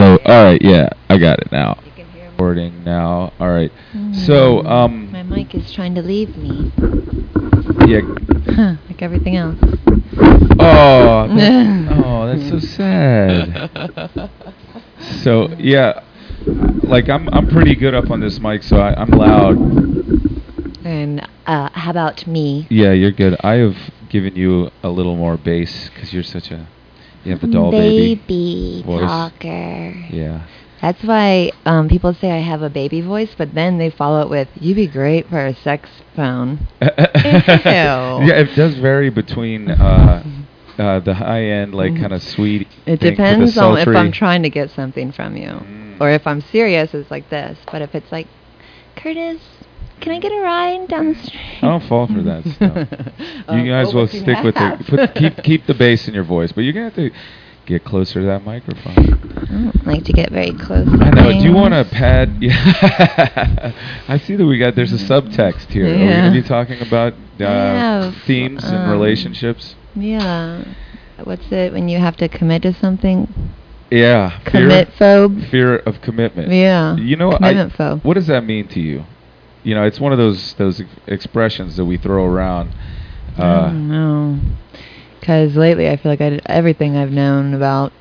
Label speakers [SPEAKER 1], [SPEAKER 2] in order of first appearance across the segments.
[SPEAKER 1] All right, yeah, I got it now.
[SPEAKER 2] You can hear me.
[SPEAKER 1] Recording now. All right.
[SPEAKER 2] Hmm.
[SPEAKER 1] So, um,
[SPEAKER 2] My mic is trying to leave me.
[SPEAKER 1] yeah.
[SPEAKER 2] Huh, like everything else.
[SPEAKER 1] Oh, that- oh, that's so sad. So yeah, like I'm I'm pretty good up on this mic, so I, I'm loud.
[SPEAKER 2] And uh, how about me?
[SPEAKER 1] Yeah, you're good. I have given you a little more bass because you're such a you have the doll baby.
[SPEAKER 2] Baby
[SPEAKER 1] voice.
[SPEAKER 2] talker.
[SPEAKER 1] Yeah.
[SPEAKER 2] That's why um, people say I have a baby voice, but then they follow it with, you'd be great for a sex phone.
[SPEAKER 1] yeah, it does vary between uh, uh, the high end, like kind of sweet.
[SPEAKER 2] Mm. It
[SPEAKER 1] thing to the
[SPEAKER 2] depends on if I'm
[SPEAKER 1] sultry-
[SPEAKER 2] trying to get something from you.
[SPEAKER 1] Mm.
[SPEAKER 2] Or if I'm serious, it's like this. But if it's like, Curtis, can I get a ride down the street?
[SPEAKER 1] I don't fall for that stuff.
[SPEAKER 2] Um,
[SPEAKER 1] you guys
[SPEAKER 2] what
[SPEAKER 1] will
[SPEAKER 2] would you
[SPEAKER 1] stick with
[SPEAKER 2] have?
[SPEAKER 1] it. Put, keep keep the bass in your voice, but you're gonna have to get closer to that microphone.
[SPEAKER 2] I don't like to get very close.
[SPEAKER 1] I
[SPEAKER 2] to
[SPEAKER 1] know. Do you
[SPEAKER 2] things.
[SPEAKER 1] want to pad? Yeah. I see that we got. Uh, There's a subtext here. Are we
[SPEAKER 2] Yeah.
[SPEAKER 1] gonna be talking about
[SPEAKER 2] I
[SPEAKER 1] uh,
[SPEAKER 2] have,
[SPEAKER 1] themes
[SPEAKER 2] um,
[SPEAKER 1] and relationships?
[SPEAKER 2] Yeah. What's it when you have to commit to something?
[SPEAKER 1] Yeah.
[SPEAKER 2] Commit phobe.
[SPEAKER 1] Fear, fear of commitment.
[SPEAKER 2] Yeah.
[SPEAKER 1] You know, I,
[SPEAKER 2] commitment phobe.
[SPEAKER 1] what does that mean to you? You know, it's one of those those ex- expressions that we throw around.
[SPEAKER 2] I
[SPEAKER 1] Uh,
[SPEAKER 2] don't know. Because lately, I feel like I d everything I've known about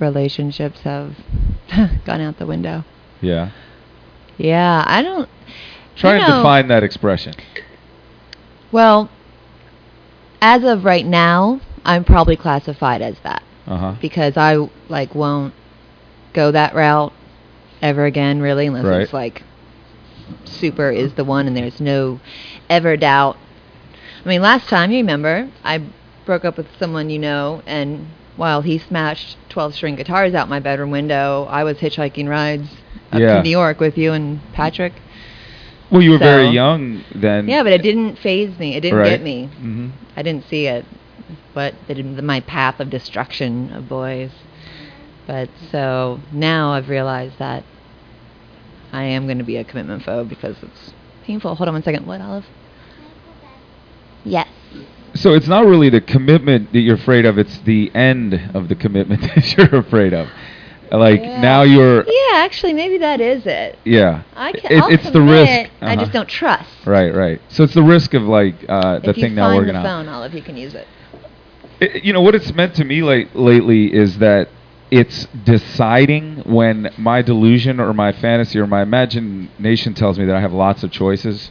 [SPEAKER 2] relationships have gone out the window.
[SPEAKER 1] yeah.
[SPEAKER 2] Yeah, I don't.
[SPEAKER 1] Try
[SPEAKER 2] I
[SPEAKER 1] and
[SPEAKER 2] know-
[SPEAKER 1] define that expression.
[SPEAKER 2] Well, as of right now, I'm probably classified as that
[SPEAKER 1] Uh huh.
[SPEAKER 2] because I like won't go that route ever again, really, unless
[SPEAKER 1] Right.
[SPEAKER 2] it's like super is the one and there's no ever doubt. I mean, last time you remember, I broke up with someone you know, and while he smashed 12 string guitars out my bedroom window, I was hitchhiking rides up
[SPEAKER 1] Yeah.
[SPEAKER 2] to New York with you and Patrick.
[SPEAKER 1] Well, you were very
[SPEAKER 2] So-
[SPEAKER 1] young then.
[SPEAKER 2] Yeah, but it didn't phase me. It didn't get me.
[SPEAKER 1] hmm
[SPEAKER 2] I didn't see it, but it, my path of destruction of boys. But so now I've realized that I am going to be a commitment phobe because it's painful. Hold on one second. What, Olive? Yes.
[SPEAKER 1] So it's not really the commitment that you're afraid of; it's the end of the commitment that you're afraid of. Like
[SPEAKER 2] Yeah.
[SPEAKER 1] now you're,
[SPEAKER 2] Yeah, actually, maybe that is it.
[SPEAKER 1] yeah.
[SPEAKER 2] I can.
[SPEAKER 1] It-
[SPEAKER 2] I'll
[SPEAKER 1] it's the
[SPEAKER 2] commit,
[SPEAKER 1] risk.
[SPEAKER 2] I
[SPEAKER 1] Uh-huh.
[SPEAKER 2] just don't trust.
[SPEAKER 1] Right, right. So it's the risk of like uh, the
[SPEAKER 2] if
[SPEAKER 1] thing
[SPEAKER 2] you
[SPEAKER 1] now
[SPEAKER 2] find
[SPEAKER 1] working
[SPEAKER 2] the
[SPEAKER 1] out.
[SPEAKER 2] phone, Olive, you can use it.
[SPEAKER 1] I- you know what it's meant to me late, lately is that it's deciding when my delusion or my fantasy or my imagination tells me that I have lots of choices,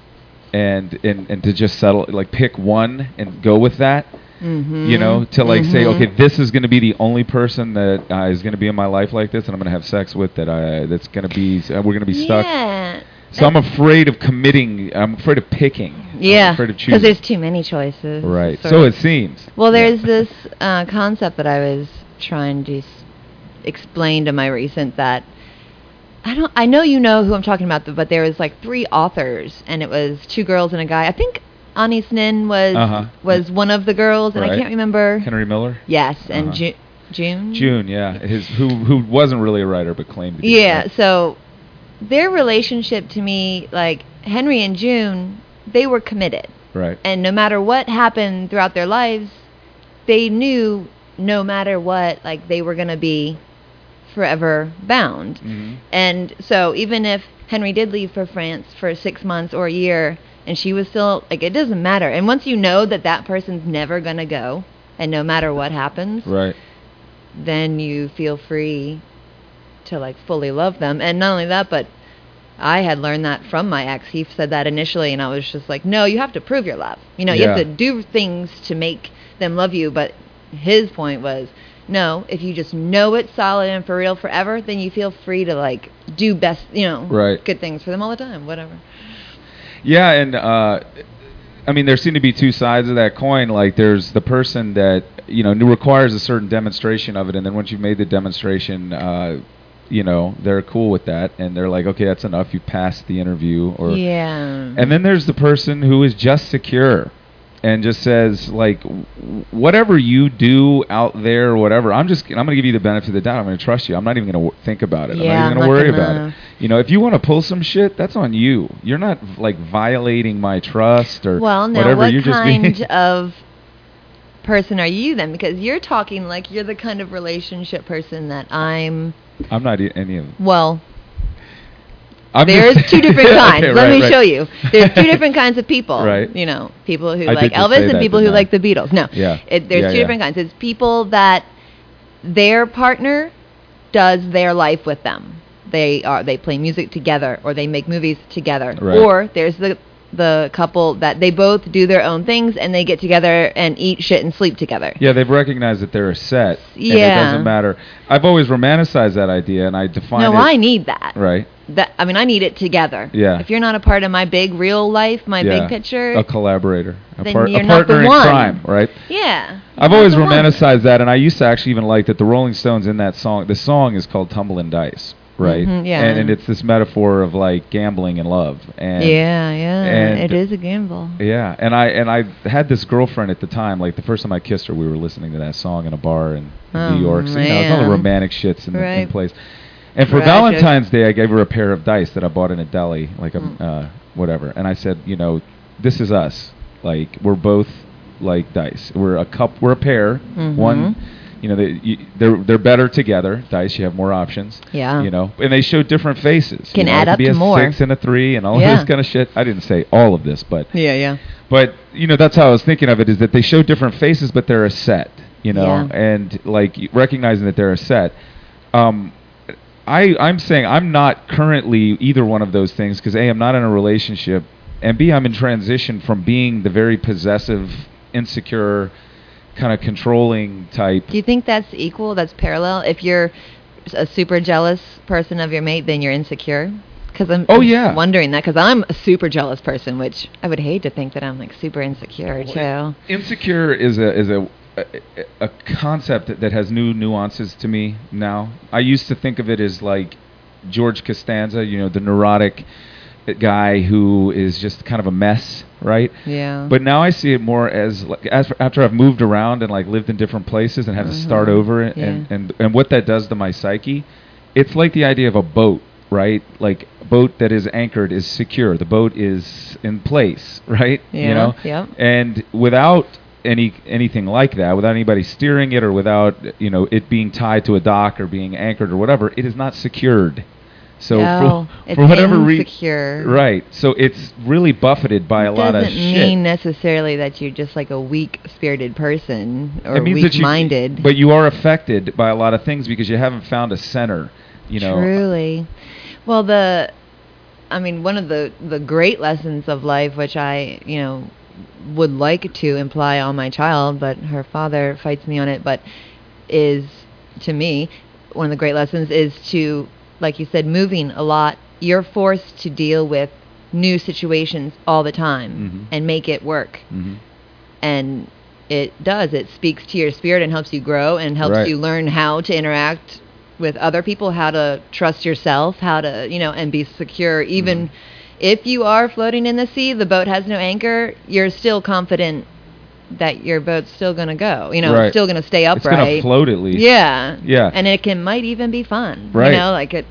[SPEAKER 1] and and, and to just settle like pick one and go with that.
[SPEAKER 2] Mm-hmm.
[SPEAKER 1] You know, to like say, okay, this is going to be the only person that uh, is going to be in my life like this, and I'm going to have sex with that. I that's going to be uh, we're going to be stuck.
[SPEAKER 2] Yeah.
[SPEAKER 1] So I'm afraid of committing. I'm afraid of picking. I'm
[SPEAKER 2] Yeah,
[SPEAKER 1] afraid of
[SPEAKER 2] because
[SPEAKER 1] choosing.
[SPEAKER 2] there's too many choices.
[SPEAKER 1] Right.
[SPEAKER 2] sort
[SPEAKER 1] So it
[SPEAKER 2] of.
[SPEAKER 1] seems.
[SPEAKER 2] Well, there's
[SPEAKER 1] Yeah.
[SPEAKER 2] this uh, concept that I was trying to s- explain to my recent that I don't. I know you know who I'm talking about, but there was like three authors, and it was two girls and a guy. I think Anis Nin was
[SPEAKER 1] Uh-huh.
[SPEAKER 2] was one of the girls, and I
[SPEAKER 1] Right.
[SPEAKER 2] can't remember.
[SPEAKER 1] Henry Miller.
[SPEAKER 2] yes, and
[SPEAKER 1] Uh-huh.
[SPEAKER 2] Ju- June.
[SPEAKER 1] June, yeah, his who who wasn't really a writer but claimed to be.
[SPEAKER 2] Yeah, so their relationship to me, like Henry and June, they were committed.
[SPEAKER 1] right.
[SPEAKER 2] and no matter what happened throughout their lives, they knew no matter what, like they were going to be forever bound.
[SPEAKER 1] hmm
[SPEAKER 2] And so even if Henry did leave for France for six months or a year, and she was still like, it doesn't matter. And once you know that that person's never going to go, and no matter what happens,
[SPEAKER 1] Right.
[SPEAKER 2] then you feel free to like fully love them. And not only that, but I had learned that from my ex. He said that initially, and I was just like, no, you have to prove your love. You know, you have
[SPEAKER 1] Yeah.
[SPEAKER 2] to do things to make them love you. But his point was, no, if you just know it's solid and for real forever, then you feel free to like do best, you know,
[SPEAKER 1] Right.
[SPEAKER 2] good things for them all the time, whatever.
[SPEAKER 1] Yeah, and uh, I mean, there seem to be two sides of that coin. Like, there's the person that you know requires a certain demonstration of it, and then once you've made the demonstration, uh, you know, they're cool with that, and they're like, okay, that's enough. You passed the interview, or
[SPEAKER 2] yeah.
[SPEAKER 1] And then there's the person who is just secure and just says like w- whatever you do out there or whatever i'm just i'm going to give you the benefit of the doubt i'm going to trust you i'm not even going to w- think about it
[SPEAKER 2] Yeah,
[SPEAKER 1] i'm not
[SPEAKER 2] I'm
[SPEAKER 1] even
[SPEAKER 2] not
[SPEAKER 1] going to worry
[SPEAKER 2] gonna-
[SPEAKER 1] about it you know if you want to pull some shit that's on you you're not like violating my trust or
[SPEAKER 2] Well, now
[SPEAKER 1] whatever
[SPEAKER 2] what
[SPEAKER 1] you're just being-
[SPEAKER 2] kind of person are you then? Because you're talking like you're the kind of relationship person that I'm
[SPEAKER 1] I'm not e- any of them.
[SPEAKER 2] Well,
[SPEAKER 1] I'm
[SPEAKER 2] there's
[SPEAKER 1] just-
[SPEAKER 2] two different
[SPEAKER 1] Okay,
[SPEAKER 2] kinds. Let
[SPEAKER 1] right,
[SPEAKER 2] me
[SPEAKER 1] right.
[SPEAKER 2] show you. There's two different kinds of people.
[SPEAKER 1] Right.
[SPEAKER 2] You know, people who
[SPEAKER 1] I
[SPEAKER 2] like
[SPEAKER 1] did just say
[SPEAKER 2] Elvis and
[SPEAKER 1] that,
[SPEAKER 2] people who
[SPEAKER 1] didn't I?
[SPEAKER 2] like the Beatles. No.
[SPEAKER 1] Yeah.
[SPEAKER 2] It, there's
[SPEAKER 1] Yeah,
[SPEAKER 2] two
[SPEAKER 1] yeah.
[SPEAKER 2] different kinds. It's people that their partner does their life with them. They are they play music together or they make movies together.
[SPEAKER 1] Right.
[SPEAKER 2] Or there's the the couple that they both do their own things and they get together and eat shit and sleep together.
[SPEAKER 1] Yeah, they've recognized that they're a set. And it
[SPEAKER 2] Yeah.
[SPEAKER 1] doesn't matter. I've always romanticized that idea, and I define
[SPEAKER 2] No,
[SPEAKER 1] it.
[SPEAKER 2] I need that.
[SPEAKER 1] Right.
[SPEAKER 2] That I mean, I need it together.
[SPEAKER 1] Yeah.
[SPEAKER 2] If you're not a part of my big real life, my
[SPEAKER 1] Yeah.
[SPEAKER 2] big picture,
[SPEAKER 1] A collaborator. A,
[SPEAKER 2] Then
[SPEAKER 1] par-
[SPEAKER 2] you're
[SPEAKER 1] a
[SPEAKER 2] not the
[SPEAKER 1] partner in
[SPEAKER 2] one.
[SPEAKER 1] crime, right?
[SPEAKER 2] yeah.
[SPEAKER 1] I've
[SPEAKER 2] You're
[SPEAKER 1] always
[SPEAKER 2] the one.
[SPEAKER 1] romanticized that, and I used to actually even like that the Rolling Stones in that song. The song is called "Tumbling Dice," right?
[SPEAKER 2] Mhm, yeah.
[SPEAKER 1] And, and it's this metaphor of like gambling and love. And
[SPEAKER 2] yeah, yeah.
[SPEAKER 1] and-
[SPEAKER 2] it is a gamble.
[SPEAKER 1] Yeah, and I and I had this girlfriend at the time. Like the first time I kissed her, we were listening to that song in a bar in
[SPEAKER 2] Oh,
[SPEAKER 1] New York. So you know, it's all the
[SPEAKER 2] man.
[SPEAKER 1] romantic shits in, the, in
[SPEAKER 2] Right.
[SPEAKER 1] place. And for
[SPEAKER 2] Tragic.
[SPEAKER 1] Valentine's Day, I gave her a pair of dice that I bought in a deli, like a
[SPEAKER 2] Mm.
[SPEAKER 1] uh, whatever. And I said, you know, this is us. Like we're both like dice. We're a cup. We're a pair.
[SPEAKER 2] Mhm.
[SPEAKER 1] One, you know, they, you, they're they're better together. Dice, you have more options.
[SPEAKER 2] Yeah.
[SPEAKER 1] You know, and they show different faces.
[SPEAKER 2] Can
[SPEAKER 1] you know,
[SPEAKER 2] add
[SPEAKER 1] it could
[SPEAKER 2] up
[SPEAKER 1] be
[SPEAKER 2] to
[SPEAKER 1] a
[SPEAKER 2] more.
[SPEAKER 1] six and a three and all
[SPEAKER 2] Yeah.
[SPEAKER 1] this kind of shit. I didn't say all of this, but
[SPEAKER 2] Yeah, yeah.
[SPEAKER 1] but you know, that's how I was thinking of it is that they show different faces, but they're a set, you know,
[SPEAKER 2] Yeah.
[SPEAKER 1] and like recognizing that they're a set. Um, I I'm saying I'm not currently either one of those things because a I'm not in a relationship, and b I'm in transition from being the very possessive, insecure, kind of controlling type.
[SPEAKER 2] Do you think that's equal? That's parallel? If you're a super jealous person of your mate, then you're insecure? Because I'm
[SPEAKER 1] Oh,
[SPEAKER 2] I'm
[SPEAKER 1] yeah.
[SPEAKER 2] wondering that because I'm a super jealous person, which I would hate to think that I'm like super insecure too.
[SPEAKER 1] Insecure is a is a a, a concept that, that has new nuances to me now. I used to think of it as like George Costanza, you know, the neurotic guy who is just kind of a mess, right?
[SPEAKER 2] Yeah.
[SPEAKER 1] But now I see it more as like as after I've moved around and like lived in different places and had to start
[SPEAKER 2] Mhm.
[SPEAKER 1] over and,
[SPEAKER 2] Yeah.
[SPEAKER 1] and and what that does to my psyche, it's like the idea of a boat, right? Like a boat that is anchored is secure. The boat is in place, right?
[SPEAKER 2] Yeah,
[SPEAKER 1] You know.
[SPEAKER 2] yep.
[SPEAKER 1] And without any anything like that, without anybody steering it or without you know it being tied to a dock or being anchored or whatever, it is not secured. So
[SPEAKER 2] No,
[SPEAKER 1] for,
[SPEAKER 2] it's
[SPEAKER 1] for whatever
[SPEAKER 2] insecure.
[SPEAKER 1] reason, right? So it's really buffeted by a lot of
[SPEAKER 2] doesn't
[SPEAKER 1] shit.
[SPEAKER 2] mean necessarily that you're just like a weak-spirited person or
[SPEAKER 1] it means that you-
[SPEAKER 2] weak-minded.
[SPEAKER 1] but you are affected by a lot of things because you haven't found a center. You know,
[SPEAKER 2] Truly. Well, the, I mean, one of the the great lessons of life, which I, you know, would like to imply on my child, but her father fights me on it. But is to me one of the great lessons is to, like you said, moving a lot. You're forced to deal with new situations all the time
[SPEAKER 1] Mhm.
[SPEAKER 2] and make it work
[SPEAKER 1] Mhm.
[SPEAKER 2] and it does it speaks to your spirit and helps you grow and helps
[SPEAKER 1] Right.
[SPEAKER 2] you learn how to interact with other people how to trust yourself how to you know and be secure even
[SPEAKER 1] Mm-hmm.
[SPEAKER 2] if you are floating in the sea the boat has no anchor you're still confident that your boat's still going to go you know
[SPEAKER 1] Right.
[SPEAKER 2] it's still going to stay
[SPEAKER 1] it's going to
[SPEAKER 2] upright
[SPEAKER 1] float at least.
[SPEAKER 2] yeah
[SPEAKER 1] Yeah.
[SPEAKER 2] and it can might even be fun
[SPEAKER 1] Right.
[SPEAKER 2] you know like it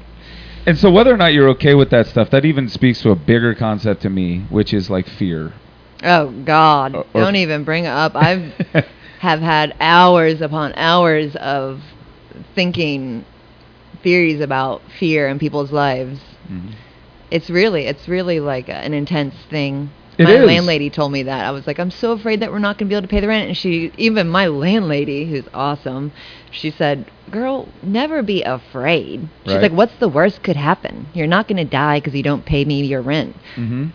[SPEAKER 1] And so, whether or not you're okay with that stuff, that even speaks to a bigger concept to me, which is like fear.
[SPEAKER 2] Oh God!
[SPEAKER 1] Or- or-
[SPEAKER 2] Don't even bring it up. I have had hours upon hours of thinking theories about fear in people's lives.
[SPEAKER 1] Mhm.
[SPEAKER 2] It's really, it's really like an intense thing.
[SPEAKER 1] It
[SPEAKER 2] my
[SPEAKER 1] is.
[SPEAKER 2] landlady told me that. I was like, I'm so afraid that we're not going to be able to pay the rent. And she, even my landlady, who's awesome, she said, "Girl, never be afraid." She's
[SPEAKER 1] Right.
[SPEAKER 2] like, "What's the worst could happen? You're not going to die because you don't pay me your rent."
[SPEAKER 1] Mhm.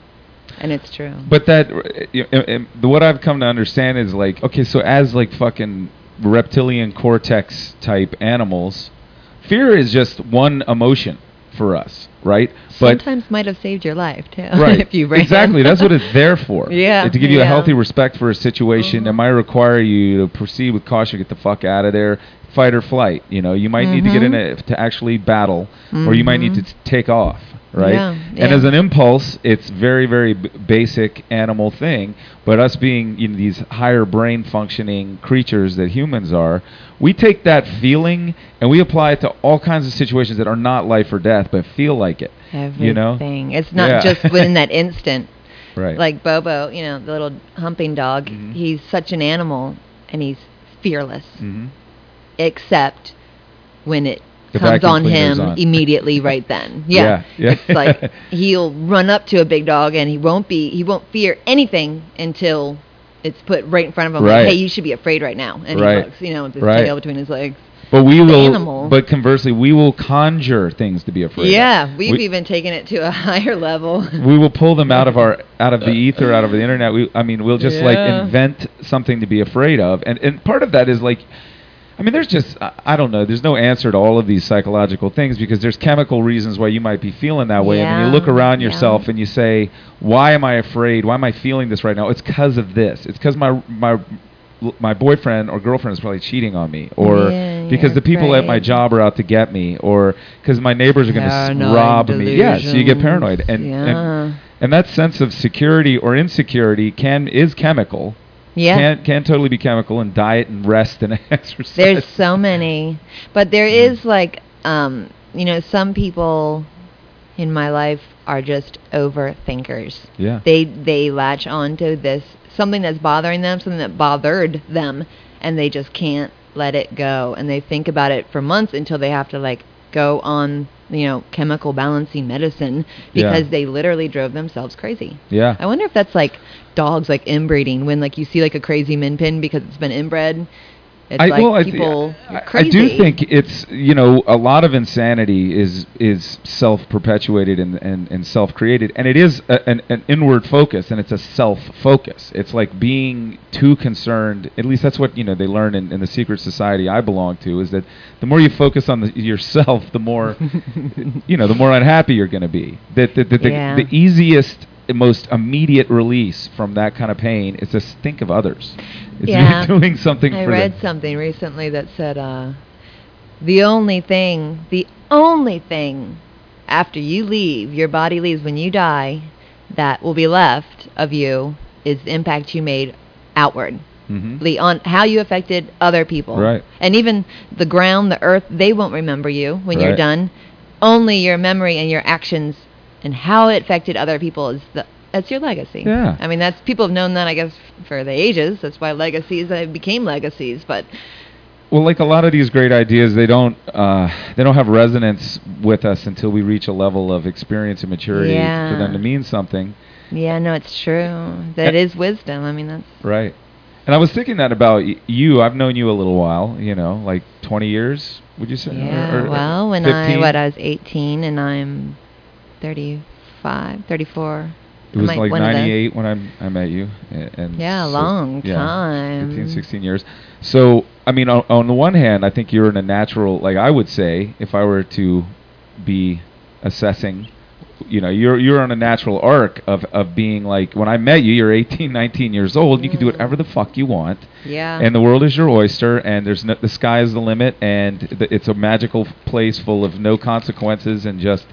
[SPEAKER 2] And it's true.
[SPEAKER 1] But that, uh, y- uh, um, the- what I've come to understand is like, okay, so as like fucking reptilian cortex type animals, fear is just one emotion for us, right? But
[SPEAKER 2] sometimes might have saved your life too.
[SPEAKER 1] right.
[SPEAKER 2] if you ran.
[SPEAKER 1] Exactly. That's what it's there for.
[SPEAKER 2] Yeah,
[SPEAKER 1] To give you a
[SPEAKER 2] yeah. Mm-hmm.
[SPEAKER 1] healthy respect for a situation that might require you to proceed with caution, get the fuck out of there, fight or flight. You know, you might need to get in
[SPEAKER 2] Mm-hmm.
[SPEAKER 1] it to actually battle, or you might need to t- take off. Right.
[SPEAKER 2] Yeah,
[SPEAKER 1] And
[SPEAKER 2] yeah.
[SPEAKER 1] as an impulse, it's very, very b- basic animal thing. But us being you know, these higher brain functioning creatures that humans are, we take that feeling and we apply it to all kinds of situations that are not life or death, but feel like it.
[SPEAKER 2] Everything.
[SPEAKER 1] You know?
[SPEAKER 2] It's not
[SPEAKER 1] Yeah.
[SPEAKER 2] just within that instant.
[SPEAKER 1] Right.
[SPEAKER 2] Like Bobo, you know, the little humping dog.
[SPEAKER 1] Mhm.
[SPEAKER 2] He's such an
[SPEAKER 1] Mm. Mm-hmm.
[SPEAKER 2] animal, and he's fearless,
[SPEAKER 1] hmm
[SPEAKER 2] except when it
[SPEAKER 1] The
[SPEAKER 2] comes
[SPEAKER 1] vacuum
[SPEAKER 2] on
[SPEAKER 1] cleaner's
[SPEAKER 2] him
[SPEAKER 1] on.
[SPEAKER 2] immediately right then. Yeah.
[SPEAKER 1] Yeah, yeah.
[SPEAKER 2] It's like he'll run up to a big dog and he won't be he won't fear anything until it's put right in front of him.
[SPEAKER 1] Right.
[SPEAKER 2] Like, hey, you should be afraid right now. And
[SPEAKER 1] Right.
[SPEAKER 2] he looks, you know, with his
[SPEAKER 1] Right.
[SPEAKER 2] tail between his legs.
[SPEAKER 1] But we
[SPEAKER 2] the
[SPEAKER 1] will.
[SPEAKER 2] animal.
[SPEAKER 1] But conversely, we will conjure things to be afraid. of.
[SPEAKER 2] Yeah, we've
[SPEAKER 1] We-
[SPEAKER 2] even taken it to a higher level.
[SPEAKER 1] we will pull them out of our out of the ether out of the internet we i mean we'll just like
[SPEAKER 2] Yeah.
[SPEAKER 1] invent something to be afraid of and and part of that is like i mean there's just I- i don't know there's no answer to all of these psychological things because there's chemical reasons why you might be feeling that way and then you
[SPEAKER 2] Yeah,
[SPEAKER 1] look around
[SPEAKER 2] yeah.
[SPEAKER 1] yourself and you say why am i afraid why am i feeling this right now it's because of this it's because my my my boyfriend or girlfriend is probably cheating on me or
[SPEAKER 2] Yeah,
[SPEAKER 1] because the
[SPEAKER 2] yeah,
[SPEAKER 1] people at my
[SPEAKER 2] right.
[SPEAKER 1] job are out to get me or because my neighbors are going to
[SPEAKER 2] Paranoid
[SPEAKER 1] rob me yes you get
[SPEAKER 2] delusions.
[SPEAKER 1] paranoid and,
[SPEAKER 2] Yeah.
[SPEAKER 1] and and that sense of security or insecurity can is chemical.
[SPEAKER 2] yeah.
[SPEAKER 1] Can can totally be chemical and diet and rest and exercise.
[SPEAKER 2] There's so many, but there is like, um, you know, some people in my life are just overthinkers.
[SPEAKER 1] Yeah.
[SPEAKER 2] They they latch onto this something that's bothering them, something that bothered them, and they just can't let it go, and they think about it for months until they have to like go on, you know, chemical balancing medicine
[SPEAKER 1] Yeah.
[SPEAKER 2] because they literally drove themselves crazy.
[SPEAKER 1] yeah.
[SPEAKER 2] I wonder if that's like dogs like inbreeding when like you see like a crazy min pin because it's been inbred. It's like
[SPEAKER 1] well, th-
[SPEAKER 2] people
[SPEAKER 1] I-
[SPEAKER 2] are crazy.
[SPEAKER 1] I do think it's you know a lot of insanity is is self perpetuated and, and, and self created, and it is a, an, an inward focus, and it's a self focus. It's like being too concerned. At least that's what you know they learn in, in the secret society I belong to is that the more you focus on the, yourself, the more you know, the more unhappy you're going to be. That that, that
[SPEAKER 2] Yeah.
[SPEAKER 1] the, the easiest. Most immediate release from that kind of pain is to think of others. If
[SPEAKER 2] Yeah.
[SPEAKER 1] you're doing something
[SPEAKER 2] I
[SPEAKER 1] for
[SPEAKER 2] read
[SPEAKER 1] them.
[SPEAKER 2] something recently that said uh, the only thing, the only thing after you leave, your body leaves when you die, that will be left of you is the impact you made outward.
[SPEAKER 1] Mhm.
[SPEAKER 2] directly on how you affected other people.
[SPEAKER 1] Right.
[SPEAKER 2] And even the ground, the earth, they won't remember you when
[SPEAKER 1] Right.
[SPEAKER 2] you're done. Only your memory and your actions and how it affected other people is the that's your legacy.
[SPEAKER 1] Yeah.
[SPEAKER 2] I mean, that's people have known that I guess for the ages. That's why legacies they became legacies, but
[SPEAKER 1] Well, like a lot of these great ideas, they don't uh, they don't have resonance with us until we reach a level of experience and maturity for
[SPEAKER 2] Yeah.
[SPEAKER 1] them to mean something,
[SPEAKER 2] yeah, no, it's true. That is wisdom. I mean, that's
[SPEAKER 1] right? And I was thinking that about y- you. I've known you a little while, you know, like 20 years, would you say? Or-
[SPEAKER 2] yeah.
[SPEAKER 1] uh, or- or
[SPEAKER 2] well, when I
[SPEAKER 1] 15?
[SPEAKER 2] what I was 18 and I'm 35, 34.
[SPEAKER 1] it was
[SPEAKER 2] I'm
[SPEAKER 1] like
[SPEAKER 2] one of those.
[SPEAKER 1] 98 when I I met you, a- and
[SPEAKER 2] Yeah, a
[SPEAKER 1] so-
[SPEAKER 2] long
[SPEAKER 1] yeah,
[SPEAKER 2] time.
[SPEAKER 1] 15, 16 years. So, I mean, on, on the one hand, I think you're in a natural, like I would say, if I were to be assessing, you know, you're you're on a natural arc of, of being like, when I met you, you're 18, 19 years old. You can do
[SPEAKER 2] Mm.
[SPEAKER 1] whatever the fuck you want.
[SPEAKER 2] Yeah.
[SPEAKER 1] And the world is your oyster, and there's no, the sky is the limit, and the, it's a magical f- place full of no consequences and just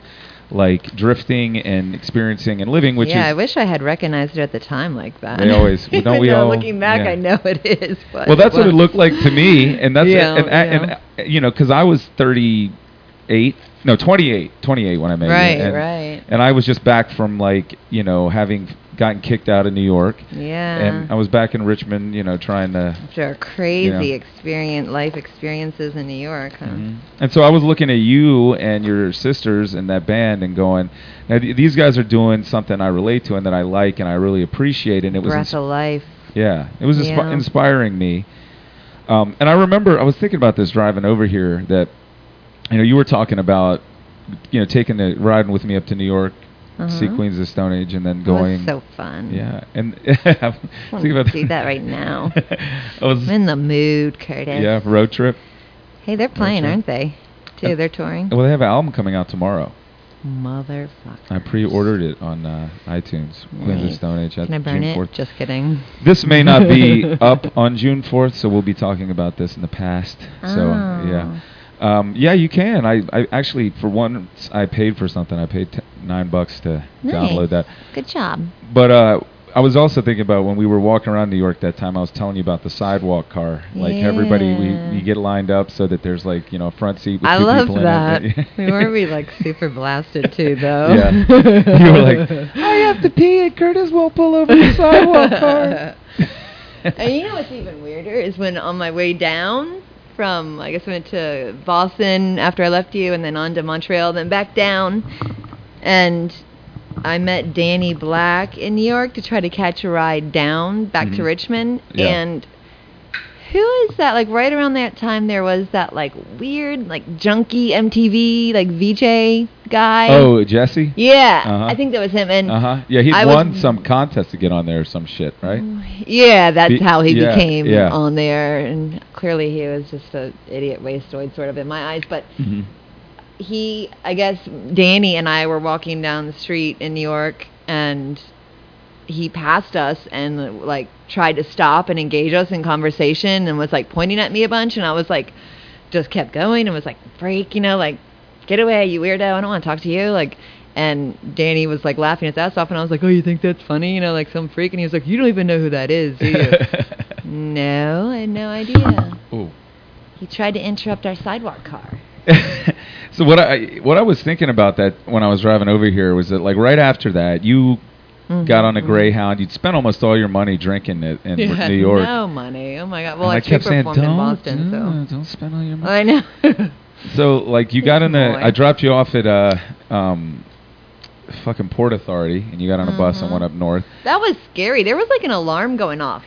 [SPEAKER 1] like drifting and experiencing and living, which
[SPEAKER 2] yeah, I
[SPEAKER 1] is
[SPEAKER 2] wish I had recognized it at the time like that.
[SPEAKER 1] We always- well, don't
[SPEAKER 2] I
[SPEAKER 1] we
[SPEAKER 2] know,
[SPEAKER 1] all?
[SPEAKER 2] Looking back,
[SPEAKER 1] Yeah.
[SPEAKER 2] I know it is. But
[SPEAKER 1] well, that's what it
[SPEAKER 2] wasn't.
[SPEAKER 1] looked like to me, and that's
[SPEAKER 2] Yeah,
[SPEAKER 1] and, and,
[SPEAKER 2] yeah.
[SPEAKER 1] and, you know, because I was thirty-eight, no, twenty-eight, twenty-eight when I met
[SPEAKER 2] Right,
[SPEAKER 1] you, and,
[SPEAKER 2] right.
[SPEAKER 1] and I was just back from like you know having gotten kicked out of New York,
[SPEAKER 2] Yeah.
[SPEAKER 1] and I was back in Richmond, you know, trying to.
[SPEAKER 2] After a crazy
[SPEAKER 1] Yeah.
[SPEAKER 2] experience, life experiences in New York. Huh?
[SPEAKER 1] Mhm. And so I was looking at you and your sisters in that band and going, now th- these guys are doing something I relate to and that I like and I really appreciate, and it was
[SPEAKER 2] Breath
[SPEAKER 1] ins-
[SPEAKER 2] of life.
[SPEAKER 1] Yeah, it was inspi-
[SPEAKER 2] Yeah.
[SPEAKER 1] inspiring me. Um, and I remember I was thinking about this driving over here that, you know, you were talking about, you know, taking the riding with me up to New York, see
[SPEAKER 2] Uh-huh.
[SPEAKER 1] Queens of the Stone Age, and then
[SPEAKER 2] That was
[SPEAKER 1] going.
[SPEAKER 2] so fun.
[SPEAKER 1] Yeah, and I
[SPEAKER 2] wanna do that right now.
[SPEAKER 1] I was.
[SPEAKER 2] I'm in the mood, Curtis.
[SPEAKER 1] Yeah, road trip.
[SPEAKER 2] Hey, they're playing,
[SPEAKER 1] Okay.
[SPEAKER 2] aren't they? Too,
[SPEAKER 1] Uh,
[SPEAKER 2] they're touring.
[SPEAKER 1] Well, they have an album coming out tomorrow.
[SPEAKER 2] Motherfucker.
[SPEAKER 1] I pre-ordered it on uh, iTunes. Queens of the
[SPEAKER 2] Nice.
[SPEAKER 1] Stone Age.
[SPEAKER 2] Can I
[SPEAKER 1] at
[SPEAKER 2] burn
[SPEAKER 1] June
[SPEAKER 2] it?
[SPEAKER 1] 4th.
[SPEAKER 2] Just kidding.
[SPEAKER 1] This may not be up on June 4th, so we'll be talking about this in the past. So,
[SPEAKER 2] Oh.
[SPEAKER 1] yeah. Um, yeah, you can. I, I actually, for once, I paid for something. I paid t- nine bucks to
[SPEAKER 2] Nice.
[SPEAKER 1] download that.
[SPEAKER 2] Good job.
[SPEAKER 1] But uh, I was also thinking about when we were walking around New York that time, I was telling you about the sidewalk car. Like, everybody,
[SPEAKER 2] Yeah.
[SPEAKER 1] we, you get lined up so that there's, like, you know, a front seat with
[SPEAKER 2] I
[SPEAKER 1] two
[SPEAKER 2] loved
[SPEAKER 1] people in
[SPEAKER 2] that.
[SPEAKER 1] it.
[SPEAKER 2] we were we like super blasted too, though.
[SPEAKER 1] Yeah. you were like, I have to pee and Curtis won't pull over the sidewalk car.
[SPEAKER 2] And you know what's even weirder is when on my way down, from I guess I went to Boston after I left you, and then on to Montreal, then back down, and I met Danny Black in New York to try to catch a ride down back to
[SPEAKER 1] Mhm.
[SPEAKER 2] Richmond,
[SPEAKER 1] Yeah.
[SPEAKER 2] and who is that? Like right around that time, there was that like weird like junky MTV like VJ guy.
[SPEAKER 1] Oh, Jesse.
[SPEAKER 2] yeah,
[SPEAKER 1] Uh-huh.
[SPEAKER 2] I think that was him, and
[SPEAKER 1] Uh huh. Yeah, he
[SPEAKER 2] I was-
[SPEAKER 1] won some contest to get on there or some shit, right?
[SPEAKER 2] Yeah, that's
[SPEAKER 1] Be-
[SPEAKER 2] how he
[SPEAKER 1] yeah,
[SPEAKER 2] became
[SPEAKER 1] yeah.
[SPEAKER 2] on there, and clearly he was just a idiot wasteoid sort of in my eyes. But
[SPEAKER 1] Mhm.
[SPEAKER 2] he, I guess, Danny and I were walking down the street in New York, and he passed us and like tried to stop and engage us in conversation, and was like pointing at me a bunch, and I was like, just kept going and was like, "Freak, you know, like, get away, you weirdo! I don't want to talk to you." Like, and Danny was like laughing his ass off, and I was like, "Oh, you think that's funny? You know, like some freak?" And he was like, "You don't even know who that is, do you?" no, I had no idea.
[SPEAKER 1] Mm-hmm. Ooh.
[SPEAKER 2] He tried to interrupt our sidewalk car.
[SPEAKER 1] so what I what I was thinking about that when I was driving over here was that like right after that you
[SPEAKER 2] Mm-hmm,
[SPEAKER 1] got on a Greyhound. You'd spent almost all your money drinking it in New York.
[SPEAKER 2] No money. Oh my god.
[SPEAKER 1] And
[SPEAKER 2] Well, I,
[SPEAKER 1] I kept
[SPEAKER 2] street
[SPEAKER 1] saying,
[SPEAKER 2] performed
[SPEAKER 1] "Don't,
[SPEAKER 2] in Boston,
[SPEAKER 1] uh,
[SPEAKER 2] so
[SPEAKER 1] don't spend all your money."
[SPEAKER 2] I know.
[SPEAKER 1] So like you got in the
[SPEAKER 2] Boy.
[SPEAKER 1] I dropped you off at uh um fucking Port Authority and you got on a bus
[SPEAKER 2] Mm-hmm.
[SPEAKER 1] and went up north.
[SPEAKER 2] that was scary. There was like an alarm going off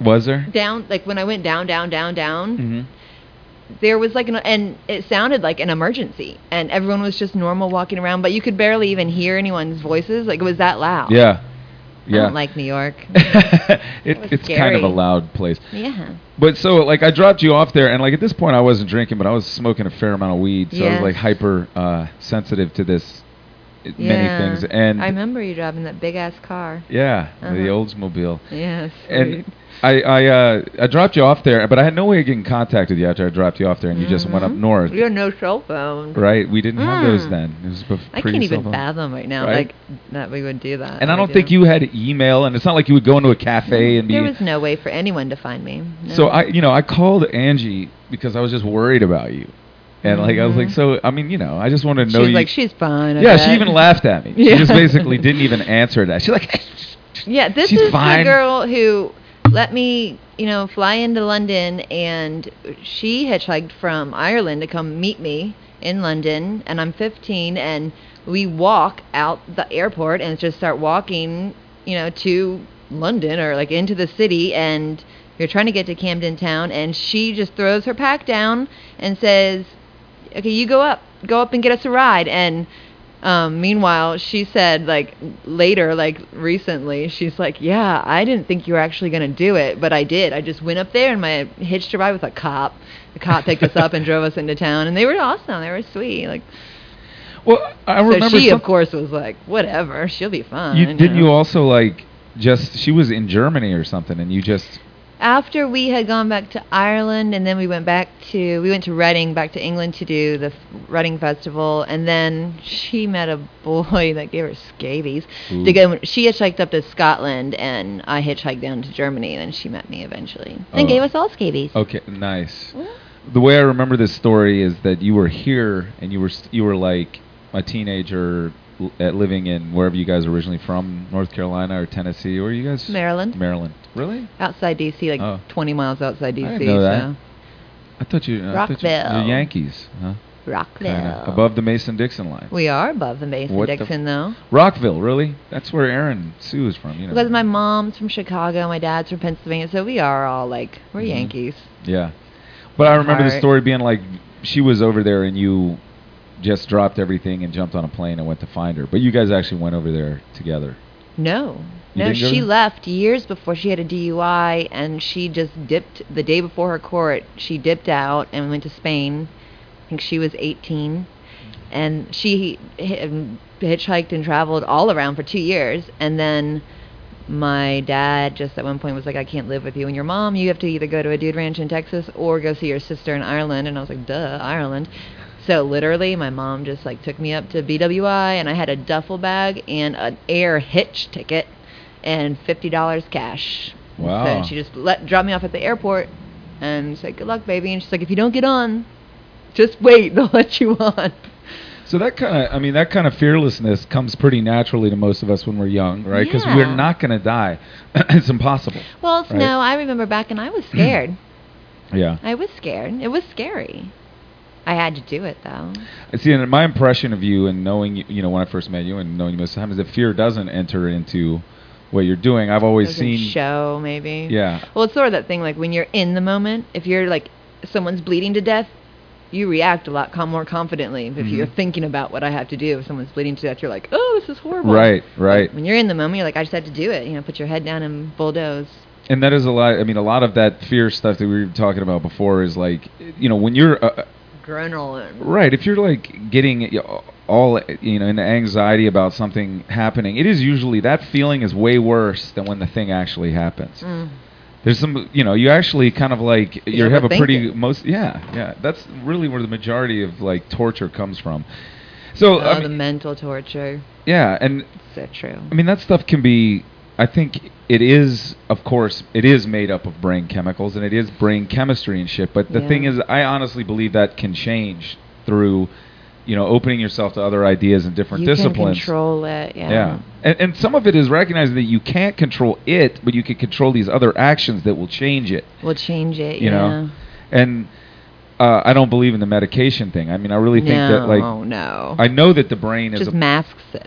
[SPEAKER 1] Was there?
[SPEAKER 2] down, like when I went down, down, down, down.
[SPEAKER 1] Mhm.
[SPEAKER 2] there was like an and it sounded like an emergency and everyone was just normal walking around but you could barely even hear anyone's voices like it was that loud
[SPEAKER 1] Yeah.
[SPEAKER 2] Oh. i
[SPEAKER 1] Yeah.
[SPEAKER 2] don't like new york
[SPEAKER 1] it,
[SPEAKER 2] was
[SPEAKER 1] it's kind of
[SPEAKER 2] scary.
[SPEAKER 1] a loud place.
[SPEAKER 2] yeah
[SPEAKER 1] But so like I dropped you off there and like at this point I wasn't drinking but I was smoking a fair amount of weed so I
[SPEAKER 2] Yes.
[SPEAKER 1] was like hyper uh sensitive to this i-
[SPEAKER 2] Yeah.
[SPEAKER 1] many things and
[SPEAKER 2] i remember you driving that big ass car
[SPEAKER 1] yeah
[SPEAKER 2] Uh-huh.
[SPEAKER 1] the Oldsmobile.
[SPEAKER 2] yes
[SPEAKER 1] And I I uh I dropped you off there but I had no way of getting contact with you after I dropped you off there and you just went up north.
[SPEAKER 2] you had no cell phone
[SPEAKER 1] Right, we didn't have those
[SPEAKER 2] Mm-hmm. Mm.
[SPEAKER 1] then. It was before.
[SPEAKER 2] i can't even fatham right now
[SPEAKER 1] Right?
[SPEAKER 2] like that we would do that
[SPEAKER 1] And I
[SPEAKER 2] We
[SPEAKER 1] don't think
[SPEAKER 2] do. Mm-hmm.
[SPEAKER 1] you had email, and it's not like you would go into a cafe and be.
[SPEAKER 2] there was no way for anyone to find me No.
[SPEAKER 1] So I, you know, I called Angie because I was just worried about you, and like I was like, so I mean, you know, I just want to
[SPEAKER 2] Mm-hmm. she
[SPEAKER 1] know
[SPEAKER 2] was
[SPEAKER 1] you.
[SPEAKER 2] like she's fine I
[SPEAKER 1] yeah,
[SPEAKER 2] bet."
[SPEAKER 1] she even laughed at me.
[SPEAKER 2] Yeah.
[SPEAKER 1] She just basically didn't even answer that. She's like,
[SPEAKER 2] Yeah, this
[SPEAKER 1] She's
[SPEAKER 2] is the
[SPEAKER 1] fine.
[SPEAKER 2] girl who let me, you know, fly into London, and she hitchhiked from Ireland to come meet me in London, and I'm 15, and we walk out the airport and just start walking, you know, to London or like into the city, and you're trying to get to Camden Town, and she just throws her pack down and says, okay, you go up, go up and get us a ride. And um, meanwhile, she said, like, later, like, recently, she's like, yeah, I didn't think you were actually going to do it, but I did. I just went up there and my hitched a ride with a cop. The cop picked us up and drove us into town, and they were awesome. They were sweet. Like,
[SPEAKER 1] well, I
[SPEAKER 2] so
[SPEAKER 1] remember.
[SPEAKER 2] she,
[SPEAKER 1] some-
[SPEAKER 2] of course, was like, whatever, she'll be fine.
[SPEAKER 1] you didn't
[SPEAKER 2] know.
[SPEAKER 1] you also like just she was in Germany or something, and you just
[SPEAKER 2] after we had gone back to Ireland, and then we went back to we went to Reading, back to England to do the f- Reading Festival, and then she met a boy that gave her scabies.
[SPEAKER 1] Ooh.
[SPEAKER 2] To go, she hitchhiked up to Scotland, and I hitchhiked down to Germany, and she met me eventually, and
[SPEAKER 1] Oh.
[SPEAKER 2] gave us all scabies.
[SPEAKER 1] okay, nice. The way I remember this story is that you were here and you were st- you were like a teenager l- at living in wherever you guys were originally from, North Carolina or Tennessee, or you guys
[SPEAKER 2] Maryland,
[SPEAKER 1] Maryland. Really?
[SPEAKER 2] outside DC, like
[SPEAKER 1] Oh.
[SPEAKER 2] 20 miles outside DC,
[SPEAKER 1] didn't know that.
[SPEAKER 2] so
[SPEAKER 1] I thought you I thought you-
[SPEAKER 2] Rockville.
[SPEAKER 1] the Yankees, huh?
[SPEAKER 2] Rockville.
[SPEAKER 1] Kinda. Above the Mason-Dixon line.
[SPEAKER 2] we are above the Mason
[SPEAKER 1] What the
[SPEAKER 2] Dixon, though.
[SPEAKER 1] Rockville, really? That's where Aaron Sue is from, you know.
[SPEAKER 2] Because my mom's from Chicago, my dad's from Pennsylvania, so we are all like we're
[SPEAKER 1] Mhm.
[SPEAKER 2] Yankees.
[SPEAKER 1] Yeah. But I remember the
[SPEAKER 2] Alright.
[SPEAKER 1] story being like she was over there and you just dropped everything and jumped on a plane and went to find her. But you guys actually went over there together.
[SPEAKER 2] No,
[SPEAKER 1] You
[SPEAKER 2] no,
[SPEAKER 1] didn't go
[SPEAKER 2] she
[SPEAKER 1] to-
[SPEAKER 2] left years before she had a DUI, and she just dipped the day before her court. She dipped out and went to Spain. I think she was 18, and she hi- hitchhiked and traveled all around for two years, and then. My dad just at one point was like, I can't live with you and your mom. You have to either go to a dude ranch in Texas or go see your sister in Ireland. And I was like, duh, Ireland. So literally, my mom just like took me up to BWI, and I had a duffel bag and an air hitch ticket, and fifty dollars cash.
[SPEAKER 1] Wow.
[SPEAKER 2] So she just let dropped me off at the airport, and said, "Good luck, baby." And she's like, "If you don't get on, just wait. They'll let you on."
[SPEAKER 1] So that kind of, I mean, that kind of fearlessness comes pretty naturally to most of us when we're young, right? Because
[SPEAKER 2] Yeah.
[SPEAKER 1] we're not going to die. it's impossible.
[SPEAKER 2] Well, it's
[SPEAKER 1] Right.
[SPEAKER 2] no. I remember back, and I was scared.
[SPEAKER 1] Yeah.
[SPEAKER 2] I was scared. It was scary. I had to do it though.
[SPEAKER 1] I see. And my impression of you and knowing you, you know, when I first met you and knowing you most of the time is that fear doesn't enter into what you're doing. I've always
[SPEAKER 2] Doesn't
[SPEAKER 1] seen.
[SPEAKER 2] show maybe.
[SPEAKER 1] Yeah.
[SPEAKER 2] Well, it's sort of that thing like when you're in the moment, if you're like someone's bleeding to death, you react a lot com- more confidently. If
[SPEAKER 1] Mhm.
[SPEAKER 2] you're thinking about what I have to do, if someone's bleeding to death, you're like, oh, this is horrible.
[SPEAKER 1] Right. Right.
[SPEAKER 2] When you're in the moment, you're like, I just had to do it. You know, put your head down and bulldoze.
[SPEAKER 1] and that is a lot. I mean, a lot of that fear stuff that we were talking about before is like, you know, when you're uh,
[SPEAKER 2] Gronal. And
[SPEAKER 1] right, if you're like getting you know, all you know into anxiety about something happening, it is usually that feeling is way worse than when the thing actually happens.
[SPEAKER 2] Mm.
[SPEAKER 1] There's some, you know, you actually kind of like you have a
[SPEAKER 2] overthink
[SPEAKER 1] pretty
[SPEAKER 2] it.
[SPEAKER 1] most, yeah, yeah. That's really where the majority of like torture comes from. So,
[SPEAKER 2] oh,
[SPEAKER 1] I
[SPEAKER 2] the
[SPEAKER 1] mean,
[SPEAKER 2] mental torture.
[SPEAKER 1] yeah, and
[SPEAKER 2] It's so true.
[SPEAKER 1] I mean, that stuff can be. I think it is, of course, it is made up of brain chemicals and it is brain chemistry and shit. But the
[SPEAKER 2] Yeah.
[SPEAKER 1] thing is, I honestly believe that can change through, you know, opening yourself to other ideas and different
[SPEAKER 2] you can
[SPEAKER 1] disciplines.
[SPEAKER 2] control it. Yeah.
[SPEAKER 1] yeah. And, and some of it is recognizing that you can't control it, but you can control these other actions that will change it.
[SPEAKER 2] We'll change it.
[SPEAKER 1] You
[SPEAKER 2] yeah.
[SPEAKER 1] know? And uh, I don't believe in the medication thing. I mean, I really think
[SPEAKER 2] no,
[SPEAKER 1] that, like,
[SPEAKER 2] no.
[SPEAKER 1] I know that the brain is
[SPEAKER 2] just
[SPEAKER 1] a
[SPEAKER 2] masks it.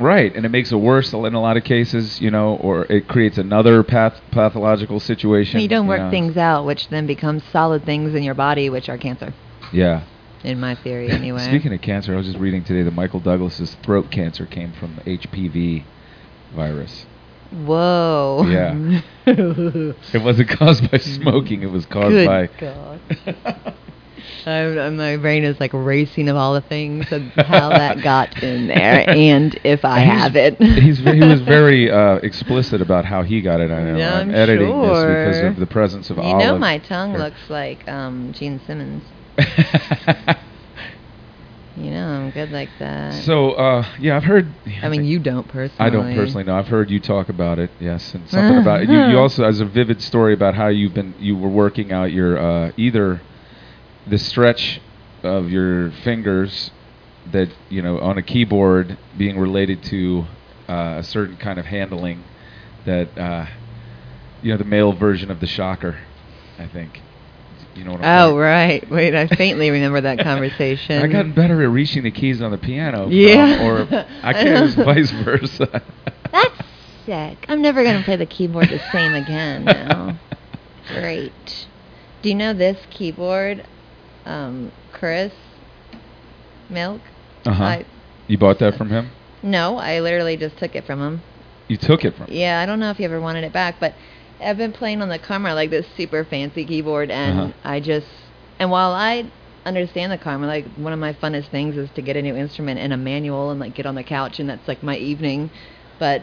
[SPEAKER 1] Right, and it makes it worse in a lot of cases, you know, or it creates another path pathological situation.
[SPEAKER 2] You don't work
[SPEAKER 1] know.
[SPEAKER 2] things out, which then becomes solid things in your body, which are cancer,
[SPEAKER 1] Yeah.
[SPEAKER 2] in my theory, anyway.
[SPEAKER 1] Speaking of cancer, I was just reading today that Michael Douglas's throat cancer came from HPV virus.
[SPEAKER 2] Whoa.
[SPEAKER 1] Yeah. It wasn't caused by smoking; it was caused
[SPEAKER 2] Good
[SPEAKER 1] by.
[SPEAKER 2] God. I, I- my brain is like racing of all the things of how that got in there and if I
[SPEAKER 1] And he's-
[SPEAKER 2] have it.
[SPEAKER 1] he's, he was very uh, explicit about how he got it. I know.
[SPEAKER 2] Yeah, I'm
[SPEAKER 1] editing this
[SPEAKER 2] sure.
[SPEAKER 1] because of the presence of
[SPEAKER 2] you
[SPEAKER 1] olive.
[SPEAKER 2] know, my tongue
[SPEAKER 1] here.
[SPEAKER 2] looks like um, Gene Simmons. You know, I'm good like that.
[SPEAKER 1] so uh, yeah, I've heard.
[SPEAKER 2] I mean, you don't personally. Ah.
[SPEAKER 1] I don't personally know. I've heard you talk about it. Yes, and something about you. You also has a vivid story about how you've been you were working out your uh, either the stretch of your fingers that you know on a keyboard being related to uh, a certain kind of handling that uh, you know the male version of the shocker. I think you know what I'm
[SPEAKER 2] Oh
[SPEAKER 1] talking-
[SPEAKER 2] right, wait! I faintly remember that conversation.
[SPEAKER 1] I gotten better at reaching the keys on the piano. from-
[SPEAKER 2] Yeah.
[SPEAKER 1] or I can't. it was vice versa.
[SPEAKER 2] That's sick. I'm never gonna play the keyboard the same again. Now, great. Do you know this keyboard, um, Chris Milk?
[SPEAKER 1] Uh-huh.
[SPEAKER 2] I,
[SPEAKER 1] you bought that from him?
[SPEAKER 2] no, I literally just took it from him.
[SPEAKER 1] You took it from him.
[SPEAKER 2] Yeah, I don't know if you ever wanted it back, but I've been playing on the Karma like this super fancy keyboard, and
[SPEAKER 1] Uh-huh.
[SPEAKER 2] I just and while I understand the Karma, like one of my funnest things is to get a new instrument and a manual and like get on the couch, and that's like my evening. But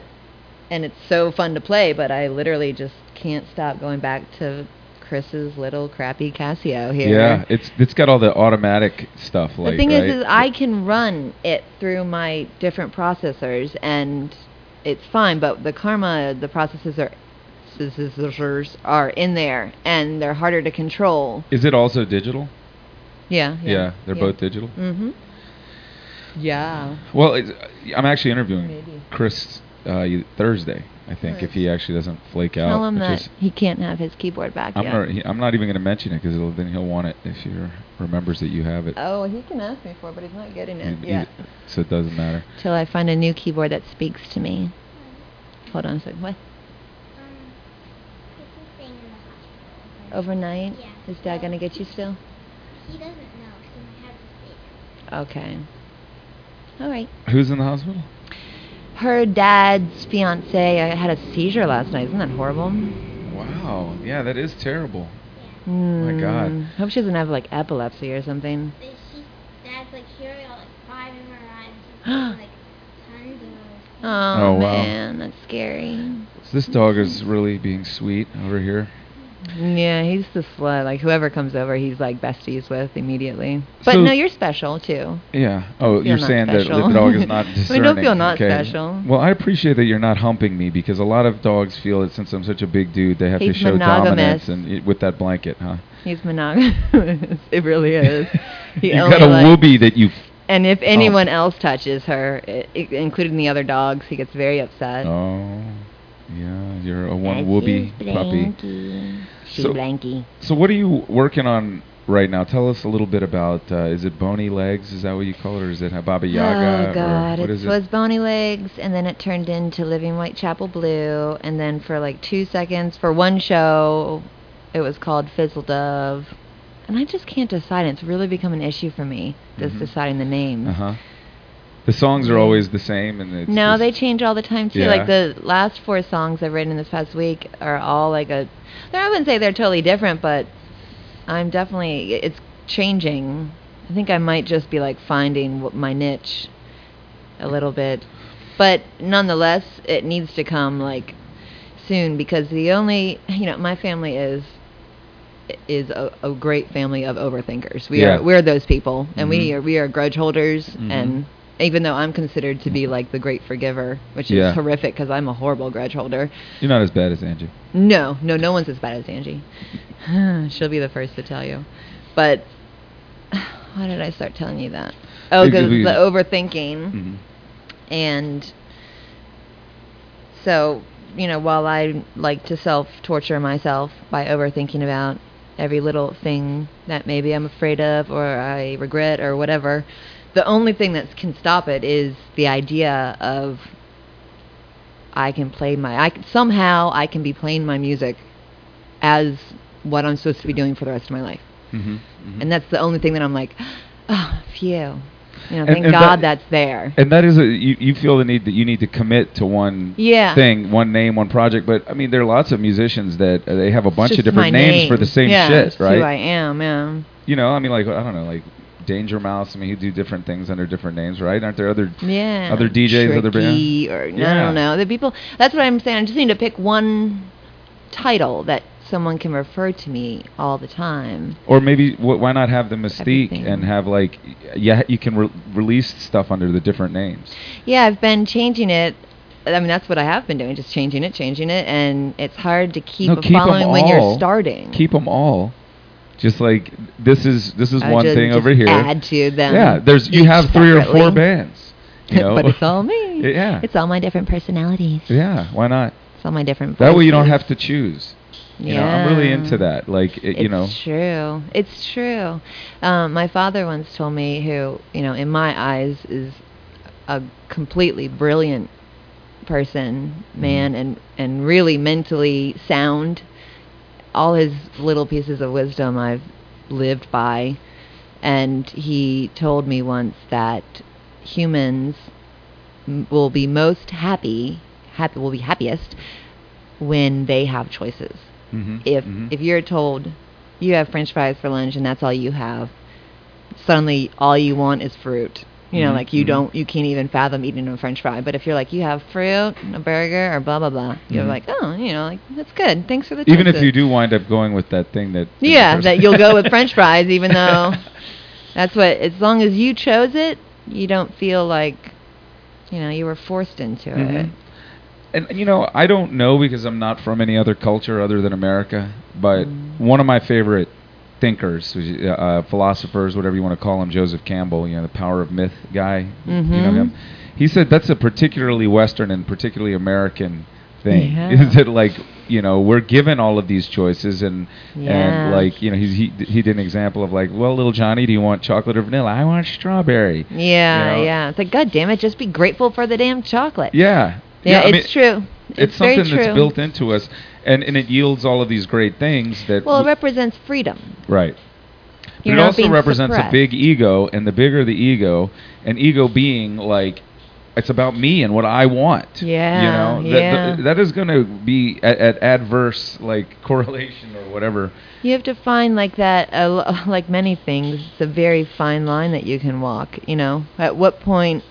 [SPEAKER 2] and it's so fun to play, but I literally just can't stop going back to Chris's little crappy Casio here.
[SPEAKER 1] Yeah, it's it's got all the automatic stuff. Like
[SPEAKER 2] the thing
[SPEAKER 1] right?
[SPEAKER 2] is, is I can run it through my different processors, and it's fine. But the Karma, the processors are processors are in there, and they're harder to control.
[SPEAKER 1] Is it also digital?
[SPEAKER 2] Yeah.
[SPEAKER 1] Yeah, they're both digital.
[SPEAKER 2] Mm-hmm. Yeah.
[SPEAKER 1] Well, it's, I'm actually interviewing
[SPEAKER 2] Maybe.
[SPEAKER 1] Chris uh, you- Thursday. I think if he actually doesn't flake out.
[SPEAKER 2] Tell him
[SPEAKER 1] which
[SPEAKER 2] that
[SPEAKER 1] is-
[SPEAKER 2] he can't have his keyboard back
[SPEAKER 1] I'm
[SPEAKER 2] yet.
[SPEAKER 1] not. he- I'm not even going to mention it because then he'll want it if he remembers that you have it.
[SPEAKER 2] Oh, he can ask me for, it, but he's not getting
[SPEAKER 1] He-
[SPEAKER 2] it
[SPEAKER 1] he-
[SPEAKER 2] yet.
[SPEAKER 1] so it doesn't matter.
[SPEAKER 2] Till I find a new keyboard that speaks to me. Hold on a second. What? Overnight?
[SPEAKER 3] Yeah.
[SPEAKER 2] Is Dad gonna get you still?
[SPEAKER 3] He doesn't know. He might have to stay.
[SPEAKER 2] Okay. All right.
[SPEAKER 1] Who's in the hospital?
[SPEAKER 2] Her dad's fiance uh, had a seizure last night. Isn't that horrible?
[SPEAKER 1] Wow. Yeah, that is terrible.
[SPEAKER 3] Yeah.
[SPEAKER 1] my God.
[SPEAKER 2] Mm, Hope she doesn't have like epilepsy or something.
[SPEAKER 3] They, she, Dad's like hearing all like five MRIs and like tons of.
[SPEAKER 2] Oh,
[SPEAKER 1] Oh, wow.
[SPEAKER 2] man, that's scary.
[SPEAKER 1] So this dog is really being sweet over here.
[SPEAKER 2] Yeah, he's the slut. Like whoever comes over, he's like besties with immediately. But
[SPEAKER 1] So-
[SPEAKER 2] no, you're special too.
[SPEAKER 1] Yeah. Oh,
[SPEAKER 2] Feel
[SPEAKER 1] you're
[SPEAKER 2] not
[SPEAKER 1] saying that
[SPEAKER 2] special.
[SPEAKER 1] the dog is not
[SPEAKER 2] I mean, don't
[SPEAKER 1] discerning.
[SPEAKER 2] feel not
[SPEAKER 1] okay.
[SPEAKER 2] special.
[SPEAKER 1] Well, I appreciate that you're not humping me because a lot of dogs feel that since I'm such a big dude, they have
[SPEAKER 2] He's
[SPEAKER 1] to show dominance
[SPEAKER 2] monogamous.
[SPEAKER 1] and y- with that blanket, huh?
[SPEAKER 2] He's monogamous. it really is. Oh, He
[SPEAKER 1] you
[SPEAKER 2] only
[SPEAKER 1] got a Oh.
[SPEAKER 2] likes-
[SPEAKER 1] whoopee that you.
[SPEAKER 2] And if anyone else touches her, i i- including the other dogs, he gets very upset.
[SPEAKER 1] Oh, yeah. You're a one whoopee puppy.
[SPEAKER 2] She
[SPEAKER 1] So-
[SPEAKER 2] blanky.
[SPEAKER 1] So what are you working on right now? Tell us a little bit about. Uh, is it Bony Legs? Is that what you call it, or is it Hababa Yaga?
[SPEAKER 2] oh
[SPEAKER 1] Or
[SPEAKER 2] God!
[SPEAKER 1] what
[SPEAKER 2] It
[SPEAKER 1] is it?
[SPEAKER 2] was Bony Legs, and then it turned into Living Whitechapel Blue, and then for like two seconds for one show, it was called Fizzle Dove, and I just can't decide. It's really become an issue for me just
[SPEAKER 1] Mhm.
[SPEAKER 2] deciding the names.
[SPEAKER 1] Uh huh. The songs are always the same, and it's
[SPEAKER 2] no,
[SPEAKER 1] just-
[SPEAKER 2] they change all the time too.
[SPEAKER 1] Yeah.
[SPEAKER 2] Like the last four songs I've written this past week are all like a. They're, I wouldn't say they're totally different, but I'm definitely it's changing. I think I might just be like finding what my niche a little bit, but nonetheless, it needs to come like soon because the only you know my family is is a, a great family of overthinkers. We
[SPEAKER 1] Yeah.
[SPEAKER 2] are we're those people, and we
[SPEAKER 1] Mhm.
[SPEAKER 2] are we are grudge holders
[SPEAKER 1] Mhm.
[SPEAKER 2] and even though I'm considered to be like the great forgiver, which
[SPEAKER 1] Yeah.
[SPEAKER 2] is horrific because I'm a horrible grudge holder.
[SPEAKER 1] You're not as bad as Angie.
[SPEAKER 2] No, no, no one's as bad as Angie. She'll be the first to tell you. But why did I start telling you that? Oh,
[SPEAKER 1] Because
[SPEAKER 2] because
[SPEAKER 1] we-
[SPEAKER 2] the overthinking
[SPEAKER 1] Mhm.
[SPEAKER 2] and so you know while i like to self torture myself by overthinking about every little thing that maybe i'm afraid of or i regret or whatever the only thing that can stop it is the idea of i can play my i c- somehow i can be playing my music as what i'm supposed to be doing for the rest of my life
[SPEAKER 1] Mhm. Mhm.
[SPEAKER 2] and that's the only thing that i'm like oh phew you know
[SPEAKER 1] And-
[SPEAKER 2] thank
[SPEAKER 1] and
[SPEAKER 2] god
[SPEAKER 1] that-
[SPEAKER 2] that's there
[SPEAKER 1] And that is a you, you feel the need that you need to commit to one
[SPEAKER 2] Yeah.
[SPEAKER 1] thing, one name, one project. But I mean, there are lots of musicians that uh, they have a bunch
[SPEAKER 2] It's
[SPEAKER 1] of
[SPEAKER 2] just my
[SPEAKER 1] different names for the
[SPEAKER 2] name.
[SPEAKER 1] same
[SPEAKER 2] yeah,
[SPEAKER 1] shit,
[SPEAKER 2] it's
[SPEAKER 1] right?
[SPEAKER 2] Who I am, yeah.
[SPEAKER 1] You know, I mean, like I don't know, like Danger Mouse. I mean, he do different things under different names, right? Aren't there other?
[SPEAKER 2] Yeah.
[SPEAKER 1] Other DJs, other band-
[SPEAKER 2] Tricky or I
[SPEAKER 1] Yeah.
[SPEAKER 2] don't know. The people. That's what I'm saying. I just need to pick one title that someone can refer to me all the time.
[SPEAKER 1] Or maybe wh- why not have the mystique
[SPEAKER 2] Everything.
[SPEAKER 1] and have like, y- yeah, you can re- release stuff under the different names.
[SPEAKER 2] Yeah, I've been changing it. I mean, that's what I have been doing, just changing it, changing it, and it's hard to keep
[SPEAKER 1] No,
[SPEAKER 2] a
[SPEAKER 1] keep 'em
[SPEAKER 2] following when you're
[SPEAKER 1] all.
[SPEAKER 2] starting.
[SPEAKER 1] Keep them all. Just like this is this is
[SPEAKER 2] I
[SPEAKER 1] one
[SPEAKER 2] just-
[SPEAKER 1] thing
[SPEAKER 2] just
[SPEAKER 1] over here.
[SPEAKER 2] Add to them.
[SPEAKER 1] yeah, there's you
[SPEAKER 2] each
[SPEAKER 1] have three or four
[SPEAKER 2] separately.
[SPEAKER 1] bands. You know?
[SPEAKER 2] but it's all me.
[SPEAKER 1] Yeah.
[SPEAKER 2] It's all my different personalities.
[SPEAKER 1] Yeah, why not?
[SPEAKER 2] It's all my different.
[SPEAKER 1] That way you don't
[SPEAKER 2] voices.
[SPEAKER 1] have to choose. You know, I'm really into that. Like, it, you know,
[SPEAKER 2] It's true. It's true. Um, my father once told me, who you know, in my eyes, is a completely brilliant person, man,
[SPEAKER 1] Mhm.
[SPEAKER 2] and and really mentally sound. All his little pieces of wisdom I've lived by, and he told me once that humans m- will be most happy, happy will be happiest when they have choices
[SPEAKER 1] mhm,
[SPEAKER 2] if
[SPEAKER 1] mhm.
[SPEAKER 2] if you're told you have french fries for lunch and that's all you have suddenly all you want is fruit you know
[SPEAKER 1] Mhm,
[SPEAKER 2] like you
[SPEAKER 1] mhm.
[SPEAKER 2] don't you can't even fathom eating a french fry but if you're like you have fruit and a burger or blah blah blah you're
[SPEAKER 1] Mhm.
[SPEAKER 2] like oh you know like that's good thanks for the
[SPEAKER 1] even if
[SPEAKER 2] choices."
[SPEAKER 1] you do wind up going with that thing that
[SPEAKER 2] yeah that you'll go with french fries even though that's what as long as you chose it you don't feel like you know you were forced into it
[SPEAKER 1] Mhm. And you know, I don't know because I'm not from any other culture other than America. But
[SPEAKER 2] Mm.
[SPEAKER 1] one of my favorite thinkers, uh, uh, philosophers, whatever you want to call him, Joseph Campbell, you know, the Power of Myth guy. You know
[SPEAKER 2] Mhm.
[SPEAKER 1] him. He said that's a particularly Western and particularly American thing.
[SPEAKER 2] Yeah.
[SPEAKER 1] Is that like you know we're given all of these choices and
[SPEAKER 2] Yeah.
[SPEAKER 1] and like you know he's, he he did an example of like well little Johnny do you want chocolate or vanilla I want strawberry
[SPEAKER 2] yeah
[SPEAKER 1] You know?
[SPEAKER 2] yeah it's like god damn it just be grateful for the damn chocolate
[SPEAKER 1] yeah
[SPEAKER 2] Yeah,
[SPEAKER 1] I mean-
[SPEAKER 2] it's true. It's,
[SPEAKER 1] it's,
[SPEAKER 2] very
[SPEAKER 1] something that's
[SPEAKER 2] true.
[SPEAKER 1] built into us and, and it yields all of these great things that
[SPEAKER 2] Well, it
[SPEAKER 1] w-
[SPEAKER 2] represents freedom.
[SPEAKER 1] right but
[SPEAKER 2] You're
[SPEAKER 1] it
[SPEAKER 2] not
[SPEAKER 1] also
[SPEAKER 2] being
[SPEAKER 1] represents a
[SPEAKER 2] suppressed.
[SPEAKER 1] big ego and the bigger the ego and ego being like it's about me and what I want. you
[SPEAKER 2] Yeah,
[SPEAKER 1] know That-
[SPEAKER 2] yeah.
[SPEAKER 1] that, that is going to be at, at adverse like correlation or whatever.
[SPEAKER 2] You have to find like that, a lo- like many things, it's a very fine line that you can walk. You know, at what point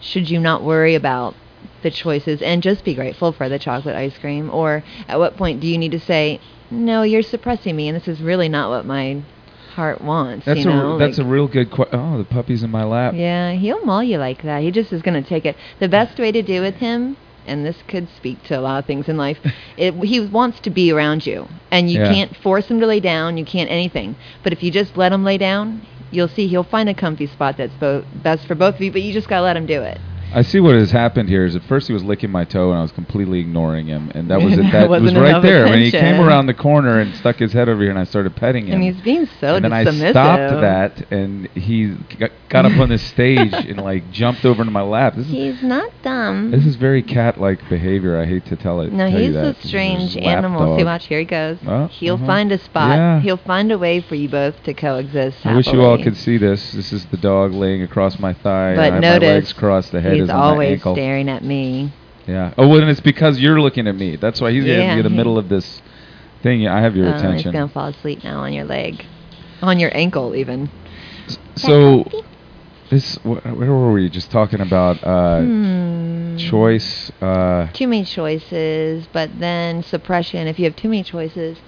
[SPEAKER 2] should you not worry about the choices and just be grateful for the chocolate ice cream, or at what point do you need to say, "No, you're suppressing me, and this is really not what my heart wants."
[SPEAKER 1] That's
[SPEAKER 2] you know?
[SPEAKER 1] a that's
[SPEAKER 2] Like-
[SPEAKER 1] a real good question. Oh, the puppy's in my lap.
[SPEAKER 2] Yeah, he'll maul you like that. He just is going to take it. The best way to do with him, and this could speak to a lot of things in life, it, he wants to be around you, and you
[SPEAKER 1] Yeah.
[SPEAKER 2] can't force him to lay down. You can't anything. But if you just let him lay down, you'll see he'll find a comfy spot that's bo- best for both of you. But you just got to let him do it.
[SPEAKER 1] I see what has happened here is at first he was licking my toe and I was completely ignoring him, and that was it.
[SPEAKER 2] That
[SPEAKER 1] That was
[SPEAKER 2] wasn't
[SPEAKER 1] right
[SPEAKER 2] enough
[SPEAKER 1] there. When he came
[SPEAKER 2] attention.
[SPEAKER 1] around the corner and stuck his head over here, and I started petting him.
[SPEAKER 2] And he's being so
[SPEAKER 1] and then I
[SPEAKER 2] submissive.
[SPEAKER 1] stopped that, and he g- got up on the stage and like jumped over into my lap. This is
[SPEAKER 2] He's not dumb.
[SPEAKER 1] this is very cat-like behavior. I hate to tell it.
[SPEAKER 2] No,
[SPEAKER 1] tell you
[SPEAKER 2] he's
[SPEAKER 1] that.
[SPEAKER 2] a
[SPEAKER 1] He's
[SPEAKER 2] strange
[SPEAKER 1] just lap
[SPEAKER 2] animal.
[SPEAKER 1] dog.
[SPEAKER 2] See, watch, here he goes.
[SPEAKER 1] Oh,
[SPEAKER 2] He'll
[SPEAKER 1] mhm.
[SPEAKER 2] find a spot.
[SPEAKER 1] Yeah.
[SPEAKER 2] He'll find a way for you both to coexist.
[SPEAKER 1] I wish you all
[SPEAKER 2] happily.
[SPEAKER 1] could see this. This is the dog laying across my thigh.
[SPEAKER 2] But
[SPEAKER 1] and I- my legs
[SPEAKER 2] notice,
[SPEAKER 1] crossed. The head
[SPEAKER 2] he's
[SPEAKER 1] is on my
[SPEAKER 2] always
[SPEAKER 1] ankle.
[SPEAKER 2] staring at me.
[SPEAKER 1] Yeah. Oh, well, then it's because you're looking at me. That's why he's gonna
[SPEAKER 2] Yeah,
[SPEAKER 1] be in the
[SPEAKER 2] he-
[SPEAKER 1] middle of this thing. Yeah, I have your
[SPEAKER 2] Um,
[SPEAKER 1] attention.
[SPEAKER 2] He's gonna fall asleep now on your leg, on your ankle even.
[SPEAKER 1] S- so, this wh- where were we? Just talking about uh,
[SPEAKER 2] hmm.
[SPEAKER 1] choice. Uh,
[SPEAKER 2] Too many choices, but then suppression. If you have too many choices,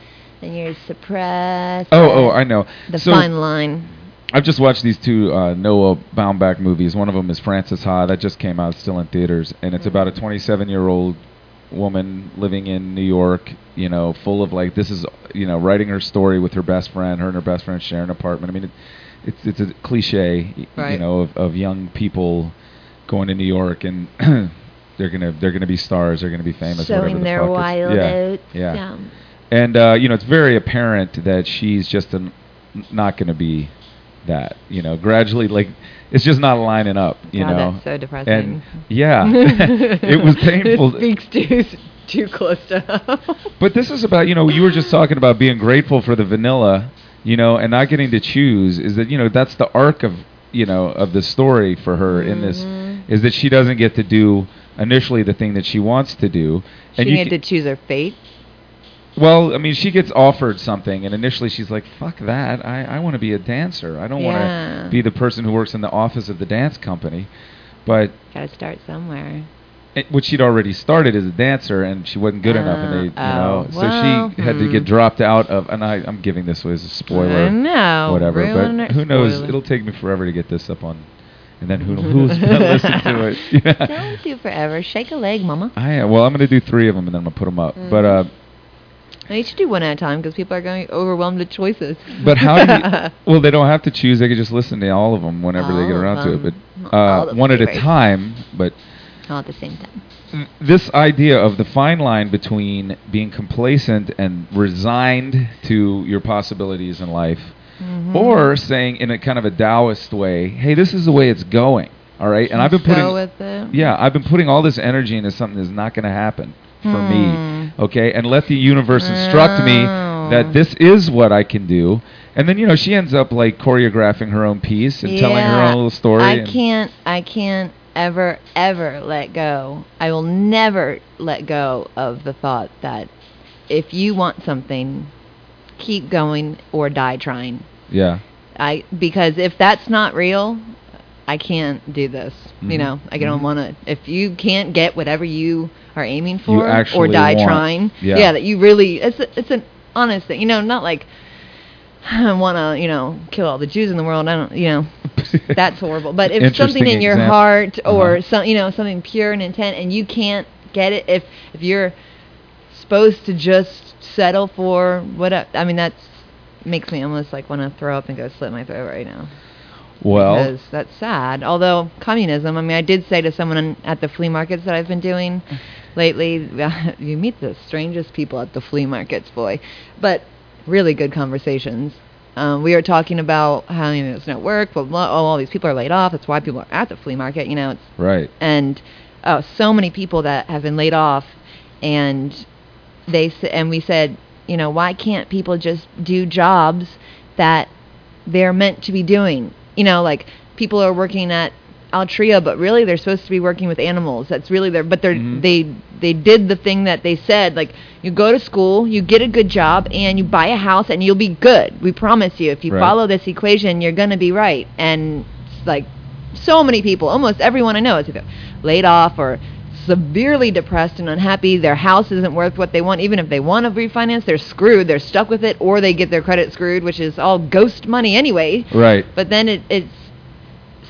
[SPEAKER 2] then you're suppressed.
[SPEAKER 1] oh, oh, I know.
[SPEAKER 2] The
[SPEAKER 1] so
[SPEAKER 2] fine line.
[SPEAKER 1] I've just watched these two uh, Noah Baumbach movies. One of them is Frances Ha that just came out, it's still in theaters, and it's about a
[SPEAKER 2] Mm-hmm.
[SPEAKER 1] 27-year-old woman living in New York, you know, full of like this is, you know, writing her story with her best friend. Her and her best friend share an apartment. I mean, it, it's it's a cliche, y- you
[SPEAKER 2] Right.
[SPEAKER 1] know, of, of young people going to New York and they're gonna they're gonna be stars, they're gonna be famous. whatever
[SPEAKER 2] Showing
[SPEAKER 1] the
[SPEAKER 2] their
[SPEAKER 1] fuck it's-
[SPEAKER 2] wild
[SPEAKER 1] yeah,
[SPEAKER 2] oats.
[SPEAKER 1] yeah. and uh, you know it's very apparent that she's just an, not going to be that. You know, gradually, like it's just not lining up. You
[SPEAKER 2] God,
[SPEAKER 1] know,
[SPEAKER 2] that's so depressing.
[SPEAKER 1] and yeah, it was
[SPEAKER 2] It
[SPEAKER 1] painful.
[SPEAKER 2] speaks too too close to home.
[SPEAKER 1] But this is about you know you were just talking about being grateful for the vanilla, you know, and not getting to choose. Is that you know that's the arc of you know of the story for her in
[SPEAKER 2] Mhm.
[SPEAKER 1] this is that she doesn't get to do initially the thing that she wants to do.
[SPEAKER 2] She
[SPEAKER 1] you
[SPEAKER 2] needed
[SPEAKER 1] ca-
[SPEAKER 2] to choose her fate.
[SPEAKER 1] Well, I mean, she gets offered something, and initially she's like, "Fuck that! I, I want to be a dancer. I don't want
[SPEAKER 2] Yeah.
[SPEAKER 1] to be the person who works in the office of the dance company." But
[SPEAKER 2] Got to start somewhere.
[SPEAKER 1] it, which she'd already started as a dancer, and she wasn't good enough, and they, you
[SPEAKER 2] Oh,
[SPEAKER 1] know, so
[SPEAKER 2] well,
[SPEAKER 1] she had to
[SPEAKER 2] hmm.
[SPEAKER 1] get dropped out of. And I, I'm giving this away as a spoiler,
[SPEAKER 2] I know.
[SPEAKER 1] whatever.
[SPEAKER 2] ruin
[SPEAKER 1] But
[SPEAKER 2] it,
[SPEAKER 1] who knows?
[SPEAKER 2] spoil it.
[SPEAKER 1] It'll take me forever to get this up on, and then who who's gonna listen to it? Yeah.
[SPEAKER 2] Don't do forever. Shake a leg, mama.
[SPEAKER 1] I well, I'm gonna do three of them, and then I'm gonna put them up. But uh,
[SPEAKER 2] No, you should do one at a time because people are going overwhelmed with choices.
[SPEAKER 1] But how do you? Well, they don't have to choose. They can just listen to all of them whenever they get
[SPEAKER 2] All of
[SPEAKER 1] around to it.
[SPEAKER 2] them.
[SPEAKER 1] But
[SPEAKER 2] All
[SPEAKER 1] uh,
[SPEAKER 2] the
[SPEAKER 1] one at a
[SPEAKER 2] flavors.
[SPEAKER 1] time. But
[SPEAKER 2] All at the same time.
[SPEAKER 1] th- this idea of the fine line between being complacent and resigned to your possibilities in life,
[SPEAKER 2] Mm-hmm.
[SPEAKER 1] or saying in a kind of a Taoist way, "Hey, this is the way it's going." All right, and I've been
[SPEAKER 2] Just
[SPEAKER 1] putting
[SPEAKER 2] go with it.
[SPEAKER 1] yeah, I've been putting all this energy into something that's not going to happen for me.
[SPEAKER 2] Hmm.
[SPEAKER 1] Okay, and let the universe instruct me that
[SPEAKER 2] Oh.
[SPEAKER 1] this is what I can do. And then you know she ends up like choreographing her own piece and telling her
[SPEAKER 2] Yeah.
[SPEAKER 1] own little story.
[SPEAKER 2] I
[SPEAKER 1] and-
[SPEAKER 2] can't. I can't ever, ever let go. I will never let go of the thought that if you want something, keep going or die trying.
[SPEAKER 1] Yeah,
[SPEAKER 2] I because if that's not real, I can't do this.
[SPEAKER 1] Mhm.
[SPEAKER 2] You know, I don't
[SPEAKER 1] Mhm.
[SPEAKER 2] want to. If you can't get whatever you are aiming for, or
[SPEAKER 1] actually
[SPEAKER 2] die
[SPEAKER 1] want.
[SPEAKER 2] trying,
[SPEAKER 1] Yeah.
[SPEAKER 2] that you really. It's a, it's an honest thing. You know, not like I want to. You know, kill all the Jews in the world. I don't. You know, that's horrible. But if
[SPEAKER 1] Interesting
[SPEAKER 2] something in your
[SPEAKER 1] example.
[SPEAKER 2] heart or
[SPEAKER 1] Uh-huh.
[SPEAKER 2] some, you know, something pure and intent, and you can't get it, if if you're supposed to just settle for what I, I mean, that's makes me almost like want to throw up and go slit my throat right now.
[SPEAKER 1] well,
[SPEAKER 2] because that's sad. Although communism, I mean, I did say to someone on- at the flea markets that I've been doing lately, you meet the strangest people at the flea markets, boy, but really good conversations. Um, we were talking about how you know there's no work, blah, blah, oh, all these people are laid off. That's why people are at the flea market. You know, it's
[SPEAKER 1] right.
[SPEAKER 2] and uh, so many people that have been laid off, and they s- and we said, you know, why can't people just do jobs that they're meant to be doing? You know, like people are working at Altria, but really they're supposed to be working with animals. That's really their, but they're
[SPEAKER 1] Mhm.
[SPEAKER 2] they they did the thing that they said. Like you go to school, you get a good job, and you buy a house, and you'll be good. We promise you, if you
[SPEAKER 1] Right.
[SPEAKER 2] follow this equation, you're gonna be right. And it's like so many people, almost everyone I know is either laid off or severely depressed and unhappy. Their house isn't worth what they want. Even if they want to refinance, they're screwed. They're stuck with it, or they get their credit screwed, which is all ghost money anyway.
[SPEAKER 1] Right.
[SPEAKER 2] But then it, it's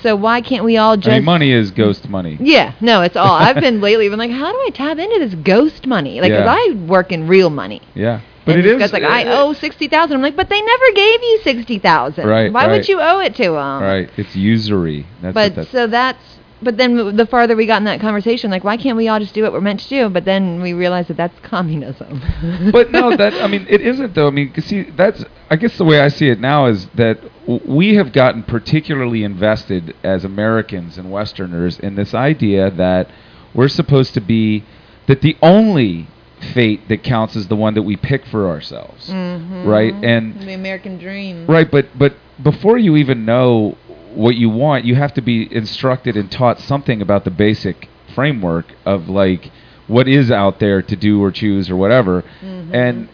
[SPEAKER 2] so why can't we all just
[SPEAKER 1] I mean, money is ghost money.
[SPEAKER 2] yeah, no, it's all. I've been lately been like, how do I tap into this ghost money? Like, 'cause
[SPEAKER 1] Yeah.
[SPEAKER 2] I work in real money.
[SPEAKER 1] Yeah, but
[SPEAKER 2] and
[SPEAKER 1] it is.
[SPEAKER 2] It's like I
[SPEAKER 1] uh,
[SPEAKER 2] owe sixty thousand. I'm like, but they never gave you sixty thousand.
[SPEAKER 1] Right,
[SPEAKER 2] Why
[SPEAKER 1] right.
[SPEAKER 2] would you owe it to them?
[SPEAKER 1] Right. It's usury. That's what
[SPEAKER 2] But
[SPEAKER 1] that's.
[SPEAKER 2] so that's but then w- the farther we got in that conversation, like, why can't we all just do what we're meant to do? But then we realized that that's communism.
[SPEAKER 1] but no, that I mean, it isn't though. I mean, 'cause see, that's I guess the way I see it now is that w- we have gotten particularly invested as Americans and Westerners in this idea that we're supposed to be that the only fate that counts is the one that we pick for ourselves,
[SPEAKER 2] Mm-hmm.
[SPEAKER 1] right? And
[SPEAKER 2] the American dream.
[SPEAKER 1] Right, but but before you even know what you want, you have to be instructed and taught something about the basic framework of like what is out there to do or choose or whatever.
[SPEAKER 2] Mm-hmm.
[SPEAKER 1] And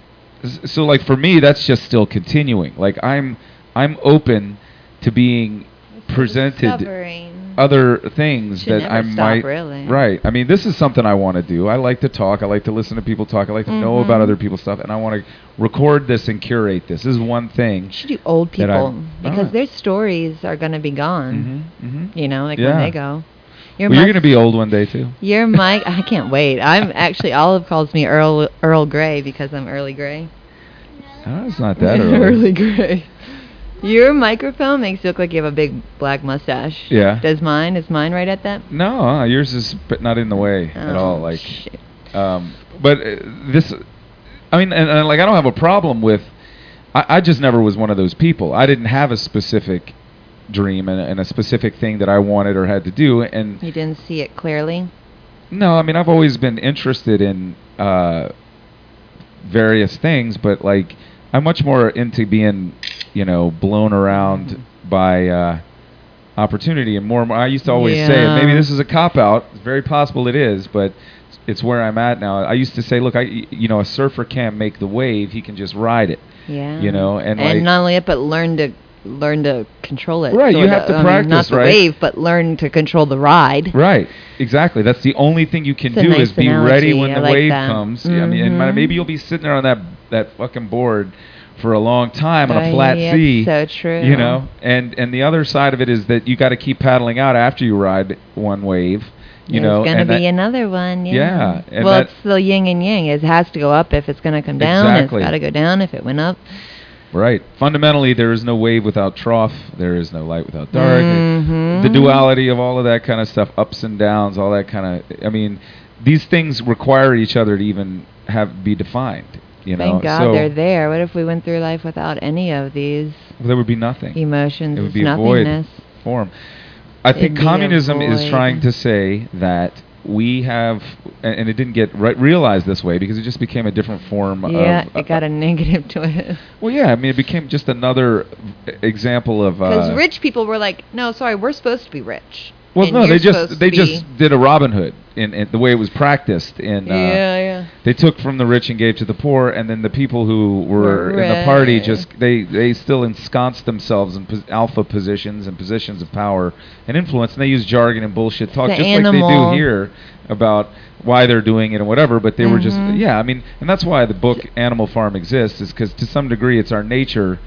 [SPEAKER 1] s- so like for me that's just still continuing. Like I'm I'm open to being presented
[SPEAKER 4] Discovering.
[SPEAKER 1] other things
[SPEAKER 2] Should
[SPEAKER 1] that
[SPEAKER 2] never
[SPEAKER 1] I
[SPEAKER 2] stop,
[SPEAKER 1] might
[SPEAKER 2] really.
[SPEAKER 1] right. I mean, this is something I want to do. I like to talk. I like to listen to people talk. I like to know
[SPEAKER 2] Mm-hmm.
[SPEAKER 1] about other people's stuff, and I want to record this and curate this. This is one thing.
[SPEAKER 2] You should do old
[SPEAKER 1] that I-
[SPEAKER 2] people because
[SPEAKER 1] Ah.
[SPEAKER 2] their stories are going to be gone.
[SPEAKER 1] Mm-hmm, mm-hmm.
[SPEAKER 2] You know, like
[SPEAKER 1] Yeah.
[SPEAKER 2] when they go. Your
[SPEAKER 1] Well, you're
[SPEAKER 2] mic-
[SPEAKER 1] going to be old one day too.
[SPEAKER 2] Your mic. I can't wait. I'm actually Olive calls me Earl Earl Grey because I'm early Grey.
[SPEAKER 1] Oh, it's not that early.
[SPEAKER 2] early Grey. Your microphone makes you look like you have a big black mustache.
[SPEAKER 1] Yeah.
[SPEAKER 2] Does mine? Is mine right at that?
[SPEAKER 1] No, uh, yours is b- not in the way at
[SPEAKER 2] Oh,
[SPEAKER 1] all. Like,
[SPEAKER 2] shit.
[SPEAKER 1] um, but uh, this, I mean, and, and like I don't have a problem with. I, I just never was one of those people. I didn't have a specific dream and, and a specific thing that I wanted or had to do, and
[SPEAKER 2] you didn't see it clearly.
[SPEAKER 1] No, I mean I've always been interested in uh, various things, but like I'm much more into being, you know, blown around by uh, opportunity and more. and more- I used to always say, and maybe
[SPEAKER 2] Yeah.
[SPEAKER 1] this is a cop out. It's very possible it is, but it's where I'm at now. I used to say, look, I, you know, a surfer can't make the wave; he can just ride it.
[SPEAKER 2] Yeah.
[SPEAKER 1] You know, and, like-
[SPEAKER 2] not only that, but learn to learn to control it.
[SPEAKER 1] Right, you
[SPEAKER 2] sorta.
[SPEAKER 1] have to
[SPEAKER 2] I mean,
[SPEAKER 1] practice,
[SPEAKER 2] not the
[SPEAKER 1] right?
[SPEAKER 2] wave, but learn to control the ride.
[SPEAKER 1] Right. Exactly. That's the only thing you can
[SPEAKER 2] It's a
[SPEAKER 1] do
[SPEAKER 2] nice
[SPEAKER 1] is be ready
[SPEAKER 2] analogy.
[SPEAKER 1] when
[SPEAKER 2] I
[SPEAKER 1] the
[SPEAKER 2] like
[SPEAKER 1] wave
[SPEAKER 2] that.
[SPEAKER 1] comes. Yeah, I mean, and
[SPEAKER 2] Mhm.
[SPEAKER 1] maybe you'll be sitting there on that that fucking board for a long time on a flat
[SPEAKER 2] Oh, yeah,
[SPEAKER 1] sea.
[SPEAKER 2] So true.
[SPEAKER 1] You know, and and the other side of it is that you got to keep paddling out after you ride one wave. You
[SPEAKER 2] There's
[SPEAKER 1] know,
[SPEAKER 2] gonna
[SPEAKER 1] and
[SPEAKER 2] be
[SPEAKER 1] that-
[SPEAKER 2] another one. Yeah.
[SPEAKER 1] Yeah, and
[SPEAKER 2] well,
[SPEAKER 1] that-
[SPEAKER 2] it's the yin and yang. It has to go up if it's gonna come down.
[SPEAKER 1] Exactly.
[SPEAKER 2] It's gotta go down if it went up.
[SPEAKER 1] right. Fundamentally, there is no wave without trough. There is no light without dark.
[SPEAKER 2] Mhm.
[SPEAKER 1] The duality of all of that kind of stuff, ups and downs, all that kind of. I mean, these things require each other to even have be defined. You know,
[SPEAKER 2] Thank God
[SPEAKER 1] so
[SPEAKER 2] they're there. What if we went through life without any of these
[SPEAKER 1] there would be nothing.
[SPEAKER 2] emotions?
[SPEAKER 1] It would
[SPEAKER 2] It's
[SPEAKER 1] be a void
[SPEAKER 2] nothingness.
[SPEAKER 1] form. I
[SPEAKER 2] It'd
[SPEAKER 1] think
[SPEAKER 2] be a
[SPEAKER 1] communism is
[SPEAKER 2] void.
[SPEAKER 1] trying to say that we have, and, and it didn't get re- realized this way because it just became a different form
[SPEAKER 2] Yeah,
[SPEAKER 1] of. uh,
[SPEAKER 2] it got a negative twist.
[SPEAKER 1] well, yeah, I mean, it became just another e-, example of.
[SPEAKER 2] Because
[SPEAKER 1] Uh,
[SPEAKER 2] rich people were like, no, sorry, we're supposed to be rich.
[SPEAKER 1] well,
[SPEAKER 2] and
[SPEAKER 1] no,
[SPEAKER 2] you're
[SPEAKER 1] they
[SPEAKER 2] supposed
[SPEAKER 1] just they
[SPEAKER 2] to
[SPEAKER 1] just
[SPEAKER 2] be-
[SPEAKER 1] did a Robin Hood in, in the way it was practiced in. Uh,
[SPEAKER 2] yeah, yeah.
[SPEAKER 1] They took from the rich and gave to the poor, and then the people who were in the party
[SPEAKER 2] Right.
[SPEAKER 1] just they they still ensconced themselves in pos- alpha positions and positions of power and influence, and they use jargon and bullshit talk
[SPEAKER 2] The
[SPEAKER 1] just like they
[SPEAKER 2] animal.
[SPEAKER 1] do here about why they're doing it and whatever. But they were just
[SPEAKER 2] Mhm.
[SPEAKER 1] yeah, I mean, and that's why the book Animal Farm exists is because to some degree it's our nature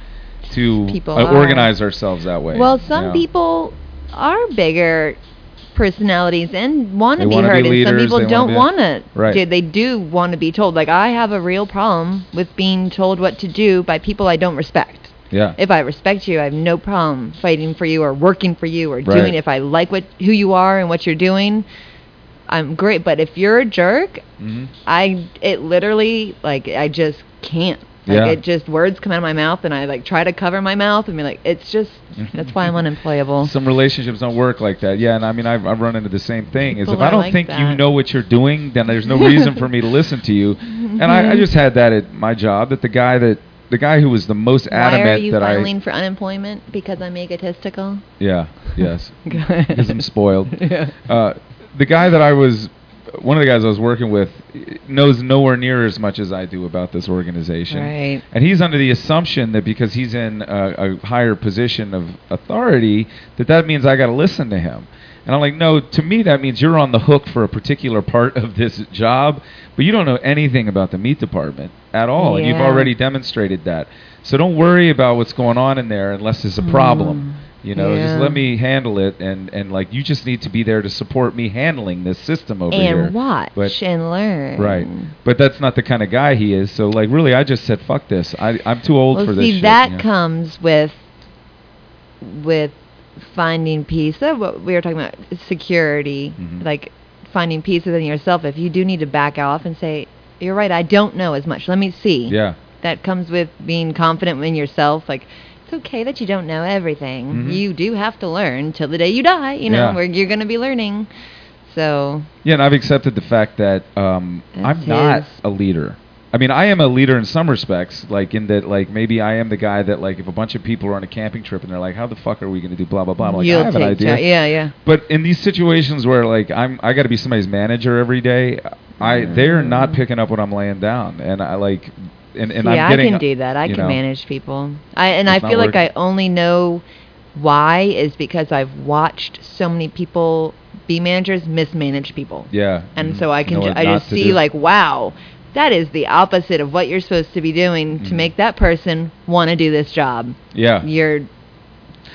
[SPEAKER 1] to
[SPEAKER 2] People
[SPEAKER 1] uh,
[SPEAKER 2] are.
[SPEAKER 1] organize ourselves that way.
[SPEAKER 2] Well, some
[SPEAKER 1] Yeah.
[SPEAKER 2] people are bigger personalities and want
[SPEAKER 1] They
[SPEAKER 2] to be
[SPEAKER 1] wanna be
[SPEAKER 2] heard, and
[SPEAKER 1] leaders,
[SPEAKER 2] some people
[SPEAKER 1] they wanna
[SPEAKER 2] don't
[SPEAKER 1] be-
[SPEAKER 2] want to.
[SPEAKER 1] Right.
[SPEAKER 2] They do want to be told. Like I have a real problem with being told what to do by people I don't respect.
[SPEAKER 1] yeah,
[SPEAKER 2] If I respect you, I have no problem fighting for you or working for you or
[SPEAKER 1] Right.
[SPEAKER 2] doing. If I like what who you are and what you're doing, I'm great. But if you're a jerk,
[SPEAKER 1] Mhm.
[SPEAKER 2] I it literally like I just can't. Like
[SPEAKER 1] Yeah.
[SPEAKER 2] it just words come out of my mouth and I like try to cover my mouth and be like it's just that's why I'm unemployable.
[SPEAKER 1] Mm-hmm. Some relationships don't work like that. Yeah, and I mean, I've, I've run into the same thing. Is
[SPEAKER 2] People
[SPEAKER 1] if I
[SPEAKER 2] are
[SPEAKER 1] don't
[SPEAKER 2] like
[SPEAKER 1] think you
[SPEAKER 2] that.
[SPEAKER 1] know what you're doing, then there's no reason for me to listen to you. And I, I just had that at my job. That the guy that the guy who was the most adamant
[SPEAKER 2] why are you
[SPEAKER 1] that
[SPEAKER 2] filing for unemployment because I'm egotistical?
[SPEAKER 1] I yeah yes because I'm
[SPEAKER 2] Good.
[SPEAKER 1] spoiled.
[SPEAKER 2] Yeah.
[SPEAKER 1] Uh, the guy that I was, one of the guys I was working with, eh, knows nowhere near as much as I do about this organization.
[SPEAKER 2] Right.
[SPEAKER 1] And he's under the assumption that because he's in a, a higher position of authority, that that means I got to listen to him. And I'm like, no, to me that means you're on the hook for a particular part of this job, but you don't know anything about the meat department at all, and you've
[SPEAKER 2] Yeah.
[SPEAKER 1] already demonstrated that. So don't worry about what's going on in there unless there's a problem. You know, just
[SPEAKER 2] Hmm. Yeah.
[SPEAKER 1] let me handle it, and and like you just need to be there to support me handling this system over here.
[SPEAKER 2] And watch
[SPEAKER 1] But-
[SPEAKER 2] and learn.
[SPEAKER 1] Right, but that's not the kind of guy he is. So, like, really, I just said, "Fuck this! I, I'm too old
[SPEAKER 2] Well,
[SPEAKER 1] for this."
[SPEAKER 2] see,
[SPEAKER 1] shit,
[SPEAKER 2] that
[SPEAKER 1] you know?
[SPEAKER 2] comes with with finding peace. That's what we were talking about security,
[SPEAKER 1] Mhm.
[SPEAKER 2] like finding peace within yourself. If you do need to back off and say, "You're right, I don't know as much. Let me see."
[SPEAKER 1] Yeah.
[SPEAKER 2] That comes with being confident in yourself. Like it's okay that you don't know everything.
[SPEAKER 1] Mhm.
[SPEAKER 2] You do have to learn till the day you die. You know,
[SPEAKER 1] Yeah.
[SPEAKER 2] where you're going to be learning. So
[SPEAKER 1] Yeah, and I've accepted the fact that um,
[SPEAKER 2] That's
[SPEAKER 1] I'm not
[SPEAKER 2] his.
[SPEAKER 1] a leader. I mean, I am a leader in some respects, like in that, like maybe I am the guy that, like, if a bunch of people are on a camping trip and they're like, "How the fuck are we going to do blah blah blah?" I'm like,
[SPEAKER 2] you'll
[SPEAKER 1] I have an
[SPEAKER 2] take
[SPEAKER 1] idea.
[SPEAKER 2] charge. Yeah, yeah.
[SPEAKER 1] But in these situations where, like, I'm I got to be somebody's manager every day, I they're not
[SPEAKER 2] Mm.
[SPEAKER 1] picking up what I'm laying down, and I like, and, and
[SPEAKER 2] yeah,
[SPEAKER 1] I'm getting.
[SPEAKER 2] I can do that. I
[SPEAKER 1] you
[SPEAKER 2] can
[SPEAKER 1] know.
[SPEAKER 2] manage people. I and I
[SPEAKER 1] It's not
[SPEAKER 2] feel like
[SPEAKER 1] working.
[SPEAKER 2] I only know why is because I've watched so many people be managers mismanage people.
[SPEAKER 1] Yeah.
[SPEAKER 2] And
[SPEAKER 1] mhm.
[SPEAKER 2] so I can
[SPEAKER 1] Know
[SPEAKER 2] ju-
[SPEAKER 1] what
[SPEAKER 2] I
[SPEAKER 1] not
[SPEAKER 2] just
[SPEAKER 1] to
[SPEAKER 2] see
[SPEAKER 1] do.
[SPEAKER 2] like wow, that is the opposite of what you're supposed to be doing
[SPEAKER 1] Mhm.
[SPEAKER 2] to make that person want to do this job.
[SPEAKER 1] Yeah.
[SPEAKER 2] You're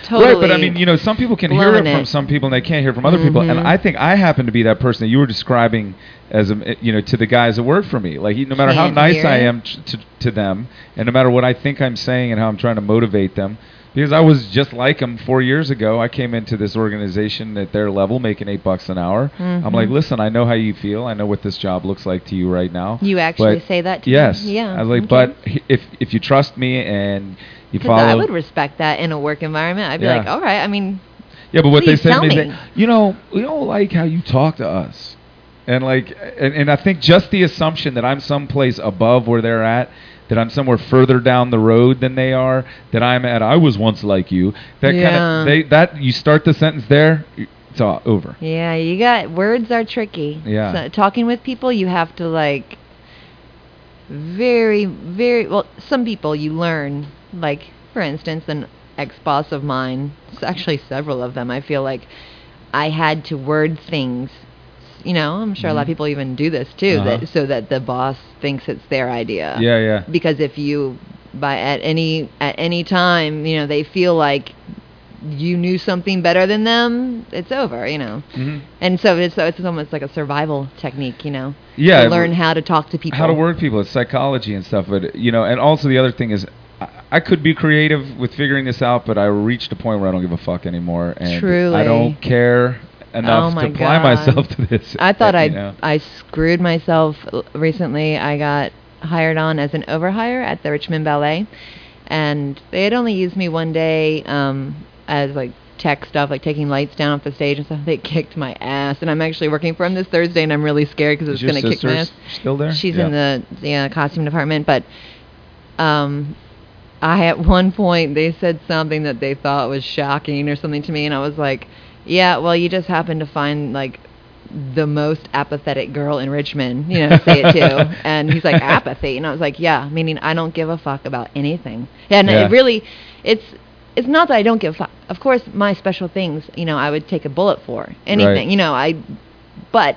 [SPEAKER 2] totally
[SPEAKER 1] Uh. Right, but I mean, you know, some people can hear it
[SPEAKER 2] blowing
[SPEAKER 1] from
[SPEAKER 2] it.
[SPEAKER 1] some people and they can't hear it from other people. And
[SPEAKER 2] Mhm.
[SPEAKER 1] I think I happen to be that person that you were describing as a, you know, to the guys that work for me. Like, no matter how
[SPEAKER 2] Can't
[SPEAKER 1] nice
[SPEAKER 2] hear
[SPEAKER 1] I
[SPEAKER 2] it.
[SPEAKER 1] am t- to, to them, and no matter what I think I'm saying and how I'm trying to motivate them, because I was just like them four years ago. I came into this organization at their level, making eight bucks an hour. I'm
[SPEAKER 2] Mhm.
[SPEAKER 1] like, listen, I know how you feel. I know what this job looks like to you right now.
[SPEAKER 2] You actually
[SPEAKER 1] But-
[SPEAKER 2] say that to
[SPEAKER 1] Yes.
[SPEAKER 2] me? Yeah.
[SPEAKER 1] I was like,
[SPEAKER 2] okay.
[SPEAKER 1] but h- if if you trust me and you
[SPEAKER 2] Because I
[SPEAKER 1] follow,
[SPEAKER 2] would respect that in a work environment. I'd be
[SPEAKER 1] Yeah.
[SPEAKER 2] like, all right. I mean,
[SPEAKER 1] Yeah, but what
[SPEAKER 2] Please
[SPEAKER 1] they said
[SPEAKER 2] tell
[SPEAKER 1] to me, is
[SPEAKER 2] me.
[SPEAKER 1] that, you know, we don't like how you talk to us, and like, and, and I think just the assumption that I'm someplace above where they're at, that I'm somewhere further down the road than they are, that I'm at. I was once like you. That kind
[SPEAKER 2] Yeah.
[SPEAKER 1] of they that you start the sentence there, it's all over.
[SPEAKER 2] Yeah, you got words are tricky.
[SPEAKER 1] Yeah.
[SPEAKER 2] So, talking with people, you have to like very, very well. Some people you learn, like for instance, an ex boss of mine. s- Actually, several of them. I feel like I had to word things. You know, I'm sure a lot
[SPEAKER 1] Mhm.
[SPEAKER 2] of people even do this too,
[SPEAKER 1] Uh-huh.
[SPEAKER 2] that, so that the boss thinks it's their idea
[SPEAKER 1] Yeah, yeah,
[SPEAKER 2] because if you by at any at any time you know they feel like you knew something better than them it's over you know
[SPEAKER 1] Mhm.
[SPEAKER 2] and so it's so it's almost like a survival technique you know
[SPEAKER 1] yeah.
[SPEAKER 2] to learn how to talk to people
[SPEAKER 1] How to work people, it's psychology and stuff. But you know, and also the other thing is, I, I could be creative with figuring this out, but I reached a point where I don't give a fuck anymore, and I
[SPEAKER 2] Truly.
[SPEAKER 1] don't care enough
[SPEAKER 2] Oh my
[SPEAKER 1] to apply
[SPEAKER 2] God.
[SPEAKER 1] myself to this.
[SPEAKER 2] i thought
[SPEAKER 1] you
[SPEAKER 2] i
[SPEAKER 1] know.
[SPEAKER 2] i screwed myself l- recently i got hired on as an overhire at the richmond ballet and they had only used me one day um as like tech stuff like taking lights down off the stage and stuff they kicked my ass and i'm actually working for them this thursday and i'm really scared because
[SPEAKER 1] Is
[SPEAKER 2] it's
[SPEAKER 1] your
[SPEAKER 2] going to kick my
[SPEAKER 1] sister's
[SPEAKER 2] ass
[SPEAKER 1] Still there?
[SPEAKER 2] She's
[SPEAKER 1] Yeah.
[SPEAKER 2] in the yeah, costume department, but um I at one point they said something that they thought was shocking or something to me and I was like, "Yeah, well, you just happened to find like the most apathetic girl in Richmond, you know, say it too. And he's like, apathy. And I was like, yeah, meaning I don't give a fuck about anything. And
[SPEAKER 1] Yeah.
[SPEAKER 2] it really, it's, it's not that I don't give a fuck. Of course, my special things, you know, I would take a bullet for anything, you know, I, but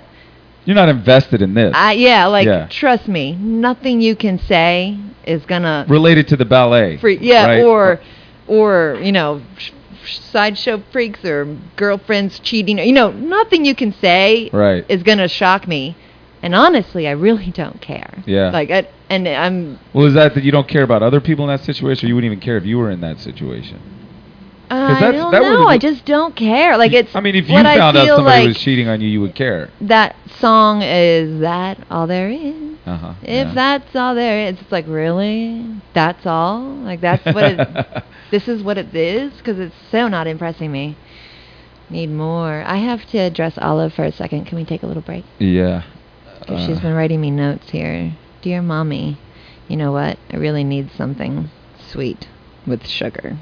[SPEAKER 1] You're not invested in this.
[SPEAKER 2] I, yeah, like
[SPEAKER 1] Yeah.
[SPEAKER 2] trust me, nothing you can say is gonna
[SPEAKER 1] Related to the ballet.
[SPEAKER 2] free. Yeah,
[SPEAKER 1] right?
[SPEAKER 2] or or you know, sh- sh- sideshow freaks or girlfriends cheating. You know, nothing you can say
[SPEAKER 1] Right.
[SPEAKER 2] is gonna shock me. And honestly, I really don't care.
[SPEAKER 1] Yeah.
[SPEAKER 2] Like, I, and I'm
[SPEAKER 1] Well, is that that you don't care about other people in that situation, or you wouldn't even care if you were in that situation?
[SPEAKER 2] I
[SPEAKER 1] that's-
[SPEAKER 2] don't
[SPEAKER 1] that would've
[SPEAKER 2] know. I
[SPEAKER 1] been-
[SPEAKER 2] just don't care. Like it's.
[SPEAKER 1] I mean, if you
[SPEAKER 2] what I
[SPEAKER 1] found out
[SPEAKER 2] feel
[SPEAKER 1] somebody
[SPEAKER 2] like
[SPEAKER 1] was cheating on you, you would care.
[SPEAKER 2] that song is that all there is.
[SPEAKER 1] Uh-huh.
[SPEAKER 2] If
[SPEAKER 1] yeah.
[SPEAKER 2] that's all there is, it's like really, that's all. Like that's what it. this is what it is because it's so not impressing me. Need more. I have to address Olive for a second. Can we take a little break?
[SPEAKER 1] yeah.
[SPEAKER 2] 'Cause she's
[SPEAKER 1] Uh,
[SPEAKER 2] been writing me notes here. Dear mommy, you know what? I really need something sweet with sugar.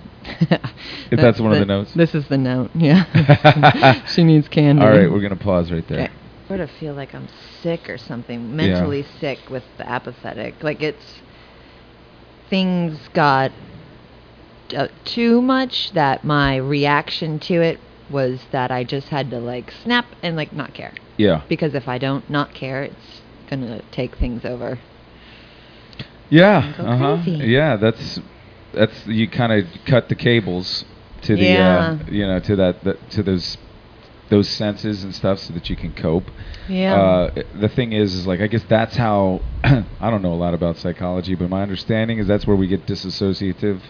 [SPEAKER 1] that's one of the notes?
[SPEAKER 2] This is the note. Yeah. she needs candy.
[SPEAKER 1] All right, we're gonna pause right there.
[SPEAKER 2] Okay. I sort of feel like I'm sick or something, mentally sick with the apathetic. Like it's things got uh, too much that my reaction to it was that I just had to like snap and like not care
[SPEAKER 1] Yeah.
[SPEAKER 2] because if I don't not care, it's gonna take things over.
[SPEAKER 1] Yeah.
[SPEAKER 2] Go
[SPEAKER 1] uh-huh.
[SPEAKER 2] crazy.
[SPEAKER 1] Yeah, that's that's you kind of cut the cables to the
[SPEAKER 2] Yeah.
[SPEAKER 1] uh, you know to that, that to those those senses and stuff so that you can cope.
[SPEAKER 2] Yeah.
[SPEAKER 1] Uh, the thing is, is like I guess that's how I don't know a lot about psychology, but my understanding is that's where we get disassociative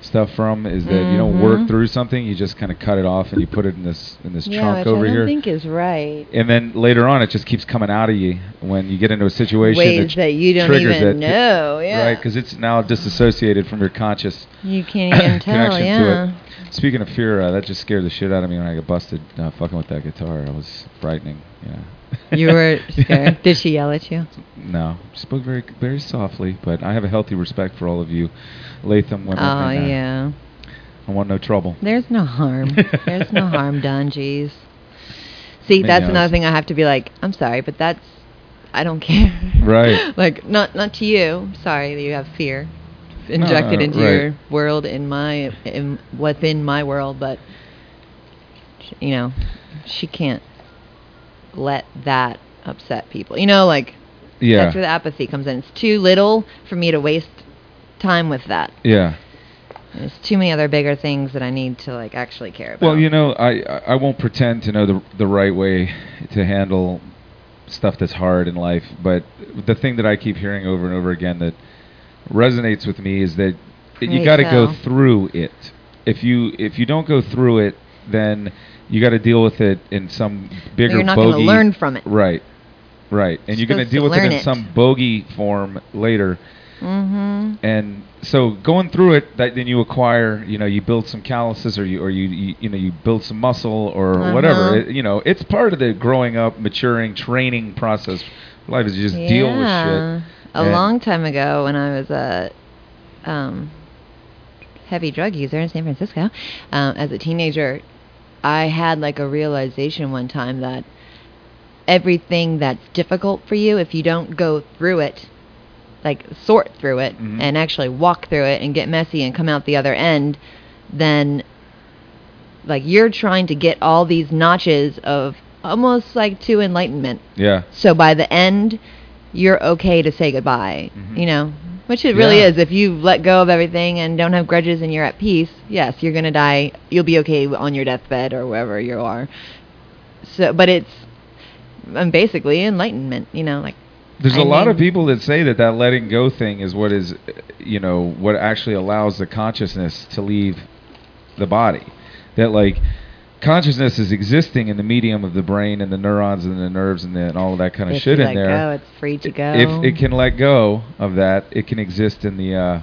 [SPEAKER 1] stuff from is that you don't work
[SPEAKER 2] Mhm.
[SPEAKER 1] through something, you just kind of cut it off and you put it in this in this
[SPEAKER 2] yeah,
[SPEAKER 1] trunk
[SPEAKER 2] which
[SPEAKER 1] over
[SPEAKER 2] I don't
[SPEAKER 1] here.
[SPEAKER 2] think is right.
[SPEAKER 1] and then later on, it just keeps coming out of you when you get into a situation
[SPEAKER 2] Ways
[SPEAKER 1] tr-
[SPEAKER 2] that you don't
[SPEAKER 1] triggers
[SPEAKER 2] even
[SPEAKER 1] it,
[SPEAKER 2] know. Yeah.
[SPEAKER 1] right? Because it's now disassociated from your conscious
[SPEAKER 2] you can't even tell.
[SPEAKER 1] connection
[SPEAKER 2] Yeah.
[SPEAKER 1] to it. Speaking of fear, uh, that just scared the shit out of me when I got busted uh, fucking with that guitar. I was frightening. Yeah.
[SPEAKER 2] You were
[SPEAKER 1] Yeah.
[SPEAKER 2] scared. Did she yell at you?
[SPEAKER 1] No, spoke very very softly, but I have a healthy respect for all of you, Latham women.
[SPEAKER 2] oh
[SPEAKER 1] and, uh,
[SPEAKER 2] yeah.
[SPEAKER 1] I want no trouble.
[SPEAKER 2] There's no harm. There's no harm done, jeez. See,
[SPEAKER 1] Maybe
[SPEAKER 2] that's
[SPEAKER 1] I
[SPEAKER 2] another
[SPEAKER 1] was-
[SPEAKER 2] thing I have to be like, I'm sorry, but that's I don't care.
[SPEAKER 1] Right.
[SPEAKER 2] like not not to you. Sorry that you have fear
[SPEAKER 1] No,
[SPEAKER 2] injected into
[SPEAKER 1] Uh, right.
[SPEAKER 2] your world in my in within my world, but sh- you know, she can't let that upset people. You know, like
[SPEAKER 1] Yeah.
[SPEAKER 2] that's where the apathy comes in. It's too little for me to waste time with that.
[SPEAKER 1] yeah.
[SPEAKER 2] There's too many other bigger things that I need to like actually care about.
[SPEAKER 1] Well, you know, I I I won't pretend to know the the right way to handle stuff that's hard in life, but the thing that I keep hearing over and over again that resonates with me is that you
[SPEAKER 2] Right,
[SPEAKER 1] got to
[SPEAKER 2] so-
[SPEAKER 1] go through it. If you if you don't go through it, then you got to deal with it in some bigger
[SPEAKER 2] you're not gonna
[SPEAKER 1] bogey.
[SPEAKER 2] learn from it.
[SPEAKER 1] Right. Right. And you're going to
[SPEAKER 2] Supposed
[SPEAKER 1] deal
[SPEAKER 2] to
[SPEAKER 1] with it
[SPEAKER 2] learn
[SPEAKER 1] in
[SPEAKER 2] it.
[SPEAKER 1] some bogey form later.
[SPEAKER 2] Mm-hmm.
[SPEAKER 1] And so going through it, that then you acquire, you know, you build some calluses, or you, or you, you, you know, you build some muscle, or whatever.
[SPEAKER 2] Uh-huh.
[SPEAKER 1] It- you know, it's part of the growing up, maturing, training process. Life is you just deal with shit.
[SPEAKER 2] A
[SPEAKER 1] And-
[SPEAKER 2] long time ago, when I was a um, heavy drug user in San Francisco, um, as a teenager, I had like a realization one time that everything that's difficult for you, if you don't go through it, like sort through it
[SPEAKER 1] Mhm.
[SPEAKER 2] and actually walk through it and get messy and come out the other end, then like you're trying to get all these notches of almost like to enlightenment
[SPEAKER 1] Yeah.
[SPEAKER 2] so by the end, you're okay to say goodbye.
[SPEAKER 1] Mhm.
[SPEAKER 2] You know, which it really
[SPEAKER 1] Yeah.
[SPEAKER 2] is. If you let go of everything and don't have grudges and you're at peace, yes, you're gonna die. You'll be okay on your deathbed or wherever you are. So, but it's um, basically enlightenment. You know, like
[SPEAKER 1] There's
[SPEAKER 2] I
[SPEAKER 1] a lot of
[SPEAKER 2] mean-
[SPEAKER 1] people that say that that letting go thing is what is, uh, you know, what actually allows the consciousness to leave the body. That like consciousness is existing in the medium of the brain and the neurons and the nerves and, the, and all of that kind of
[SPEAKER 2] if
[SPEAKER 1] shit
[SPEAKER 2] you
[SPEAKER 1] in
[SPEAKER 2] let
[SPEAKER 1] there.
[SPEAKER 2] go, it's free to go.
[SPEAKER 1] If it can let go of that, it can exist in the uh,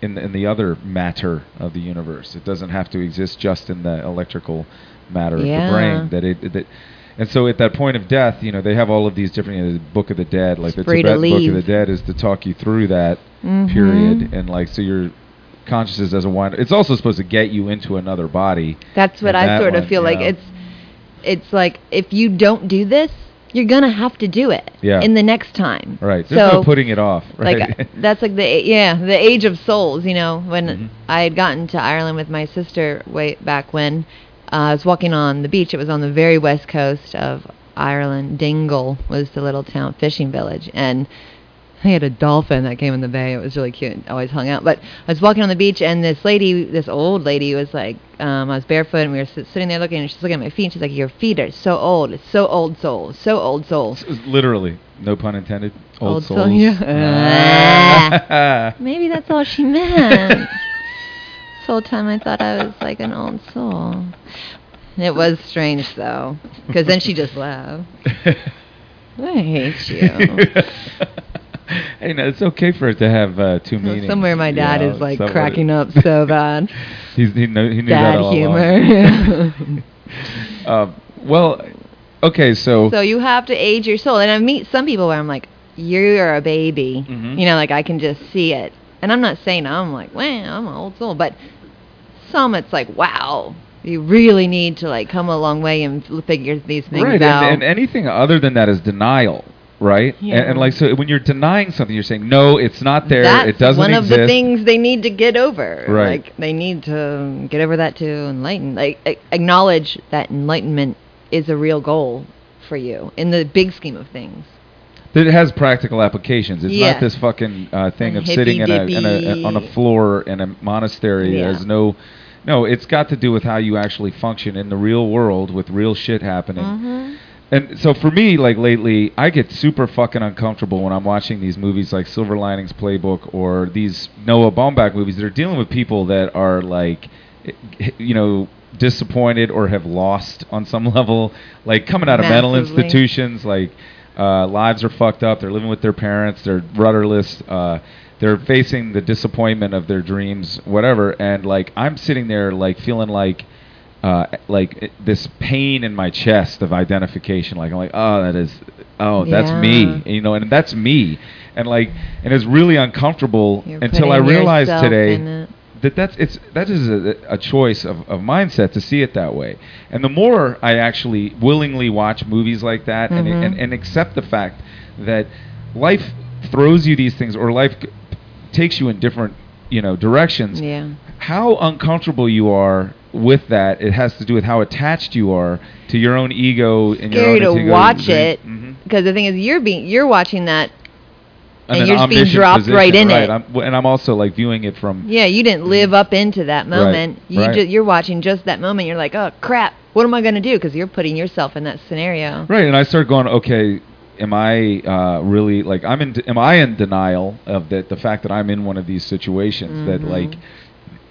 [SPEAKER 1] in the, in the other matter of the universe. It doesn't have to exist just in the electrical matter of
[SPEAKER 2] Yeah.
[SPEAKER 1] the brain. That it that. And so at that point of death, you know, they have all of these different, you know, the Book of the Dead, like
[SPEAKER 2] It's
[SPEAKER 1] the
[SPEAKER 2] free to
[SPEAKER 1] Tibetan Book of
[SPEAKER 2] leave.
[SPEAKER 1] the Dead is to talk you through that
[SPEAKER 2] Mhm.
[SPEAKER 1] period. And like, so your consciousness doesn't wind It's also supposed to get you into another body.
[SPEAKER 2] That's what
[SPEAKER 1] And
[SPEAKER 2] I
[SPEAKER 1] that
[SPEAKER 2] sort
[SPEAKER 1] one,
[SPEAKER 2] of feel like.
[SPEAKER 1] yeah.
[SPEAKER 2] It's it's like if you don't do this, you're gonna have to do it
[SPEAKER 1] Yeah.
[SPEAKER 2] in the next time.
[SPEAKER 1] Right. There's
[SPEAKER 2] so
[SPEAKER 1] no putting it off. Right.
[SPEAKER 2] like uh, that's like the a- yeah the age of souls you know when
[SPEAKER 1] Mhm.
[SPEAKER 2] i had gotten to ireland with my sister way back when uh, i was walking on the beach it was on the very west coast of ireland dingle was the little town fishing village and I had a dolphin that came in the bay. It was really cute. and Always hung out. But I was walking on the beach, and this lady, this old lady, was like, um, I was barefoot, and we were sit- sitting there looking, and she's looking at my feet, and she's like, "Your feet are so old. It's so old soul. So old soul."
[SPEAKER 1] S- Literally, no pun intended. Old,
[SPEAKER 2] Old soul,
[SPEAKER 1] souls.
[SPEAKER 2] yeah.
[SPEAKER 1] Ah.
[SPEAKER 2] Maybe that's all she meant. this whole time I thought I was like an old soul. And it was strange though, because then she just laughed. I hate you.
[SPEAKER 1] hey, no, it's okay for it to have uh, two meanings.
[SPEAKER 2] Somewhere my
[SPEAKER 1] you
[SPEAKER 2] dad
[SPEAKER 1] know,
[SPEAKER 2] is like
[SPEAKER 1] somewhere-
[SPEAKER 2] cracking up so bad.
[SPEAKER 1] He's, he, kno- he knew that
[SPEAKER 2] Dad
[SPEAKER 1] all
[SPEAKER 2] humor.
[SPEAKER 1] along. um, well, okay, so,
[SPEAKER 2] so you have to age your soul. And I meet some people where I'm like, you're a baby.
[SPEAKER 1] Mhm.
[SPEAKER 2] You know, like I can just see it. And I'm not saying I'm like, wow, I'm an old soul. But some, it's like, wow, you really need to like come a long way and f- figure these things
[SPEAKER 1] right, and,
[SPEAKER 2] out.
[SPEAKER 1] and anything other than that is denial. Right, And- and,
[SPEAKER 2] Yeah.
[SPEAKER 1] like so, when you're denying something, you're saying no, it's not there,
[SPEAKER 2] That's
[SPEAKER 1] it doesn't
[SPEAKER 2] one of
[SPEAKER 1] exist.
[SPEAKER 2] the things they need to get over.
[SPEAKER 1] Right.
[SPEAKER 2] Like they need to get over that to enlighten, like a- acknowledge that enlightenment is a real goal for you in the big scheme of things.
[SPEAKER 1] That it has practical applications. It's
[SPEAKER 2] Yeah.
[SPEAKER 1] not this fucking uh, thing
[SPEAKER 2] And
[SPEAKER 1] of sitting in a, in a
[SPEAKER 2] hippy-dippy.
[SPEAKER 1] on a floor in a monastery.
[SPEAKER 2] Yeah.
[SPEAKER 1] There's no,
[SPEAKER 2] Mm-hmm.
[SPEAKER 1] no. It's got to do with how you actually function in the real world with real shit happening. And so for me, like lately, I get super fucking uncomfortable when I'm watching these movies like Silver Linings Playbook or these Noah Baumbach movies that are dealing with people that are like, you know, disappointed or have lost on some level, like coming out of mental
[SPEAKER 2] Massively.
[SPEAKER 1] institutions, like uh, lives are fucked up, they're living with their parents, they're rudderless, uh, they're facing the disappointment of their dreams, whatever. And like I'm sitting there like feeling like uh, like it- this pain in my chest of identification. Like I'm like, oh, that is, oh, that's me,
[SPEAKER 2] Yeah.
[SPEAKER 1] you know, and that's me, and like, and it's really uncomfortable
[SPEAKER 2] You're
[SPEAKER 1] until I
[SPEAKER 2] putting
[SPEAKER 1] realized
[SPEAKER 2] yourself
[SPEAKER 1] today
[SPEAKER 2] in it.
[SPEAKER 1] that that's it's that is a, a choice of, of mindset to see it that way and the more i actually willingly watch movies like that
[SPEAKER 2] Mhm.
[SPEAKER 1] and, and and accept the fact that life throws you these things or life c- takes you in different you know directions
[SPEAKER 2] Yeah.
[SPEAKER 1] how uncomfortable you are with that it has to do with how attached you are to your own ego and
[SPEAKER 2] Scary
[SPEAKER 1] your
[SPEAKER 2] to
[SPEAKER 1] own ego-
[SPEAKER 2] watch it.
[SPEAKER 1] Mhm.
[SPEAKER 2] Because the thing is, you're being you're watching that.
[SPEAKER 1] And
[SPEAKER 2] and
[SPEAKER 1] an
[SPEAKER 2] you're just being
[SPEAKER 1] omniscient
[SPEAKER 2] dropped right in it.
[SPEAKER 1] I'm, and i'm also like viewing it from
[SPEAKER 2] Yeah, you didn't live up into that moment. You
[SPEAKER 1] Mm-hmm. right.
[SPEAKER 2] ju- you're watching just that moment. You're like, oh crap, what am I gonna do? Because you're putting yourself in that scenario.
[SPEAKER 1] Right, and I started going, okay, am I uh, really like I'm in? Am I in denial of that? The fact that I'm in one of these situations that
[SPEAKER 2] Mhm.
[SPEAKER 1] like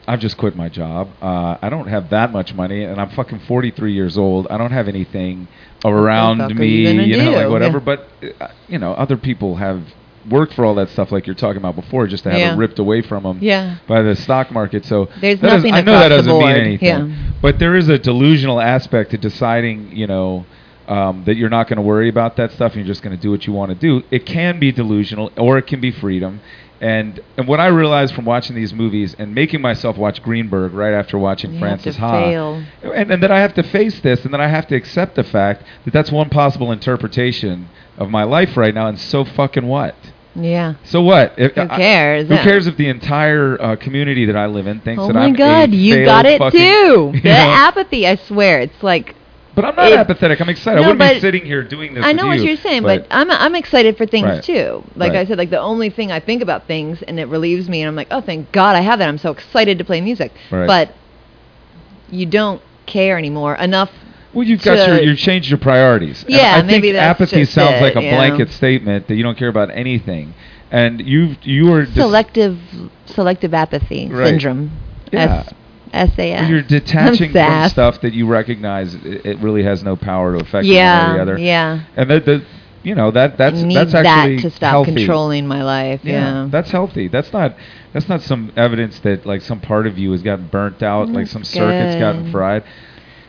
[SPEAKER 1] I've just quit my job. Uh, I don't have that much money, and I'm fucking 43 years old. I don't have anything around
[SPEAKER 2] fuck are you
[SPEAKER 1] me,
[SPEAKER 2] gonna
[SPEAKER 1] know,
[SPEAKER 2] do?
[SPEAKER 1] like whatever.
[SPEAKER 2] Yeah.
[SPEAKER 1] But uh, you know, other people have worked for all that stuff, like you're talking about before, just to have
[SPEAKER 2] Yeah.
[SPEAKER 1] it ripped away from them
[SPEAKER 2] Yeah.
[SPEAKER 1] by the stock market. So
[SPEAKER 2] There's
[SPEAKER 1] that does-
[SPEAKER 2] nothing
[SPEAKER 1] I know that
[SPEAKER 2] across
[SPEAKER 1] doesn't
[SPEAKER 2] the
[SPEAKER 1] mean
[SPEAKER 2] board.
[SPEAKER 1] anything,
[SPEAKER 2] Yeah.
[SPEAKER 1] but there is a delusional aspect to deciding, you know, um, that you're not going to worry about that stuff and you're just going to do what you want to do. It can be delusional, or it can be freedom. And and what I realized from watching these movies and making myself watch Greenberg right after watching
[SPEAKER 2] You have
[SPEAKER 1] Francis
[SPEAKER 2] to
[SPEAKER 1] Ha,
[SPEAKER 2] fail.
[SPEAKER 1] and, and that I have to face this, and that I have to accept the fact that that's one possible interpretation of my life right now. And so fucking what?
[SPEAKER 2] Yeah.
[SPEAKER 1] So what? If,
[SPEAKER 2] Who
[SPEAKER 1] I-
[SPEAKER 2] cares?
[SPEAKER 1] who
[SPEAKER 2] Yeah.
[SPEAKER 1] cares if the entire uh, community that I live in thinks
[SPEAKER 2] Oh
[SPEAKER 1] that
[SPEAKER 2] my
[SPEAKER 1] I'm
[SPEAKER 2] God,
[SPEAKER 1] a
[SPEAKER 2] you
[SPEAKER 1] failed
[SPEAKER 2] got it
[SPEAKER 1] fucking-
[SPEAKER 2] too.
[SPEAKER 1] You
[SPEAKER 2] The
[SPEAKER 1] know?
[SPEAKER 2] apathy, I swear, it's like
[SPEAKER 1] but I'm not
[SPEAKER 2] it-
[SPEAKER 1] apathetic. I'm excited.
[SPEAKER 2] No,
[SPEAKER 1] I wouldn't be
[SPEAKER 2] but-
[SPEAKER 1] sitting here doing this.
[SPEAKER 2] I
[SPEAKER 1] with
[SPEAKER 2] know what
[SPEAKER 1] you,
[SPEAKER 2] you're saying, but, I'm I'm excited for things
[SPEAKER 1] Right.
[SPEAKER 2] too. Like
[SPEAKER 1] Right.
[SPEAKER 2] I said, like the only thing I think about things and it relieves me, and I'm like, oh, thank God I have that. I'm so excited to play music.
[SPEAKER 1] Right.
[SPEAKER 2] But you don't care anymore enough.
[SPEAKER 1] well, you've got
[SPEAKER 2] to-
[SPEAKER 1] your you changed your priorities. And
[SPEAKER 2] Yeah,
[SPEAKER 1] I think
[SPEAKER 2] maybe that's
[SPEAKER 1] apathy
[SPEAKER 2] just
[SPEAKER 1] sounds
[SPEAKER 2] it,
[SPEAKER 1] like a
[SPEAKER 2] yeah.
[SPEAKER 1] blanket statement that you don't care about anything, and you you are dis-
[SPEAKER 2] Selective selective apathy
[SPEAKER 1] Right.
[SPEAKER 2] syndrome.
[SPEAKER 1] Yeah.
[SPEAKER 2] S- SAS.
[SPEAKER 1] You're detaching from
[SPEAKER 2] SAS.
[SPEAKER 1] stuff that you recognize it, it really has no power to affect you
[SPEAKER 2] Yeah.
[SPEAKER 1] one way or the other.
[SPEAKER 2] Yeah.
[SPEAKER 1] And that, that you know that that's
[SPEAKER 2] I need
[SPEAKER 1] that's
[SPEAKER 2] that
[SPEAKER 1] actually
[SPEAKER 2] to stop
[SPEAKER 1] healthy.
[SPEAKER 2] controlling my life. Yeah.
[SPEAKER 1] that's healthy. That's not that's not some evidence that like some part of you has gotten burnt out, like some
[SPEAKER 2] That's
[SPEAKER 1] circuit's
[SPEAKER 2] good.
[SPEAKER 1] gotten fried.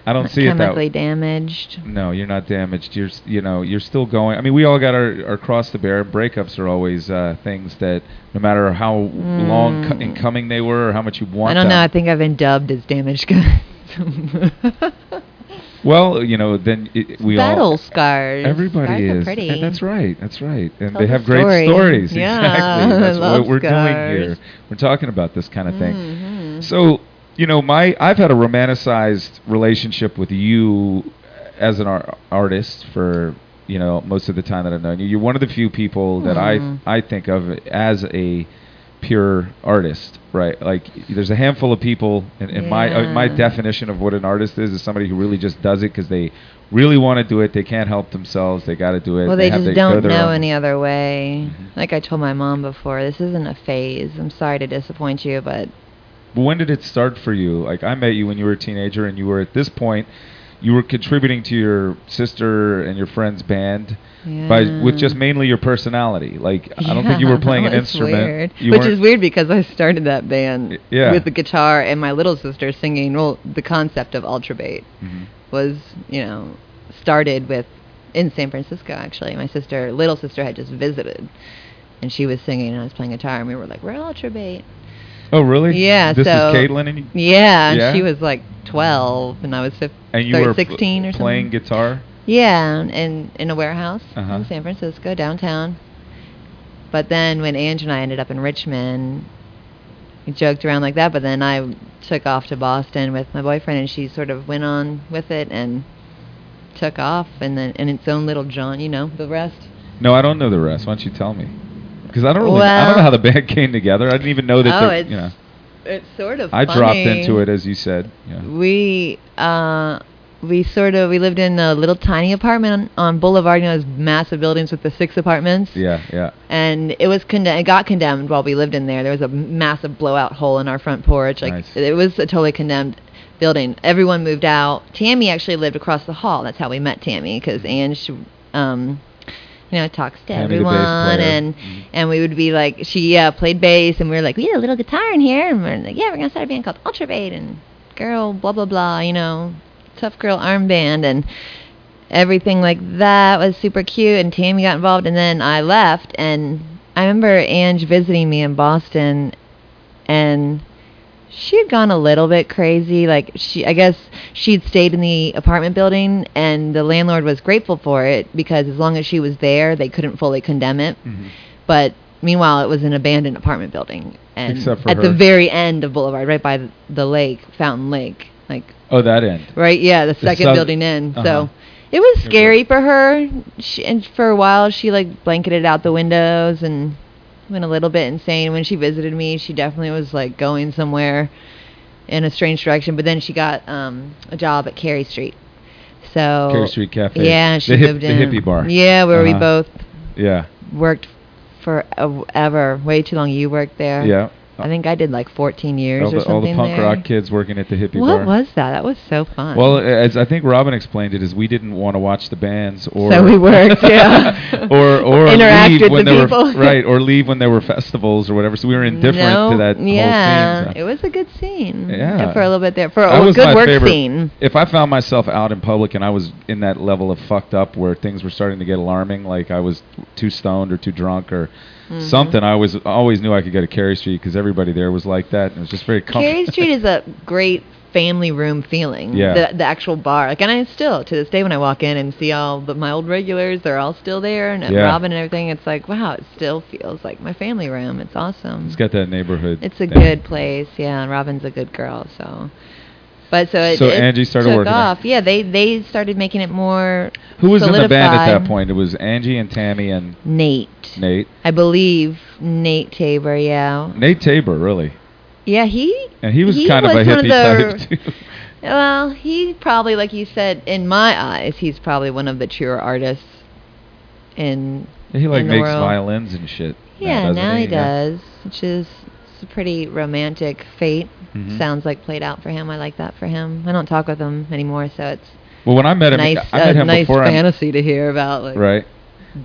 [SPEAKER 1] I don't
[SPEAKER 2] Not
[SPEAKER 1] see it that
[SPEAKER 2] chemically
[SPEAKER 1] way.
[SPEAKER 2] damaged.
[SPEAKER 1] No, you're not damaged. You're s- you know you're still going. I mean, we all got our, our cross to bear. Breakups are always uh, things that no matter how long co- in
[SPEAKER 2] Mm.
[SPEAKER 1] coming they were or how much you want.
[SPEAKER 2] I don't know. I
[SPEAKER 1] them-
[SPEAKER 2] think I've been dubbed as damaged goods.
[SPEAKER 1] Well, you know, then it, we
[SPEAKER 2] Battle
[SPEAKER 1] all
[SPEAKER 2] scars.
[SPEAKER 1] Everybody
[SPEAKER 2] Scars
[SPEAKER 1] is.
[SPEAKER 2] Are pretty.
[SPEAKER 1] And that's right. That's right. And
[SPEAKER 2] Tell
[SPEAKER 1] they
[SPEAKER 2] the
[SPEAKER 1] have
[SPEAKER 2] story.
[SPEAKER 1] great stories.
[SPEAKER 2] Yeah,
[SPEAKER 1] Exactly.
[SPEAKER 2] I
[SPEAKER 1] That's
[SPEAKER 2] love
[SPEAKER 1] what we're
[SPEAKER 2] scars.
[SPEAKER 1] doing here. We're talking about this kind of thing.
[SPEAKER 2] Mhm.
[SPEAKER 1] So, you know, my I've had a romanticized relationship with you as an ar- artist for you know most of the time that I've known you. You're one of the few people that
[SPEAKER 2] Hmm.
[SPEAKER 1] I I think of as a pure artist, right? Like there's a handful of people, and, and my uh, my
[SPEAKER 2] Yeah.
[SPEAKER 1] definition of what an artist is is somebody who really just does it because they really want to do it. They can't help themselves. They got to do it.
[SPEAKER 2] Well, they,
[SPEAKER 1] have
[SPEAKER 2] just
[SPEAKER 1] to go
[SPEAKER 2] don't
[SPEAKER 1] their
[SPEAKER 2] know
[SPEAKER 1] own-
[SPEAKER 2] any other way.
[SPEAKER 1] Mhm.
[SPEAKER 2] Like I told my mom before, this isn't a phase. I'm sorry to disappoint you, but
[SPEAKER 1] But when did it start for you? Like I met you when you were a teenager, and you were at this point. You were contributing to your sister and your friend's band by with just
[SPEAKER 2] Yeah.
[SPEAKER 1] mainly your personality. Like I don't think you were
[SPEAKER 2] Yeah,
[SPEAKER 1] playing an
[SPEAKER 2] it's
[SPEAKER 1] instrument.
[SPEAKER 2] weird.
[SPEAKER 1] You
[SPEAKER 2] Which
[SPEAKER 1] weren't-
[SPEAKER 2] is weird because I started that band
[SPEAKER 1] Y- yeah.
[SPEAKER 2] with the guitar and my little sister singing. Well, the concept of ultrabate
[SPEAKER 1] Mhm.
[SPEAKER 2] was, you know, started with in San Francisco. Actually, my sister, little sister, had just visited, and she was singing and I was playing guitar, and we were like, "We're ultrabate."
[SPEAKER 1] Oh really?
[SPEAKER 2] Yeah,
[SPEAKER 1] This
[SPEAKER 2] so-
[SPEAKER 1] is Caitlin, and you,
[SPEAKER 2] Yeah, and
[SPEAKER 1] Yeah?
[SPEAKER 2] she was like 12, and I was fif-
[SPEAKER 1] and you
[SPEAKER 2] thir-
[SPEAKER 1] were pl-
[SPEAKER 2] 16 or
[SPEAKER 1] playing
[SPEAKER 2] something.
[SPEAKER 1] guitar.
[SPEAKER 2] Yeah, in in a warehouse
[SPEAKER 1] Uh-huh.
[SPEAKER 2] in San Francisco downtown. But then when Ange and I ended up in Richmond, we joked around like that. But then I took off to Boston with my boyfriend, and she sort of went on with it and took off, and then in its own little John, you know, the rest.
[SPEAKER 1] No, I don't know the rest. Why don't you tell me? Because I don't really, I
[SPEAKER 2] Well-
[SPEAKER 1] don't know how the band came together. I didn't even know that.
[SPEAKER 2] oh,
[SPEAKER 1] the-
[SPEAKER 2] it's
[SPEAKER 1] you know,
[SPEAKER 2] it's sort of.
[SPEAKER 1] I dropped
[SPEAKER 2] funny.
[SPEAKER 1] into it as you said. Yeah.
[SPEAKER 2] We uh, we sort of we lived in a little tiny apartment on, on Boulevard. You know, those massive buildings with the six apartments.
[SPEAKER 1] Yeah, yeah.
[SPEAKER 2] And it was conde- it got condemned while we lived in there. There was a massive blowout hole in our front porch. Like
[SPEAKER 1] Nice.
[SPEAKER 2] it was a totally condemned building. Everyone moved out. Tammy actually lived across the hall. That's how we met Tammy because Ange, um, you know, talks to
[SPEAKER 1] Tammy the bass
[SPEAKER 2] everyone,
[SPEAKER 1] player.
[SPEAKER 2] and
[SPEAKER 1] Mhm.
[SPEAKER 2] and we would be like, she uh, played bass, and we were like, we had a little guitar in here, and we're like, yeah, we're gonna start a band called Ultravate, and girl, blah blah blah, you know, tough girl armband, and everything like that was super cute. And Tammy got involved, and then I left, and I remember Ange visiting me in Boston, and she had gone a little bit crazy. Like she, I guess she'd stayed in the apartment building, and the landlord was grateful for it because as long as she was there, they couldn't fully condemn it.
[SPEAKER 1] Mhm.
[SPEAKER 2] But meanwhile, it was an abandoned apartment building, and
[SPEAKER 1] Except for
[SPEAKER 2] at the
[SPEAKER 1] her.
[SPEAKER 2] very end of Boulevard, right by th- the lake, Fountain Lake, like
[SPEAKER 1] Oh, that end.
[SPEAKER 2] right, yeah, the second
[SPEAKER 1] sub-
[SPEAKER 2] building in.
[SPEAKER 1] Uh-huh.
[SPEAKER 2] So it was
[SPEAKER 1] It
[SPEAKER 2] scary for her, she, and for a while, she like blanketed out the windows and went a little bit insane. When she visited me, she definitely was like going somewhere in a strange direction. But then she got um, a job at Carey Street. So
[SPEAKER 1] Carey Street Cafe.
[SPEAKER 2] Yeah,
[SPEAKER 1] The
[SPEAKER 2] she
[SPEAKER 1] hip-
[SPEAKER 2] moved
[SPEAKER 1] the
[SPEAKER 2] in
[SPEAKER 1] hippie bar.
[SPEAKER 2] Yeah, where we
[SPEAKER 1] Uh-huh.
[SPEAKER 2] both
[SPEAKER 1] Yeah.
[SPEAKER 2] worked forever, way too long. You worked there.
[SPEAKER 1] Yeah.
[SPEAKER 2] I think I did like 14 years
[SPEAKER 1] all,
[SPEAKER 2] or
[SPEAKER 1] the,
[SPEAKER 2] something
[SPEAKER 1] all the punk
[SPEAKER 2] there.
[SPEAKER 1] rock kids working at the hippie
[SPEAKER 2] what
[SPEAKER 1] bar.
[SPEAKER 2] was that? That was so fun.
[SPEAKER 1] Well, as I think Robin explained it, is we didn't want to watch the bands or
[SPEAKER 2] So we worked, yeah.
[SPEAKER 1] or or
[SPEAKER 2] Interact
[SPEAKER 1] leave
[SPEAKER 2] with
[SPEAKER 1] when
[SPEAKER 2] the
[SPEAKER 1] there
[SPEAKER 2] people.
[SPEAKER 1] were right or leave when there were festivals or whatever. So we were indifferent
[SPEAKER 2] no,
[SPEAKER 1] to that
[SPEAKER 2] Yeah,
[SPEAKER 1] whole scene.
[SPEAKER 2] it was a good scene.
[SPEAKER 1] Yeah.
[SPEAKER 2] for a little bit there, for
[SPEAKER 1] That
[SPEAKER 2] a
[SPEAKER 1] was my
[SPEAKER 2] good work
[SPEAKER 1] favorite.
[SPEAKER 2] scene.
[SPEAKER 1] If I found myself out in public and I was in that level of fucked up where things were starting to get alarming, like I was too stoned or too drunk or
[SPEAKER 2] Mm-hmm.
[SPEAKER 1] something, I was always knew I could go to Carey Street because everybody there was like that, and it was just very comfortable.
[SPEAKER 2] Carey Street is a great family room feeling.
[SPEAKER 1] Yeah.
[SPEAKER 2] The, the actual bar. Like, and I still, to this day, when I walk in and see all the, my old regulars, they're all still there, and, and
[SPEAKER 1] Yeah.
[SPEAKER 2] Robin and everything, it's like, wow, it still feels like my family room. It's awesome.
[SPEAKER 1] It's got that neighborhood.
[SPEAKER 2] It's a
[SPEAKER 1] thing.
[SPEAKER 2] good place, yeah. And Robin's a good girl, so. But so it,
[SPEAKER 1] So
[SPEAKER 2] it
[SPEAKER 1] Angie started
[SPEAKER 2] took
[SPEAKER 1] working there.
[SPEAKER 2] off. Yeah, they they started making it more.
[SPEAKER 1] Who was in the band at that
[SPEAKER 2] solidified.
[SPEAKER 1] point? It was Angie and Tammy and
[SPEAKER 2] Nate.
[SPEAKER 1] Nate.
[SPEAKER 2] I believe Nate Tabor. Yeah,
[SPEAKER 1] Nate Tabor, really.
[SPEAKER 2] yeah. He
[SPEAKER 1] And he was kind of
[SPEAKER 2] was
[SPEAKER 1] a
[SPEAKER 2] one
[SPEAKER 1] hippie
[SPEAKER 2] the-
[SPEAKER 1] type, too.
[SPEAKER 2] Well, he probably, like you said, in my eyes, he's probably one of the truer artists. In
[SPEAKER 1] he like
[SPEAKER 2] in the
[SPEAKER 1] makes
[SPEAKER 2] world.
[SPEAKER 1] violins and shit.
[SPEAKER 2] yeah,
[SPEAKER 1] doesn't
[SPEAKER 2] now he
[SPEAKER 1] Yeah.
[SPEAKER 2] does, which is it's a pretty romantic fate.
[SPEAKER 1] Mhm.
[SPEAKER 2] Sounds like played out for him. I like that for him. I don't talk with him anymore, so it's
[SPEAKER 1] Well, when I met him,
[SPEAKER 2] nice,
[SPEAKER 1] I met
[SPEAKER 2] uh,
[SPEAKER 1] him
[SPEAKER 2] nice
[SPEAKER 1] before. I'm-
[SPEAKER 2] fantasy to hear about. Like,
[SPEAKER 1] right.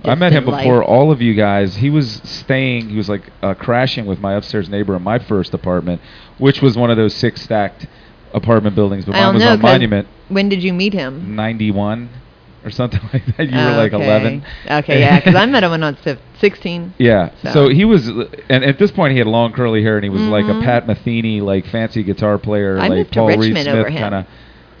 [SPEAKER 1] I met him
[SPEAKER 2] distant
[SPEAKER 1] before
[SPEAKER 2] life.
[SPEAKER 1] all of you guys. He was staying, he was like uh, crashing with my upstairs neighbor in my first apartment, which was one of those six stacked apartment buildings. But
[SPEAKER 2] I
[SPEAKER 1] mine
[SPEAKER 2] don't
[SPEAKER 1] was
[SPEAKER 2] know.
[SPEAKER 1] on
[SPEAKER 2] 'cause
[SPEAKER 1] Monument
[SPEAKER 2] When did you meet him?
[SPEAKER 1] 91 or something like that. You were
[SPEAKER 2] Oh,
[SPEAKER 1] like
[SPEAKER 2] okay.
[SPEAKER 1] 11.
[SPEAKER 2] Okay, yeah, because I met him when I was fif- 16.
[SPEAKER 1] Yeah. So.
[SPEAKER 2] So-
[SPEAKER 1] he was, and at this point he had long curly hair, and he was like a
[SPEAKER 2] Mhm.
[SPEAKER 1] Pat Metheny, like fancy guitar player,
[SPEAKER 2] I
[SPEAKER 1] like
[SPEAKER 2] moved to
[SPEAKER 1] Paul Reed
[SPEAKER 2] Richmond
[SPEAKER 1] Smith
[SPEAKER 2] over him.
[SPEAKER 1] kind of.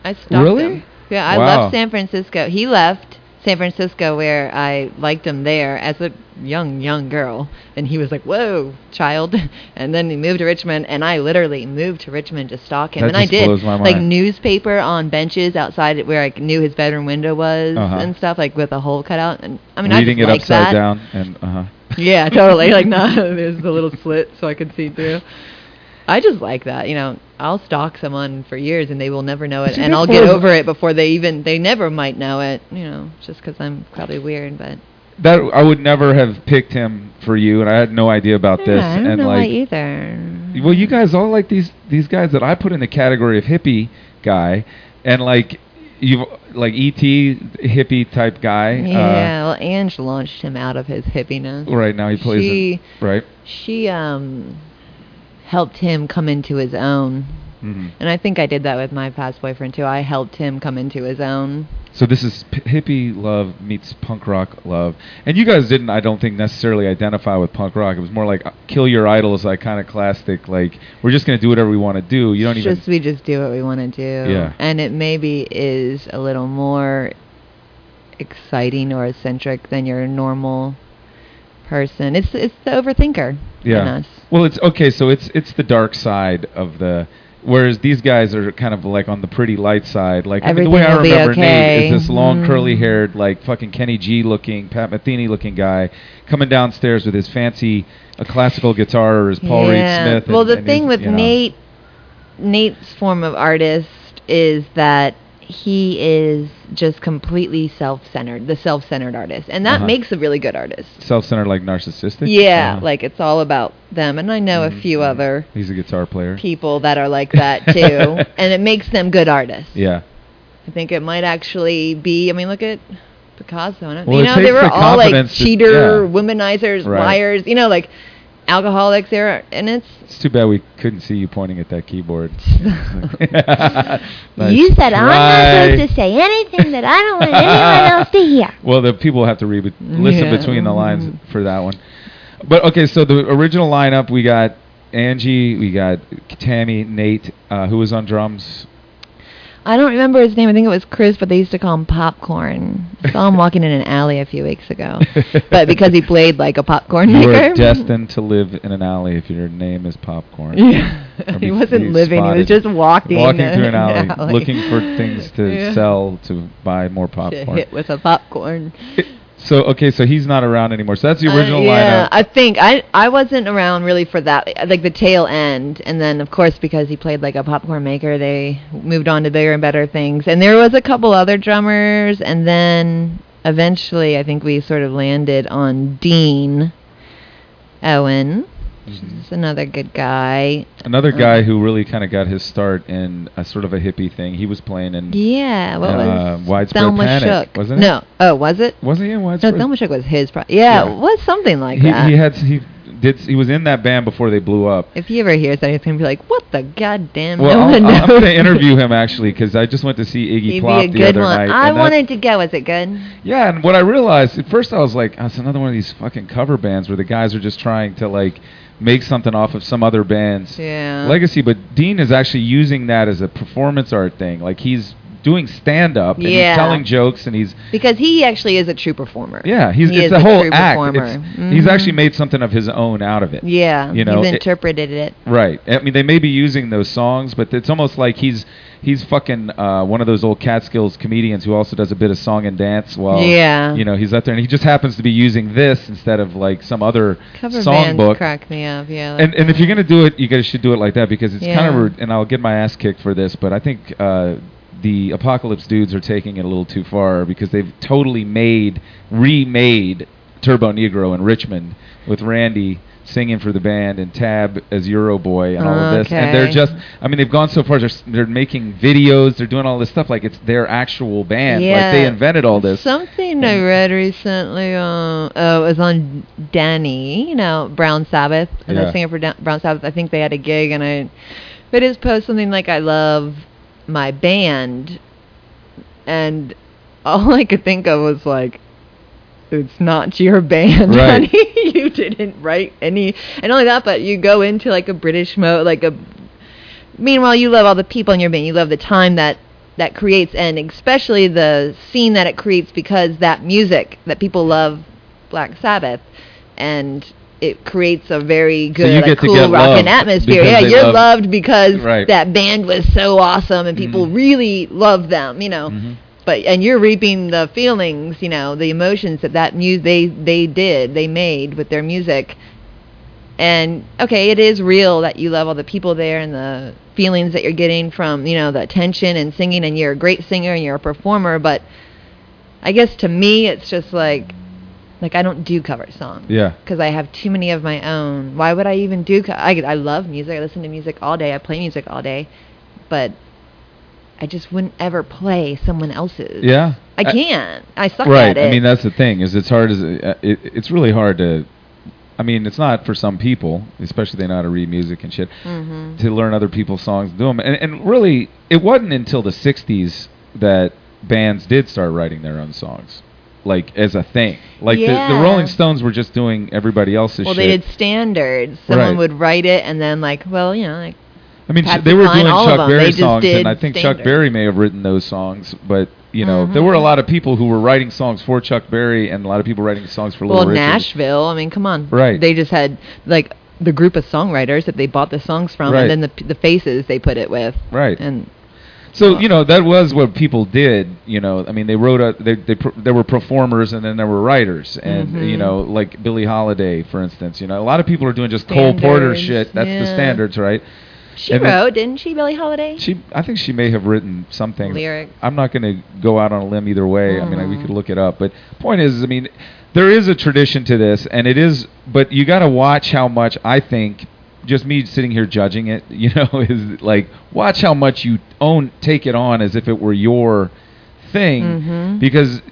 [SPEAKER 2] I stalked
[SPEAKER 1] Really?
[SPEAKER 2] him. Yeah, I
[SPEAKER 1] Wow.
[SPEAKER 2] left San Francisco. He left San Francisco where I liked him there as a young, young girl. And he was like, whoa, child. And then he moved to Richmond. And I literally moved to Richmond to stalk him.
[SPEAKER 1] That
[SPEAKER 2] and I
[SPEAKER 1] just
[SPEAKER 2] did.
[SPEAKER 1] blows my
[SPEAKER 2] Like
[SPEAKER 1] mind.
[SPEAKER 2] newspaper on benches outside where I knew his bedroom window was
[SPEAKER 1] Uh-huh.
[SPEAKER 2] and stuff, like with a hole cut out. And I mean,
[SPEAKER 1] reading
[SPEAKER 2] I just
[SPEAKER 1] it
[SPEAKER 2] like
[SPEAKER 1] upside
[SPEAKER 2] that.
[SPEAKER 1] down and uh huh.
[SPEAKER 2] Yeah, totally. Like, no, there's the little slit so I could see through. I just like that, you know. I'll stalk someone for years and they will never know it,
[SPEAKER 1] See,
[SPEAKER 2] and
[SPEAKER 1] that's
[SPEAKER 2] I'll
[SPEAKER 1] what
[SPEAKER 2] get
[SPEAKER 1] I was-
[SPEAKER 2] over it before they even they never might know it, you know, just 'cause I'm probably weird. But
[SPEAKER 1] That I would never have picked him for you, and I had no idea about
[SPEAKER 2] Yeah,
[SPEAKER 1] this.
[SPEAKER 2] I don't
[SPEAKER 1] and
[SPEAKER 2] know why
[SPEAKER 1] like,
[SPEAKER 2] either.
[SPEAKER 1] well, you guys all like these these guys that I put in the category of hippie guy, and like you've like ET hippie type guy.
[SPEAKER 2] yeah, well, Ange launched him out of his hippiness.
[SPEAKER 1] Uh, right now he plays. in-
[SPEAKER 2] She-
[SPEAKER 1] right.
[SPEAKER 2] She um helped him come into his own,
[SPEAKER 1] hmm
[SPEAKER 2] and I think I did that with my past boyfriend too. I helped him come into his own.
[SPEAKER 1] So this is p- hippie love meets punk rock love, and you guys didn't, I don't think, necessarily identify with punk rock. It was more like uh, kill your idols, iconoclastic. Like we're just gonna do whatever we want to do. You don't
[SPEAKER 2] It's
[SPEAKER 1] even
[SPEAKER 2] just we just do what we want to do.
[SPEAKER 1] Yeah.
[SPEAKER 2] And it maybe is a little more exciting or eccentric than your normal person. It's it's the overthinker in us.
[SPEAKER 1] Well, it's okay. So it's it's the dark side of the. Whereas these guys are kind of like on the pretty light side. Like I mean, the way I
[SPEAKER 2] Everything will be
[SPEAKER 1] remember Nate
[SPEAKER 2] okay.
[SPEAKER 1] is this long,
[SPEAKER 2] Mm.
[SPEAKER 1] curly-haired, like fucking Kenny G looking, Pat Metheny looking guy coming downstairs with his fancy uh, classical guitar or his Paul
[SPEAKER 2] Yeah.
[SPEAKER 1] Reed Smith.
[SPEAKER 2] Well,
[SPEAKER 1] and-
[SPEAKER 2] the
[SPEAKER 1] and
[SPEAKER 2] thing
[SPEAKER 1] his,
[SPEAKER 2] with
[SPEAKER 1] you know.
[SPEAKER 2] Nate, Nate's form of artist is that he is just completely self-centered, the self-centered artist, and that
[SPEAKER 1] Uh-huh.
[SPEAKER 2] makes a really good artist.
[SPEAKER 1] Self-centered, like narcissistic.
[SPEAKER 2] Yeah,
[SPEAKER 1] Uh-huh.
[SPEAKER 2] like it's all about them, and I know a
[SPEAKER 1] Mhm,
[SPEAKER 2] few
[SPEAKER 1] mhm.
[SPEAKER 2] other
[SPEAKER 1] He's a guitar player.
[SPEAKER 2] people that are like that too, and it makes them good artists.
[SPEAKER 1] Yeah.
[SPEAKER 2] I think it might actually be. I mean, look at Picasso. And
[SPEAKER 1] Well,
[SPEAKER 2] you
[SPEAKER 1] it
[SPEAKER 2] know, they
[SPEAKER 1] takes
[SPEAKER 2] were
[SPEAKER 1] the
[SPEAKER 2] all like
[SPEAKER 1] confidence to-
[SPEAKER 2] cheater,
[SPEAKER 1] yeah.
[SPEAKER 2] womanizers,
[SPEAKER 1] Right.
[SPEAKER 2] liars. You know, like alcoholics. There, and it's
[SPEAKER 1] It's too bad we couldn't see you pointing at that keyboard.
[SPEAKER 3] you said I'm not
[SPEAKER 1] try.
[SPEAKER 3] supposed to say anything that I don't want anyone else to hear. Mm-hmm.
[SPEAKER 1] Well, the people have to read, bet- listen
[SPEAKER 2] Yeah.
[SPEAKER 1] between the lines for that one. But okay, so the original lineup we got Angie, we got Tammy, Nate, uh, who was on drums.
[SPEAKER 2] I don't remember his name. I think it was Chris, but they used to call him Popcorn. I saw him walking in an alley a few weeks ago, but because he played like a popcorn
[SPEAKER 1] You
[SPEAKER 2] maker,
[SPEAKER 1] are destined to live in an alley if your name is popcorn.
[SPEAKER 2] Yeah,
[SPEAKER 1] Or
[SPEAKER 2] he
[SPEAKER 1] be- be
[SPEAKER 2] wasn't living. He
[SPEAKER 1] spotted
[SPEAKER 2] was just walking,
[SPEAKER 1] Walking
[SPEAKER 2] in
[SPEAKER 1] through an alley, looking for things to
[SPEAKER 2] Yeah.
[SPEAKER 1] sell to buy more
[SPEAKER 2] To
[SPEAKER 1] popcorn.
[SPEAKER 2] hit with a popcorn.
[SPEAKER 1] So okay, so he's not around anymore. So that's the
[SPEAKER 2] Uh,
[SPEAKER 1] original
[SPEAKER 2] yeah,
[SPEAKER 1] lineup.
[SPEAKER 2] I think I I wasn't around really for that, like the tail end, and then of course because he played like a popcorn maker, they moved on to bigger and better things. And there was a couple other drummers, and then eventually I think we sort of landed on Dean Owen.
[SPEAKER 1] Mhm.
[SPEAKER 2] He's another good guy.
[SPEAKER 1] Another
[SPEAKER 2] Uh,
[SPEAKER 1] guy who really kind of got his start in a sort of a hippie thing. He was playing in.
[SPEAKER 2] Yeah, what
[SPEAKER 1] Uh,
[SPEAKER 2] was
[SPEAKER 1] Widespread
[SPEAKER 2] Thelma
[SPEAKER 1] Panic,
[SPEAKER 2] Shook?
[SPEAKER 1] wasn't it?
[SPEAKER 2] no, oh, was it?
[SPEAKER 1] Wasn't he in
[SPEAKER 2] No,
[SPEAKER 1] widespread?
[SPEAKER 2] Thelma Shook was his. Pro- yeah,
[SPEAKER 1] Yeah.
[SPEAKER 2] it was something like
[SPEAKER 1] he,
[SPEAKER 2] that.
[SPEAKER 1] he had he did he was in that band before they blew up.
[SPEAKER 2] If he ever hears that, he's gonna be like, "What the goddamn?"
[SPEAKER 1] Well,
[SPEAKER 2] no
[SPEAKER 1] I'll-
[SPEAKER 2] one
[SPEAKER 1] I'll- I'm
[SPEAKER 2] knows."
[SPEAKER 1] going to interview him actually because I just went to see Iggy
[SPEAKER 2] He'd be
[SPEAKER 1] Pop
[SPEAKER 2] a
[SPEAKER 1] the
[SPEAKER 2] good
[SPEAKER 1] other
[SPEAKER 2] one.
[SPEAKER 1] night.
[SPEAKER 2] I
[SPEAKER 1] and that-
[SPEAKER 2] wanted to go. Is it good?
[SPEAKER 1] Yeah, and what I realized at first, I was like, oh, it's another one of these fucking cover bands where the guys are just trying to like make something off of some other band's
[SPEAKER 2] Yeah.
[SPEAKER 1] legacy. But Dean is actually using that as a performance art thing. Like he's doing stand up and
[SPEAKER 2] Yeah.
[SPEAKER 1] he's telling jokes and he's
[SPEAKER 2] because he actually is a true performer.
[SPEAKER 1] yeah he's
[SPEAKER 2] He
[SPEAKER 1] it's
[SPEAKER 2] is
[SPEAKER 1] a whole
[SPEAKER 2] true
[SPEAKER 1] act.
[SPEAKER 2] performer.
[SPEAKER 1] It's- He's
[SPEAKER 2] Mhm.
[SPEAKER 1] actually made something of his own out of it.
[SPEAKER 2] Yeah,
[SPEAKER 1] You know,
[SPEAKER 2] he's
[SPEAKER 1] it-
[SPEAKER 2] interpreted it.
[SPEAKER 1] Right. I mean, they may be using those songs, but it's almost like he's he's fucking uh, one of those old Catskills comedians who also does a bit of song and dance while
[SPEAKER 2] Yeah.
[SPEAKER 1] you know he's up there, and he just happens to be using this instead of like some other
[SPEAKER 2] Cover bands
[SPEAKER 1] songbook.
[SPEAKER 2] crack me up. Yeah. like
[SPEAKER 1] And and if
[SPEAKER 2] that.
[SPEAKER 1] you're gonna do it, you guys should do it like that because it's kind of
[SPEAKER 2] Yeah.
[SPEAKER 1] rude. And I'll get my ass kicked for this, but I think. Uh, the apocalypse dudes are taking it a little too far because they've totally made, remade Turbo Negro in Richmond with Randy singing for the band and Tab as Euro Boy and all of this. And they're
[SPEAKER 2] Okay.
[SPEAKER 1] just, I mean, they've gone so far. They're, s- they're making videos. They're doing all this stuff like it's their actual band. Like they
[SPEAKER 2] Yeah.
[SPEAKER 1] invented all this.
[SPEAKER 2] Something I
[SPEAKER 1] And-
[SPEAKER 2] read recently, um, oh, it was on Danny, you know, Brown Sabbath, and
[SPEAKER 1] Yeah.
[SPEAKER 2] the singer for Dan- Brown Sabbath. I think they had a gig, and I, but his post something like, "I love my band," and all I could think of was like. It's not your band,
[SPEAKER 1] Right.
[SPEAKER 2] honey. you didn't write any, and only that, but you go into like a British mode, like a meanwhile you love all the people in your band you love the time that that creates and especially the scene that it creates because that music that people love black sabbath and it creates a very good
[SPEAKER 1] you
[SPEAKER 2] like,
[SPEAKER 1] get to
[SPEAKER 2] cool
[SPEAKER 1] get loved
[SPEAKER 2] rockin' atmosphere
[SPEAKER 1] because
[SPEAKER 2] yeah
[SPEAKER 1] they
[SPEAKER 2] you're
[SPEAKER 1] love-
[SPEAKER 2] loved because
[SPEAKER 1] Right.
[SPEAKER 2] that band was so awesome and people
[SPEAKER 1] Mhm.
[SPEAKER 2] really love them you know
[SPEAKER 1] Mhm.
[SPEAKER 2] but and you're reaping the feelings you know the emotions that that mu- they they did they made with their music and okay, it is real that you love all the people there and the feelings that you're getting from, you know, the attention and singing and you're a great singer and you're a performer, but I guess to me it's just like like I don't do cover songs.
[SPEAKER 1] Yeah.
[SPEAKER 2] Cuz I have too many of my own. Why would I even do co- I I love music. I listen to music all day. I play music all day. But I just wouldn't ever play someone else's.
[SPEAKER 1] Yeah.
[SPEAKER 2] I can't. I suck
[SPEAKER 1] right.
[SPEAKER 2] at it.
[SPEAKER 1] I mean, that's the thing is it's hard as uh, it, it's really hard to. I mean, it's not for some people, especially they know how to read music and shit,
[SPEAKER 2] Mhm.
[SPEAKER 1] to learn other people's songs and do them. And, and really, it wasn't until the '60s that bands did start writing their own songs, like as a thing. Like the, the
[SPEAKER 2] Yeah.
[SPEAKER 1] Rolling Stones were just doing everybody else's.
[SPEAKER 2] Well,
[SPEAKER 1] shit.
[SPEAKER 2] they did standards. Someone
[SPEAKER 1] Right.
[SPEAKER 2] would write it, and then like, well, you know, like,
[SPEAKER 1] I mean,
[SPEAKER 2] Patsy
[SPEAKER 1] they were
[SPEAKER 2] Cline,
[SPEAKER 1] doing
[SPEAKER 2] all of
[SPEAKER 1] Chuck
[SPEAKER 2] them. They
[SPEAKER 1] Berry
[SPEAKER 2] just
[SPEAKER 1] songs,
[SPEAKER 2] did
[SPEAKER 1] and I think Chuck
[SPEAKER 2] standard.
[SPEAKER 1] Berry may have written those songs, but you know, there
[SPEAKER 2] Mhm.
[SPEAKER 1] were a lot of people who were writing songs for Chuck Berry, and a lot of people writing songs for
[SPEAKER 2] well,
[SPEAKER 1] Little Richard.
[SPEAKER 2] Nashville. I mean, come on.
[SPEAKER 1] Right.
[SPEAKER 2] They just had like the group of songwriters that they bought the songs from,
[SPEAKER 1] Right.
[SPEAKER 2] and then the p- the faces they put it with.
[SPEAKER 1] Right.
[SPEAKER 2] And
[SPEAKER 1] So you know that was what people did. You know, I mean, they wrote a they they pr- there were performers and then there were writers and
[SPEAKER 2] Mhm.
[SPEAKER 1] you know like Billie Holiday for instance. You know, a lot of people are doing just Cole Porter
[SPEAKER 2] Standards,
[SPEAKER 1] shit. That's the
[SPEAKER 2] yeah.
[SPEAKER 1] standards, right?
[SPEAKER 2] She
[SPEAKER 1] And then-
[SPEAKER 2] wrote, didn't she, Billie Holiday?
[SPEAKER 1] She, I think she may have written something.
[SPEAKER 2] Lyrics.
[SPEAKER 1] I'm not going to go out on a limb either way. I mean, I- we
[SPEAKER 2] Mhm.
[SPEAKER 1] could look it up. But point is, I mean, there is a tradition to this, and it is. But you got to watch how much I think. Just me sitting here judging it, you know, is like watch how much you own, take it on as if it were your thing,
[SPEAKER 2] Mhm.
[SPEAKER 1] because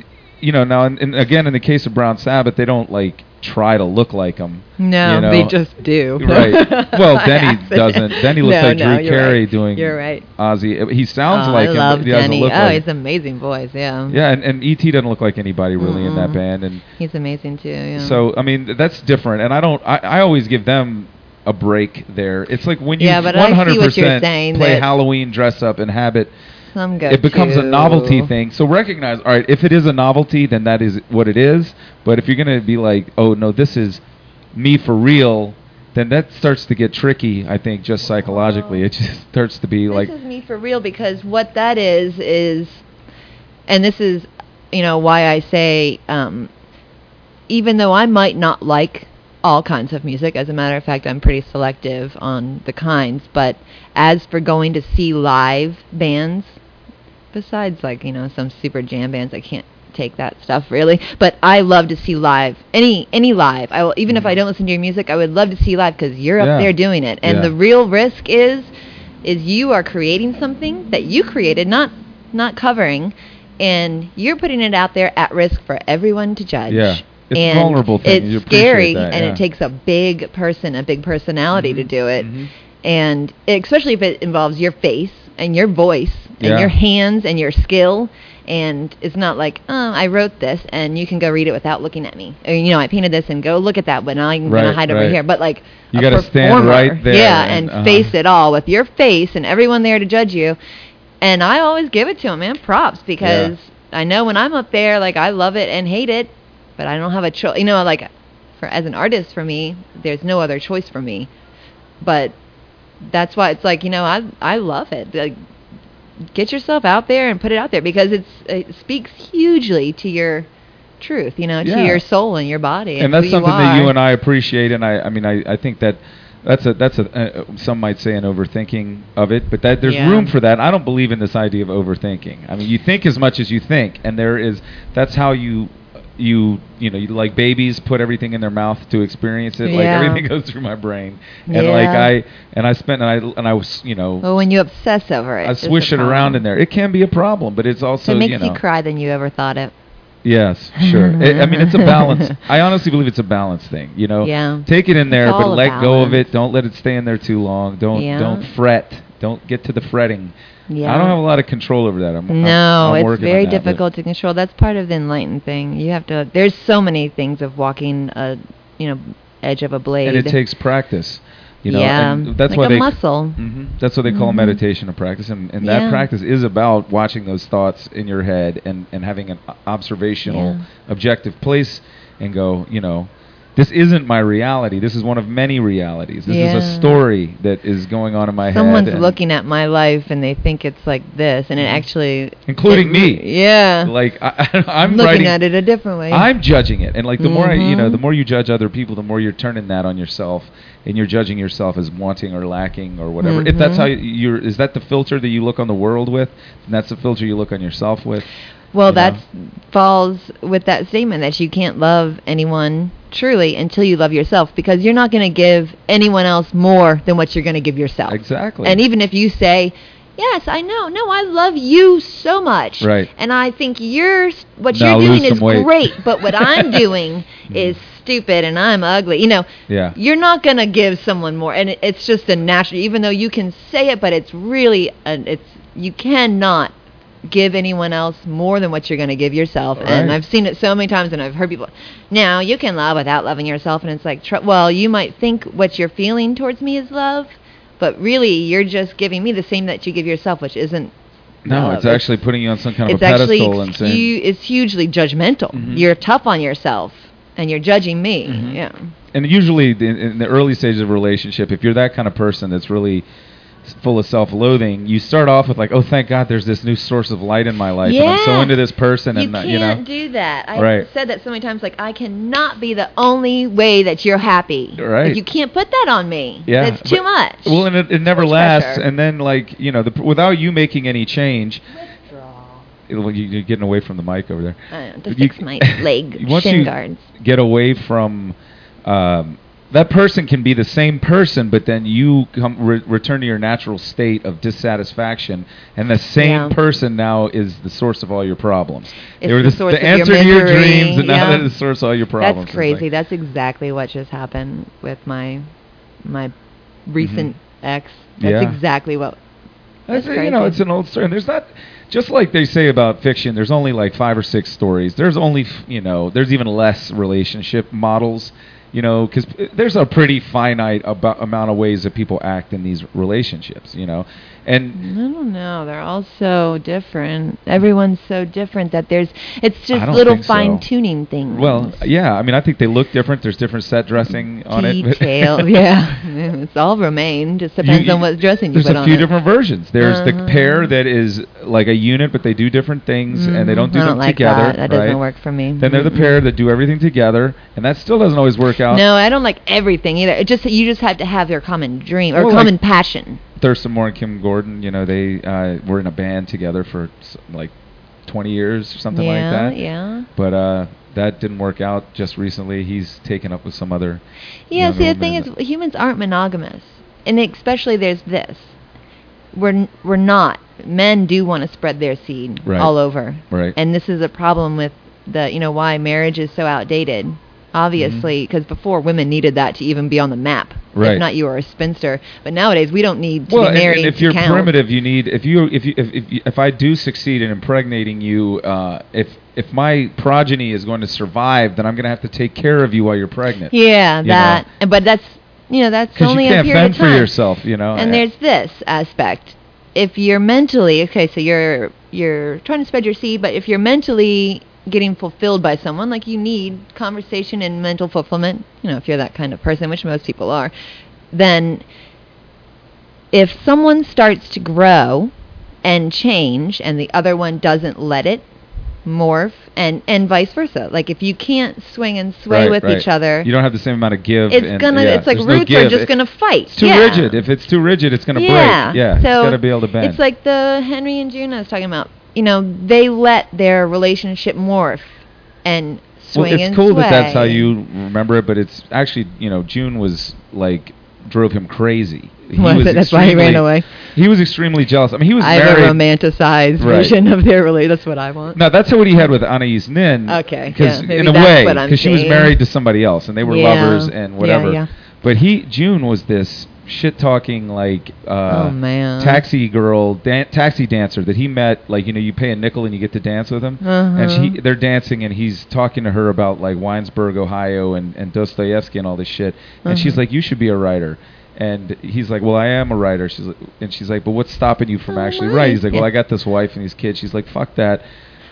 [SPEAKER 1] you know now, and, and again, in the case of Brown Sabbath, they don't like try to look like them.
[SPEAKER 2] no,
[SPEAKER 1] you know?
[SPEAKER 2] they just do.
[SPEAKER 1] Right. Well,
[SPEAKER 2] By
[SPEAKER 1] Denny
[SPEAKER 2] accident.
[SPEAKER 1] doesn't. Denny looks
[SPEAKER 2] No,
[SPEAKER 1] like
[SPEAKER 2] no,
[SPEAKER 1] Drew
[SPEAKER 2] you're
[SPEAKER 1] Carey
[SPEAKER 2] right.
[SPEAKER 1] doing
[SPEAKER 2] You're right.
[SPEAKER 1] Ozzy. He sounds
[SPEAKER 2] Oh,
[SPEAKER 1] like
[SPEAKER 2] I
[SPEAKER 1] him,
[SPEAKER 2] love
[SPEAKER 1] but he doesn't
[SPEAKER 2] Denny.
[SPEAKER 1] look
[SPEAKER 2] oh,
[SPEAKER 1] like
[SPEAKER 2] he's amazing voice. Yeah.
[SPEAKER 1] Yeah, and, and E.T. doesn't look like anybody really in that
[SPEAKER 2] Mm-mm.
[SPEAKER 1] band. And
[SPEAKER 2] He's amazing too. Yeah.
[SPEAKER 1] so, I mean, th- that's different. And I don't, I, I always give them a break there. It's like when you
[SPEAKER 2] Yeah, but I see
[SPEAKER 1] 100%
[SPEAKER 2] what you're saying,
[SPEAKER 1] play
[SPEAKER 2] that-
[SPEAKER 1] Halloween, dress up, and habit,
[SPEAKER 2] some go.
[SPEAKER 1] it becomes a
[SPEAKER 2] to-
[SPEAKER 1] novelty thing. So recognize, all right, if it is a novelty, then that is what it is. But if you're going to be like, oh, no, this is me for real. Then that starts to get tricky, I think, just psychologically. It just starts to be like,
[SPEAKER 2] this is me for real because what that is is, and this is, you know, why I say, um, even though I might not like all kinds of music, as a matter of fact, I'm pretty selective on the kinds. But as for going to see live bands, besides like you know some super jam bands, I can't take that stuff really. But I love to see live any any live. I will even if I don't listen to your music, I would love to see you live because you're
[SPEAKER 1] Mm-hmm. Yeah.
[SPEAKER 2] up there doing it. And
[SPEAKER 1] Yeah.
[SPEAKER 2] the real risk is is you are creating something that you created, not not covering, and you're putting it out there at risk for everyone to judge.
[SPEAKER 1] Yeah. It's a
[SPEAKER 2] and
[SPEAKER 1] vulnerable thing.
[SPEAKER 2] It's
[SPEAKER 1] You appreciate
[SPEAKER 2] scary,
[SPEAKER 1] that,
[SPEAKER 2] and
[SPEAKER 1] yeah.
[SPEAKER 2] it takes a big person, a big personality to do it,
[SPEAKER 1] Mhm.
[SPEAKER 2] and especially if it involves your face and your voice and
[SPEAKER 1] Yeah.
[SPEAKER 2] your hands and your skill. And it's not like, oh, I wrote this, and you can go read it without looking at me. Or, you know, I painted this, and go look at that, but now I'm
[SPEAKER 1] Right,
[SPEAKER 2] gonna hide over
[SPEAKER 1] right.
[SPEAKER 2] here. But like,
[SPEAKER 1] You
[SPEAKER 2] a
[SPEAKER 1] gotta stand
[SPEAKER 2] performer,
[SPEAKER 1] right there
[SPEAKER 2] yeah,
[SPEAKER 1] and,
[SPEAKER 2] and,
[SPEAKER 1] uh-huh.
[SPEAKER 2] face it all with your face and everyone there to judge you. And I always give it to him, man, props because I know when I'm up there, like I love it and hate it, but I don't have a choice. You know, like for as an artist, for me, there's no other choice for me. But that's why it's like you know I I love it. Like, get yourself out there and put it out there because it's it speaks hugely to your truth. You know, to
[SPEAKER 1] Yeah.
[SPEAKER 2] your soul and your body.
[SPEAKER 1] and that's
[SPEAKER 2] who
[SPEAKER 1] something that
[SPEAKER 2] are.
[SPEAKER 1] you and I appreciate. And I, I mean, I, I think that that's a that's a uh, some might say an overthinking of it, but that there's
[SPEAKER 2] Yeah.
[SPEAKER 1] room for that. I don't believe in this idea of overthinking. I mean, you think as much as you think, and there is that's how you you you know you like babies put everything in their mouth to experience it. Like
[SPEAKER 2] Yeah.
[SPEAKER 1] everything goes through my brain, and like
[SPEAKER 2] Yeah.
[SPEAKER 1] I and I spent and I and I was you know.
[SPEAKER 2] Well, when you obsess over it,
[SPEAKER 1] I
[SPEAKER 2] it's a
[SPEAKER 1] swish it around
[SPEAKER 2] problem.
[SPEAKER 1] in there. It can be a problem, but it's also
[SPEAKER 2] it makes
[SPEAKER 1] you know.
[SPEAKER 2] cry than you ever thought it.
[SPEAKER 1] Yes, sure. I I mean, it's a balance. I honestly believe it's a balance thing. You know,
[SPEAKER 2] Yeah.
[SPEAKER 1] take it in there,
[SPEAKER 2] It's
[SPEAKER 1] but
[SPEAKER 2] all a
[SPEAKER 1] let go of
[SPEAKER 2] balance.
[SPEAKER 1] it. Don't let it stay in there too long. Don't
[SPEAKER 2] Yeah.
[SPEAKER 1] don't fret. Don't get to the fretting.
[SPEAKER 2] Yeah.
[SPEAKER 1] I don't have a lot of control over that. I'm, I'm-
[SPEAKER 2] No,
[SPEAKER 1] I'm
[SPEAKER 2] it's
[SPEAKER 1] working
[SPEAKER 2] very
[SPEAKER 1] on that, but-
[SPEAKER 2] difficult to control. That's part of the enlightened thing. You have to. There's so many things of walking a, you know, edge of a blade.
[SPEAKER 1] and it takes practice. You know,
[SPEAKER 2] Yeah,
[SPEAKER 1] and that's
[SPEAKER 2] like
[SPEAKER 1] why
[SPEAKER 2] a
[SPEAKER 1] they
[SPEAKER 2] muscle.
[SPEAKER 1] hmm That's what they call
[SPEAKER 2] Mhm.
[SPEAKER 1] meditation and practice, and, and that
[SPEAKER 2] Yeah.
[SPEAKER 1] practice is about watching those thoughts in your head and and having an o- observational,
[SPEAKER 2] Yeah.
[SPEAKER 1] objective place, and go, you know. This isn't my reality. This is one of many realities. This is
[SPEAKER 2] Yeah.
[SPEAKER 1] a story that is going on in my
[SPEAKER 2] Someone's
[SPEAKER 1] head. and- Mm-hmm.
[SPEAKER 2] looking at my life and they think it's like this, and it actually,
[SPEAKER 1] Including
[SPEAKER 2] it-
[SPEAKER 1] me.
[SPEAKER 2] Yeah,
[SPEAKER 1] Like I, I'm
[SPEAKER 2] looking
[SPEAKER 1] writing,
[SPEAKER 2] at it a different way.
[SPEAKER 1] I'm judging it, and like the more I, you know,
[SPEAKER 2] Mhm.
[SPEAKER 1] the more you judge other people, the more you're turning that on yourself, and you're judging yourself as wanting or lacking or whatever. If that's
[SPEAKER 2] Mhm.
[SPEAKER 1] how you- you're, is that the filter that you look on the world with? Then that's the filter you look on yourself with.
[SPEAKER 2] Well,
[SPEAKER 1] you know?
[SPEAKER 2] that falls with that statement that you can't love anyone truly until you love yourself because you're not going to give anyone else more than what you're going to give yourself.
[SPEAKER 1] Exactly.
[SPEAKER 2] And even if you say, "Yes, I know. No, I love you so much."
[SPEAKER 1] Right.
[SPEAKER 2] And I think you're s- what
[SPEAKER 1] Now
[SPEAKER 2] you're doing
[SPEAKER 1] lose
[SPEAKER 2] is
[SPEAKER 1] some weight. Mm.
[SPEAKER 2] great, but what I'm doing is stupid and I'm ugly. You know,
[SPEAKER 1] Yeah.
[SPEAKER 2] you're not going to give someone more and it, it's just a natural even though you can say it but it's really an, it's you cannot give anyone else more than what you're going to give yourself and
[SPEAKER 1] Right.
[SPEAKER 2] i've seen it so many times and i've heard people now you can love without loving yourself and it's like tr- well you might think what you're feeling towards me is love but really you're just giving me the same that you give yourself which isn't
[SPEAKER 1] no,
[SPEAKER 2] love.
[SPEAKER 1] it's actually putting you on some kind of a
[SPEAKER 2] it's actually
[SPEAKER 1] pedestal and saying,
[SPEAKER 2] hu- it's hugely judgmental
[SPEAKER 1] Mhm.
[SPEAKER 2] you're tough on yourself and you're judging me
[SPEAKER 1] Mhm.
[SPEAKER 2] yeah
[SPEAKER 1] and usually the, in the early stages of a relationship, if you're that kind of person that's really s- full of self-loathing, you start off with like, "Oh, thank God, there's this new source of light in my life, and I'm so
[SPEAKER 2] Yeah.
[SPEAKER 1] into this person,"
[SPEAKER 2] You
[SPEAKER 1] and uh,
[SPEAKER 2] can't
[SPEAKER 1] you know,
[SPEAKER 2] do that. I
[SPEAKER 1] Right.
[SPEAKER 2] said that so many times. Like I cannot be the only way that you're happy.
[SPEAKER 1] Right.
[SPEAKER 2] Like, you can't put that on me.
[SPEAKER 1] Yeah,
[SPEAKER 2] That's too
[SPEAKER 1] but-
[SPEAKER 2] much.
[SPEAKER 1] well, and it, it never
[SPEAKER 2] Much
[SPEAKER 1] lasts.
[SPEAKER 2] pressure.
[SPEAKER 1] And then like, you know, the, pr- without you making any change,
[SPEAKER 2] Withdraw.
[SPEAKER 1] it'll, you, you're getting away from the mic over there.
[SPEAKER 2] I don't know, to
[SPEAKER 1] You-
[SPEAKER 2] fix my leg
[SPEAKER 1] once
[SPEAKER 2] shin
[SPEAKER 1] you
[SPEAKER 2] guards.
[SPEAKER 1] get away from um, that person can be the same person, but then you come re- return to your natural state of dissatisfaction, and the same
[SPEAKER 2] Yeah.
[SPEAKER 1] person now is the source of all your problems.
[SPEAKER 2] It's
[SPEAKER 1] they were
[SPEAKER 2] the
[SPEAKER 1] s-
[SPEAKER 2] source of your
[SPEAKER 1] answer to your
[SPEAKER 2] misery,
[SPEAKER 1] dreams, and now
[SPEAKER 2] yeah.
[SPEAKER 1] they're the source of all your problems.
[SPEAKER 2] That's
[SPEAKER 1] It's
[SPEAKER 2] crazy.
[SPEAKER 1] like-
[SPEAKER 2] That's exactly what just happened with my my recent ex. That's
[SPEAKER 1] Mm-hmm. Yeah.
[SPEAKER 2] exactly what.
[SPEAKER 1] That's
[SPEAKER 2] That's
[SPEAKER 1] it, you know,
[SPEAKER 2] crazy.
[SPEAKER 1] it's an old story. And there's not, just like they say about fiction, there's only like five or six stories. There's only, f- you know, there's even less relationship models, you know, because there's a pretty finite abo- amount of ways that people act in these relationships, you know.
[SPEAKER 2] I
[SPEAKER 1] And
[SPEAKER 2] don't know. They're all so different. Everyone's so different that there's it's just
[SPEAKER 1] don't
[SPEAKER 2] little
[SPEAKER 1] think so.
[SPEAKER 2] fine tuning things.
[SPEAKER 1] well, yeah, I mean, I think they look different. There's different set dressing on it.
[SPEAKER 2] detail. yeah, it's all romaine. Just
[SPEAKER 1] You-
[SPEAKER 2] depends
[SPEAKER 1] you-
[SPEAKER 2] on what dressing you
[SPEAKER 1] There's
[SPEAKER 2] put
[SPEAKER 1] a
[SPEAKER 2] on.
[SPEAKER 1] few
[SPEAKER 2] it.
[SPEAKER 1] different versions. There's
[SPEAKER 2] Uh-huh.
[SPEAKER 1] the pair that is like a unit, but they do different things and they
[SPEAKER 2] Mhm.
[SPEAKER 1] don't do
[SPEAKER 2] I don't
[SPEAKER 1] them
[SPEAKER 2] like
[SPEAKER 1] together.
[SPEAKER 2] That, that doesn't
[SPEAKER 1] right?
[SPEAKER 2] work for me.
[SPEAKER 1] Then they're the
[SPEAKER 2] Mm-mm.
[SPEAKER 1] pair that do everything together, and that still doesn't always work out.
[SPEAKER 2] No, I don't like everything either. It just you just have to have your common dream or
[SPEAKER 1] Well, like-
[SPEAKER 2] common passion.
[SPEAKER 1] Thurston Moore and Kim Gordon, you know, they uh, were in a band together for s- like 20 years or something
[SPEAKER 2] yeah,
[SPEAKER 1] like that.
[SPEAKER 2] Yeah.
[SPEAKER 1] But uh, that didn't work out just recently. He's taken up with some other.
[SPEAKER 2] Yeah,
[SPEAKER 1] young
[SPEAKER 2] see, the
[SPEAKER 1] woman
[SPEAKER 2] thing
[SPEAKER 1] and-
[SPEAKER 2] is, humans aren't monogamous, and especially there's this. We're n- we're not. Men do want to spread their seed
[SPEAKER 1] Right.
[SPEAKER 2] all over,
[SPEAKER 1] Right.
[SPEAKER 2] and this is a problem with the you know why marriage is so outdated. Obviously, because before women needed that to even be on the map.
[SPEAKER 1] Mm-hmm. Right.
[SPEAKER 2] If not, you were a spinster. But nowadays, we don't need to
[SPEAKER 1] well,
[SPEAKER 2] be
[SPEAKER 1] and,
[SPEAKER 2] married
[SPEAKER 1] and if
[SPEAKER 2] to
[SPEAKER 1] you're
[SPEAKER 2] count.
[SPEAKER 1] primitive, you need if you if you, if, if you- if I do succeed in impregnating you, uh, if if my progeny is going to survive, then I'm going to have to take care of you while you're pregnant.
[SPEAKER 2] Yeah,
[SPEAKER 1] you know.
[SPEAKER 2] that. and But that's you know that's
[SPEAKER 1] Because
[SPEAKER 2] only
[SPEAKER 1] you
[SPEAKER 2] a
[SPEAKER 1] can't
[SPEAKER 2] period
[SPEAKER 1] fend
[SPEAKER 2] of time.
[SPEAKER 1] for yourself, you know.
[SPEAKER 2] And there's this aspect. If you're mentally okay, so you're you're trying to spread your seed, but if you're mentally getting fulfilled by someone, like you need conversation and mental fulfillment, you know, if you're that kind of person, which most people are, then if someone starts to grow and change and the other one doesn't let it morph and and vice versa. Like if you can't swing and sway
[SPEAKER 1] Right,
[SPEAKER 2] with
[SPEAKER 1] right.
[SPEAKER 2] each other,
[SPEAKER 1] You don't have the same amount of give.
[SPEAKER 2] it's
[SPEAKER 1] and-
[SPEAKER 2] gonna
[SPEAKER 1] yeah,
[SPEAKER 2] it's like
[SPEAKER 1] there's no
[SPEAKER 2] roots are
[SPEAKER 1] give.
[SPEAKER 2] just
[SPEAKER 1] It-
[SPEAKER 2] gonna fight.
[SPEAKER 1] It's too
[SPEAKER 2] yeah.
[SPEAKER 1] rigid. If it's too rigid, it's going to break. Yeah, it's
[SPEAKER 2] So
[SPEAKER 1] got to be able to bend.
[SPEAKER 2] It's like the Henry and June I was talking about. You know, they let their relationship morph and swing
[SPEAKER 1] well, it's
[SPEAKER 2] and
[SPEAKER 1] cool
[SPEAKER 2] sway.
[SPEAKER 1] that that's how you remember it, but it's actually you know June was like drove him crazy. He
[SPEAKER 2] Was it? That's why he ran
[SPEAKER 1] extremely-
[SPEAKER 2] away.
[SPEAKER 1] He was extremely jealous. I mean, he was
[SPEAKER 2] I have a
[SPEAKER 1] married.
[SPEAKER 2] romanticized
[SPEAKER 1] Right.
[SPEAKER 2] version of their relationship. That's what I want.
[SPEAKER 1] no, that's what he had with Anais Nin.
[SPEAKER 2] Okay,
[SPEAKER 1] because
[SPEAKER 2] yeah, maybe
[SPEAKER 1] in a
[SPEAKER 2] that's
[SPEAKER 1] way,
[SPEAKER 2] what I'm
[SPEAKER 1] because she was
[SPEAKER 2] saying.
[SPEAKER 1] married to somebody else, and they were
[SPEAKER 2] Yeah.
[SPEAKER 1] lovers and
[SPEAKER 2] Yeah,
[SPEAKER 1] whatever.
[SPEAKER 2] yeah.
[SPEAKER 1] But he June was this shit talking like uh,
[SPEAKER 2] Oh, man.
[SPEAKER 1] taxi girl, dan- taxi dancer that he met. Like you know, you pay a nickel and you get to dance with him.
[SPEAKER 2] Uh-huh.
[SPEAKER 1] And she, they're dancing, and he's talking to her about like Winesburg, Ohio, and, and Dostoevsky and all this shit. And she's
[SPEAKER 2] Uh-huh.
[SPEAKER 1] like, "You should be a writer." And he's like, "Well, I am a writer." She's like, and she's like, "But what's stopping you from
[SPEAKER 2] Oh,
[SPEAKER 1] actually
[SPEAKER 2] nice.
[SPEAKER 1] writing?" He's like, "Well,
[SPEAKER 2] Yeah.
[SPEAKER 1] I got this wife and these kids." She's like, "Fuck that."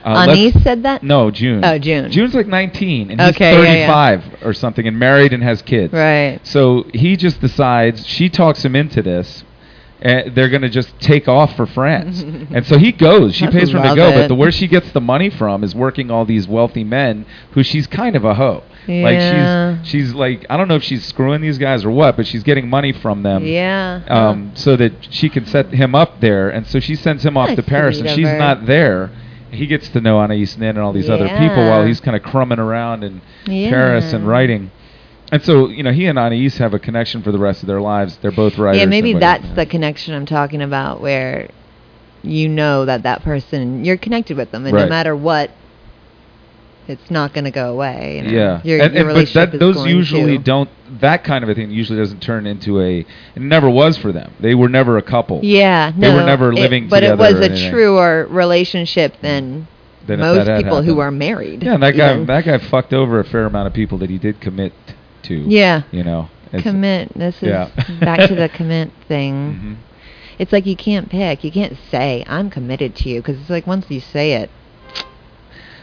[SPEAKER 1] Uh, let's-
[SPEAKER 2] Anise said that.
[SPEAKER 1] No, June.
[SPEAKER 2] Oh, June.
[SPEAKER 1] June's like 19, and he's
[SPEAKER 2] Okay, yeah, yeah.
[SPEAKER 1] 35 or something, and married and has kids.
[SPEAKER 2] Right.
[SPEAKER 1] So he just decides she talks him into this. And they're gonna just take off for France, and so he goes. She
[SPEAKER 2] I
[SPEAKER 1] pays for him to
[SPEAKER 2] love
[SPEAKER 1] go,
[SPEAKER 2] it.
[SPEAKER 1] but the where she gets the money from is working all these wealthy men who she's kind of a hoe.
[SPEAKER 2] Yeah.
[SPEAKER 1] Like she's she's like I don't know if she's screwing these guys or what, but she's getting money from them.
[SPEAKER 2] yeah.
[SPEAKER 1] Um, so that she can set him up there, and so she sends him off
[SPEAKER 2] That's
[SPEAKER 1] to Paris, and
[SPEAKER 2] sweet of
[SPEAKER 1] she's
[SPEAKER 2] her.
[SPEAKER 1] not there. He gets to know Anais Nin and all these other people while
[SPEAKER 2] Yeah.
[SPEAKER 1] he's kind of crumbing around in
[SPEAKER 2] Yeah.
[SPEAKER 1] Paris and writing. And so, you know, he and Anais have a connection for the rest of their lives. They're both writers.
[SPEAKER 2] yeah, maybe
[SPEAKER 1] and
[SPEAKER 2] that's
[SPEAKER 1] whatever.
[SPEAKER 2] the connection I'm talking about, where you know that that person you're connected with them, and
[SPEAKER 1] Right.
[SPEAKER 2] no matter what, it's not going to go away. you know?
[SPEAKER 1] Yeah,
[SPEAKER 2] your,
[SPEAKER 1] and,
[SPEAKER 2] your
[SPEAKER 1] and- but
[SPEAKER 2] relationship
[SPEAKER 1] that,
[SPEAKER 2] is
[SPEAKER 1] those
[SPEAKER 2] going
[SPEAKER 1] usually
[SPEAKER 2] to-
[SPEAKER 1] don't. That kind of a thing usually doesn't turn into a. It never was for them. They were never a couple.
[SPEAKER 2] Yeah,
[SPEAKER 1] They
[SPEAKER 2] no,
[SPEAKER 1] were never
[SPEAKER 2] it-
[SPEAKER 1] living
[SPEAKER 2] But it
[SPEAKER 1] together
[SPEAKER 2] was
[SPEAKER 1] or
[SPEAKER 2] a
[SPEAKER 1] anything.
[SPEAKER 2] truer relationship than
[SPEAKER 1] Then Mm. if that
[SPEAKER 2] most
[SPEAKER 1] had
[SPEAKER 2] people who
[SPEAKER 1] happened-
[SPEAKER 2] are married.
[SPEAKER 1] Yeah, and that guy.
[SPEAKER 2] even.
[SPEAKER 1] That guy fucked over a fair amount of people that he did commit to.
[SPEAKER 2] Yeah.
[SPEAKER 1] You know. It's-
[SPEAKER 2] commit. This is
[SPEAKER 1] Yeah.
[SPEAKER 2] back to the commit thing.
[SPEAKER 1] Mhm.
[SPEAKER 2] It's like you can't pick. You can't say I'm committed to you because it's like once you say it, it's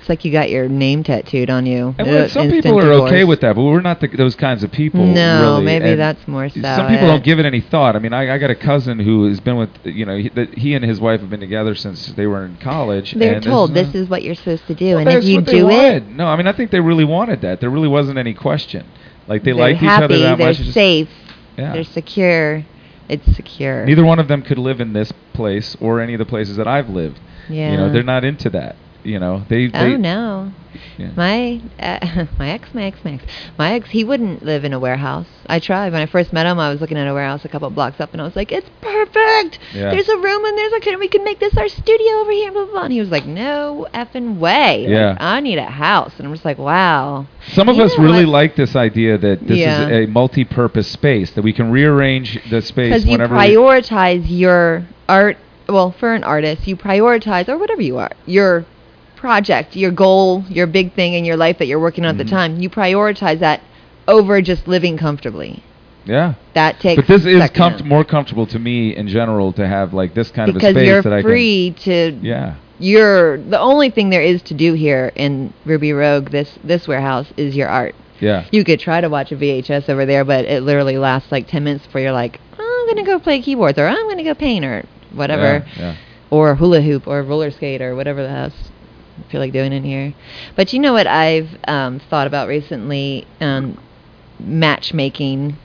[SPEAKER 2] It's like you got your name tattooed on you.
[SPEAKER 1] And
[SPEAKER 2] Uh,
[SPEAKER 1] well, some
[SPEAKER 2] instant
[SPEAKER 1] people are okay
[SPEAKER 2] divorce.
[SPEAKER 1] with that, but we're not the, those kinds of people.
[SPEAKER 2] No,
[SPEAKER 1] really.
[SPEAKER 2] maybe
[SPEAKER 1] And
[SPEAKER 2] that's more so.
[SPEAKER 1] Some people
[SPEAKER 2] it.
[SPEAKER 1] don't give it any thought. I mean, I, I got a cousin who has been with, you know, he, that he and his wife have been together since they were in college.
[SPEAKER 2] They're
[SPEAKER 1] and
[SPEAKER 2] told
[SPEAKER 1] uh,
[SPEAKER 2] this is what you're supposed to do,
[SPEAKER 1] well,
[SPEAKER 2] and if
[SPEAKER 1] that's
[SPEAKER 2] you
[SPEAKER 1] what they
[SPEAKER 2] do it,
[SPEAKER 1] wanted. no, I mean, I think they really wanted that. There really wasn't any question. Like they
[SPEAKER 2] they're
[SPEAKER 1] liked
[SPEAKER 2] happy,
[SPEAKER 1] each other that
[SPEAKER 2] they're
[SPEAKER 1] much. it just-
[SPEAKER 2] safe,
[SPEAKER 1] yeah.
[SPEAKER 2] they're secure. It's secure.
[SPEAKER 1] Neither one of them could live in this place or any of the places that I've lived.
[SPEAKER 2] yeah.
[SPEAKER 1] You know, they're not into that. You know, they. they
[SPEAKER 2] Oh no.
[SPEAKER 1] Yeah.
[SPEAKER 2] My uh, my ex, my ex, my ex, my ex. He wouldn't live in a warehouse. I tried when I first met him. I was looking at a warehouse a couple blocks up, and I was like, "It's perfect.
[SPEAKER 1] Yeah.
[SPEAKER 2] There's a room and there's a kitchen. We can make this our studio over here." Blah blah. blah." And he was like, "No effing way. Like,
[SPEAKER 1] Yeah.
[SPEAKER 2] I need a house." And I'm just like, "Wow."
[SPEAKER 1] Some of
[SPEAKER 2] You
[SPEAKER 1] us
[SPEAKER 2] know
[SPEAKER 1] really
[SPEAKER 2] what?
[SPEAKER 1] like this idea that this
[SPEAKER 2] Yeah.
[SPEAKER 1] is a multi-purpose space that we can rearrange the space
[SPEAKER 2] Because you
[SPEAKER 1] whenever. we,
[SPEAKER 2] prioritize your art. Well, for an artist, you prioritize or whatever you are your project, your goal, your big thing in your life that you're working on at
[SPEAKER 1] Mhm.
[SPEAKER 2] the time. You prioritize that over just living comfortably.
[SPEAKER 1] yeah,
[SPEAKER 2] That takes.
[SPEAKER 1] but this is
[SPEAKER 2] second.
[SPEAKER 1] comf- more comfortable to me in general to have like this kind
[SPEAKER 2] because
[SPEAKER 1] of a space
[SPEAKER 2] you're
[SPEAKER 1] that I
[SPEAKER 2] free
[SPEAKER 1] can.
[SPEAKER 2] to.
[SPEAKER 1] Yeah,
[SPEAKER 2] You're the only thing there is to do here in Ruby Rogue. This this warehouse is your art.
[SPEAKER 1] yeah.
[SPEAKER 2] You could try to watch a VHS over there, but it literally lasts like ten minutes before you're like, "Oh, I'm gonna go play keyboards or I'm gonna go paint or whatever.
[SPEAKER 1] Yeah, yeah.
[SPEAKER 2] or hula hoop or roller skate or whatever the house I feel like doing in here. But you know what I've um, thought about recently? Um, matchmaking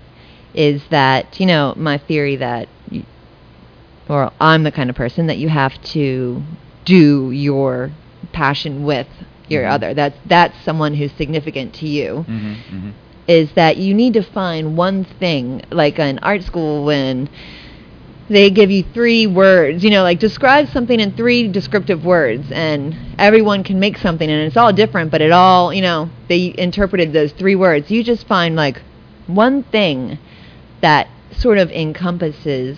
[SPEAKER 2] is that you know my theory that, you, or I'm the kind of person that you have to do your passion with your
[SPEAKER 1] Mhm.
[SPEAKER 2] other. That's that's someone who's significant to you
[SPEAKER 1] hmm hmm
[SPEAKER 2] is that you need to find one thing, like in art school when they give you three words, you know, like describe something in three descriptive words, and everyone can make something, and it's all different, but it all, you know, they interpreted those three words. You just find like one thing that sort of encompasses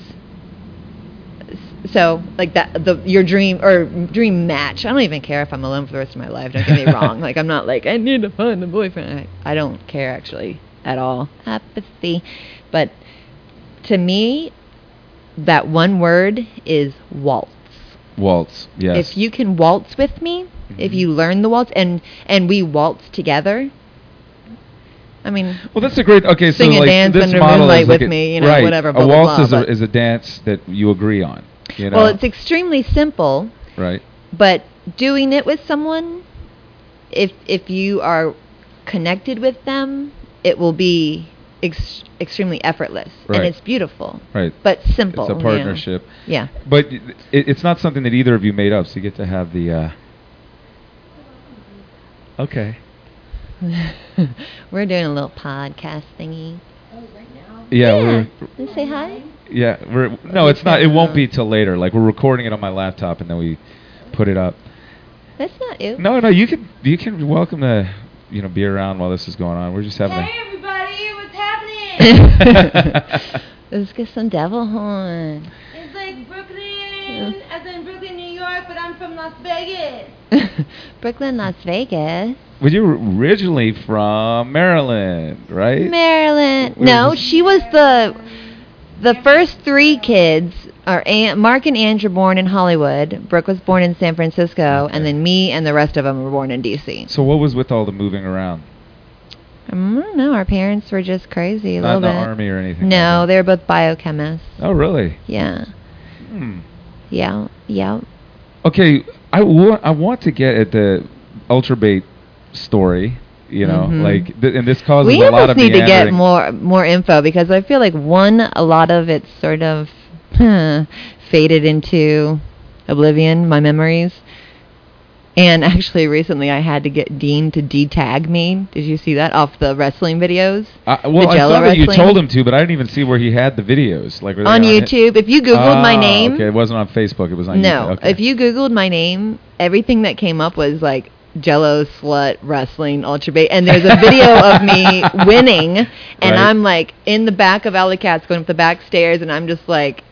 [SPEAKER 2] so like that the your dream or dream match i don't even care if i'm alone for the rest of my life don't get me wrong like i'm not like i need to find a boyfriend i, I don't care actually at all apathy but to me that one word is waltz
[SPEAKER 1] Waltz. Yes.
[SPEAKER 2] if you can waltz with me if
[SPEAKER 1] Mhm.
[SPEAKER 2] you learn the waltz and and we waltz together i mean
[SPEAKER 1] Well, that's a great. Okay,
[SPEAKER 2] Sing
[SPEAKER 1] so
[SPEAKER 2] and
[SPEAKER 1] like
[SPEAKER 2] dance
[SPEAKER 1] this
[SPEAKER 2] under
[SPEAKER 1] model
[SPEAKER 2] moonlight
[SPEAKER 1] is like
[SPEAKER 2] with
[SPEAKER 1] a-
[SPEAKER 2] me, you know,
[SPEAKER 1] right,
[SPEAKER 2] whatever,
[SPEAKER 1] A
[SPEAKER 2] blah, blah,
[SPEAKER 1] waltz
[SPEAKER 2] blah,
[SPEAKER 1] is a
[SPEAKER 2] but-
[SPEAKER 1] is a dance that you agree on. You know.
[SPEAKER 2] well it's extremely simple
[SPEAKER 1] right.
[SPEAKER 2] but doing it with someone if if you are connected with them it will be ex- extremely effortless
[SPEAKER 1] Right.
[SPEAKER 2] and it's beautiful
[SPEAKER 1] Right.
[SPEAKER 2] but simple
[SPEAKER 1] It's a
[SPEAKER 2] you know.
[SPEAKER 1] partnership.
[SPEAKER 2] yeah
[SPEAKER 1] But it, it's not something that either of you made up, so you get to have the. Uh, okay.
[SPEAKER 2] we're doing a little podcast thingy
[SPEAKER 3] Oh,
[SPEAKER 1] Yeah. We're,
[SPEAKER 2] Can you say hi
[SPEAKER 1] yeah. We're, no, it's not. It won't be till later. Like we're recording it on my laptop, and then we put it up.
[SPEAKER 2] that's not you
[SPEAKER 1] No, no. You can. You can. Welcome to. You know, be around while this is going on. We're just having.
[SPEAKER 3] Hey everybody, what's happening?
[SPEAKER 1] A
[SPEAKER 2] let's get some devil horn
[SPEAKER 3] it's like Brooklyn, as in Brooklyn, New York, but I'm from Las Vegas.
[SPEAKER 2] brooklyn las vegas
[SPEAKER 1] Well, you were originally from Maryland, right?
[SPEAKER 2] maryland
[SPEAKER 1] We're
[SPEAKER 2] no
[SPEAKER 1] just-
[SPEAKER 2] she was the the first three kids are An- Mark and Andrew born in Hollywood. Brooke was born in San Francisco,
[SPEAKER 1] Okay.
[SPEAKER 2] and then me and the rest of them were born in D.C.
[SPEAKER 1] so what was with all the moving around?
[SPEAKER 2] Mm, I don't know. Our parents were just crazy a
[SPEAKER 1] Not
[SPEAKER 2] little
[SPEAKER 1] in the
[SPEAKER 2] bit.
[SPEAKER 1] army or anything.
[SPEAKER 2] no,
[SPEAKER 1] like
[SPEAKER 2] they were both biochemists.
[SPEAKER 1] that. Oh, really?
[SPEAKER 2] Yeah,
[SPEAKER 1] Hmm.
[SPEAKER 2] yeah, yeah.
[SPEAKER 1] Okay, I wa- I want to get at the ultra bait story. You know,
[SPEAKER 2] Mhm.
[SPEAKER 1] like, th- and this causes
[SPEAKER 2] we
[SPEAKER 1] a lot
[SPEAKER 2] almost
[SPEAKER 1] of
[SPEAKER 2] need to get
[SPEAKER 1] meandering.
[SPEAKER 2] more more info because I feel like one a lot of it's sort of huh, faded into oblivion, my memories. And actually, recently I had to get Dean to detag me. Did you see that off the wrestling videos
[SPEAKER 1] I, well, I
[SPEAKER 2] Jello
[SPEAKER 1] saw that you
[SPEAKER 2] wrestling.
[SPEAKER 1] told him to, but I didn't even see where he had the videos. Like were they
[SPEAKER 2] on
[SPEAKER 1] hi-
[SPEAKER 2] YouTube? If you googled my
[SPEAKER 1] Ah,
[SPEAKER 2] name,
[SPEAKER 1] Okay, it wasn't on Facebook. It was on
[SPEAKER 2] no.
[SPEAKER 1] YouTube. Okay.
[SPEAKER 2] If you googled my name, everything that came up was like Jello slut wrestling ultra bait, and there's a video of me winning, and
[SPEAKER 1] Right.
[SPEAKER 2] I'm like in the back of Alley Cats going up the back stairs, and I'm just like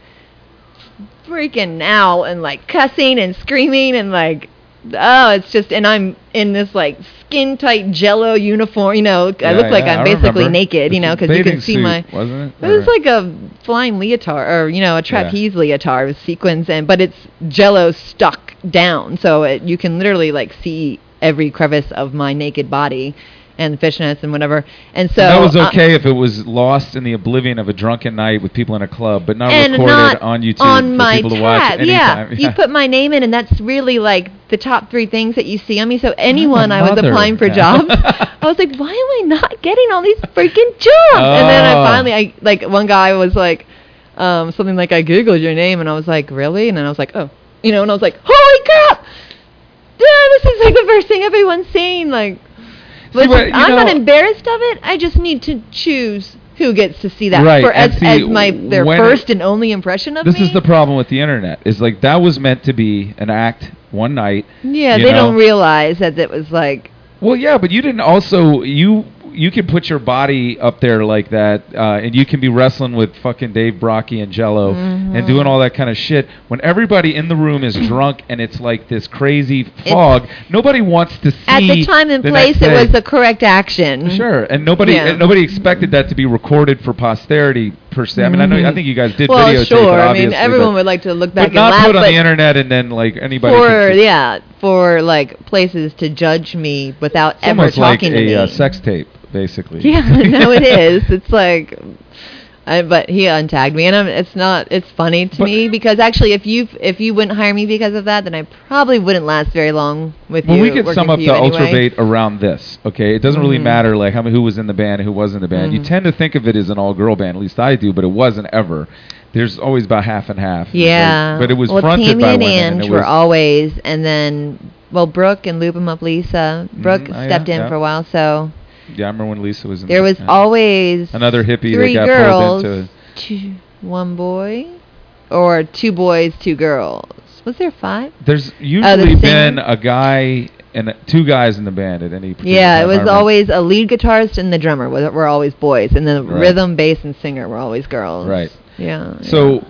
[SPEAKER 2] freaking out and like cussing and screaming and like. Oh, it's just, and I'm in this like skin tight Jello uniform. You know, I
[SPEAKER 1] Yeah,
[SPEAKER 2] look like
[SPEAKER 1] yeah,
[SPEAKER 2] I'm
[SPEAKER 1] I
[SPEAKER 2] basically
[SPEAKER 1] remember.
[SPEAKER 2] naked. You
[SPEAKER 1] It's
[SPEAKER 2] know,
[SPEAKER 1] a
[SPEAKER 2] because you
[SPEAKER 1] bathing
[SPEAKER 2] can see
[SPEAKER 1] suit,
[SPEAKER 2] my
[SPEAKER 1] Wasn't it?
[SPEAKER 2] it was like a flying leotard, or you know, a trapeze leotard with sequins, and but it's Jello stuck down, so it, you can literally like see every crevice of my naked body and fishnets and whatever. And so
[SPEAKER 1] that was
[SPEAKER 2] uh,
[SPEAKER 1] okay if it was lost in the oblivion of a drunken night with people in a club, but not
[SPEAKER 2] and
[SPEAKER 1] recorded
[SPEAKER 2] not
[SPEAKER 1] on YouTube
[SPEAKER 2] on
[SPEAKER 1] for
[SPEAKER 2] my
[SPEAKER 1] people to
[SPEAKER 2] tab.
[SPEAKER 1] watch
[SPEAKER 2] yeah.
[SPEAKER 1] anytime.
[SPEAKER 2] you put my name in, and that's really like the top three things that you see on me. So anyone I was
[SPEAKER 1] mother.
[SPEAKER 2] applying for
[SPEAKER 1] Yeah.
[SPEAKER 2] jobs, I was like, why am I not getting all these freaking jobs? And then I
[SPEAKER 1] Oh.
[SPEAKER 2] finally, I like one guy was like, um, something like I googled your name, and I was like, really? And then I was like, oh, you know, and I was like, holy crap! Yeah, this is like the first thing everyone's seeing. Like, but
[SPEAKER 1] what, you
[SPEAKER 2] I'm not
[SPEAKER 1] know-
[SPEAKER 2] embarrassed of it. I just need to choose who gets to see that
[SPEAKER 1] Right,
[SPEAKER 2] for
[SPEAKER 1] and
[SPEAKER 2] as,
[SPEAKER 1] see,
[SPEAKER 2] as my their
[SPEAKER 1] when-
[SPEAKER 2] first and only impression of
[SPEAKER 1] this
[SPEAKER 2] me.
[SPEAKER 1] is the problem with the internet. Is like that was meant to be an act one night.
[SPEAKER 2] Yeah,
[SPEAKER 1] you
[SPEAKER 2] they
[SPEAKER 1] know?
[SPEAKER 2] don't realize that it was like
[SPEAKER 1] Well, yeah, but you didn't also you you can put your body up there like that, uh, and you can be wrestling with fucking Dave Brockie and Jello
[SPEAKER 2] Mm-hmm.
[SPEAKER 1] and doing all that kind of shit. When everybody in the room is drunk and it's like this crazy fog, nobody wants to see.
[SPEAKER 2] at the time and
[SPEAKER 1] next
[SPEAKER 2] place it was
[SPEAKER 1] day.
[SPEAKER 2] the correct action.
[SPEAKER 1] Sure, and nobody
[SPEAKER 2] Yeah.
[SPEAKER 1] and nobody expected that to be recorded for posterity per se. I mean, I know I think you guys did
[SPEAKER 2] Mm-hmm. Well,
[SPEAKER 1] videotape
[SPEAKER 2] sure.
[SPEAKER 1] it,
[SPEAKER 2] I mean,
[SPEAKER 1] obviously,
[SPEAKER 2] everyone
[SPEAKER 1] but,
[SPEAKER 2] would like to look back
[SPEAKER 1] but
[SPEAKER 2] and
[SPEAKER 1] not
[SPEAKER 2] laugh,
[SPEAKER 1] put on
[SPEAKER 2] but
[SPEAKER 1] the internet and then like anybody.
[SPEAKER 2] for
[SPEAKER 1] can see.
[SPEAKER 2] yeah, for like places to judge me without
[SPEAKER 1] It's
[SPEAKER 2] ever
[SPEAKER 1] almost
[SPEAKER 2] talking
[SPEAKER 1] like
[SPEAKER 2] to me.
[SPEAKER 1] a uh, sex tape, basically.
[SPEAKER 2] Yeah, no, it is. It's like, I, but he untagged me, and I'm, it's not. It's funny to
[SPEAKER 1] But-
[SPEAKER 2] me because actually, if you if you wouldn't hire me because of that, then I probably wouldn't last very long with
[SPEAKER 1] Well,
[SPEAKER 2] you.
[SPEAKER 1] we could
[SPEAKER 2] working
[SPEAKER 1] sum
[SPEAKER 2] for
[SPEAKER 1] up
[SPEAKER 2] you
[SPEAKER 1] the
[SPEAKER 2] anyway. Mm-hmm.
[SPEAKER 1] Ultravate around this. Okay, it doesn't really matter like how many, who was in the band, and who wasn't in the
[SPEAKER 2] Mm.
[SPEAKER 1] band. You tend to think of it as an all-girl band, at least I do, but it wasn't ever. There's always about half and half. It was like-
[SPEAKER 2] Yeah,
[SPEAKER 1] but it was
[SPEAKER 2] well,
[SPEAKER 1] fronted
[SPEAKER 2] Tammy
[SPEAKER 1] by
[SPEAKER 2] and
[SPEAKER 1] women.
[SPEAKER 2] Ange
[SPEAKER 1] and it
[SPEAKER 2] were
[SPEAKER 1] was-
[SPEAKER 2] always, and then well, Brooke and Loop 'em up Lisa. Brooke
[SPEAKER 1] Mhm, oh, yeah,
[SPEAKER 2] stepped in
[SPEAKER 1] yeah.
[SPEAKER 2] for a while, so
[SPEAKER 1] yeah, I remember when Lisa was in.
[SPEAKER 2] there
[SPEAKER 1] the
[SPEAKER 2] was
[SPEAKER 1] band.
[SPEAKER 2] always
[SPEAKER 1] another hippie
[SPEAKER 2] three
[SPEAKER 1] that got
[SPEAKER 2] girls,
[SPEAKER 1] pulled into.
[SPEAKER 2] two, one boy, or two boys, two girls. Was there five?
[SPEAKER 1] There's usually
[SPEAKER 2] singer?
[SPEAKER 1] been a guy and uh, two guys in the band at any. particular
[SPEAKER 2] Yeah,
[SPEAKER 1] time,
[SPEAKER 2] it
[SPEAKER 1] I
[SPEAKER 2] was
[SPEAKER 1] remember.
[SPEAKER 2] always a lead guitarist and the drummer were, were always boys, and the
[SPEAKER 1] Right.
[SPEAKER 2] rhythm, bass, and singer were always girls.
[SPEAKER 1] Right.
[SPEAKER 2] Yeah. yeah.
[SPEAKER 1] So,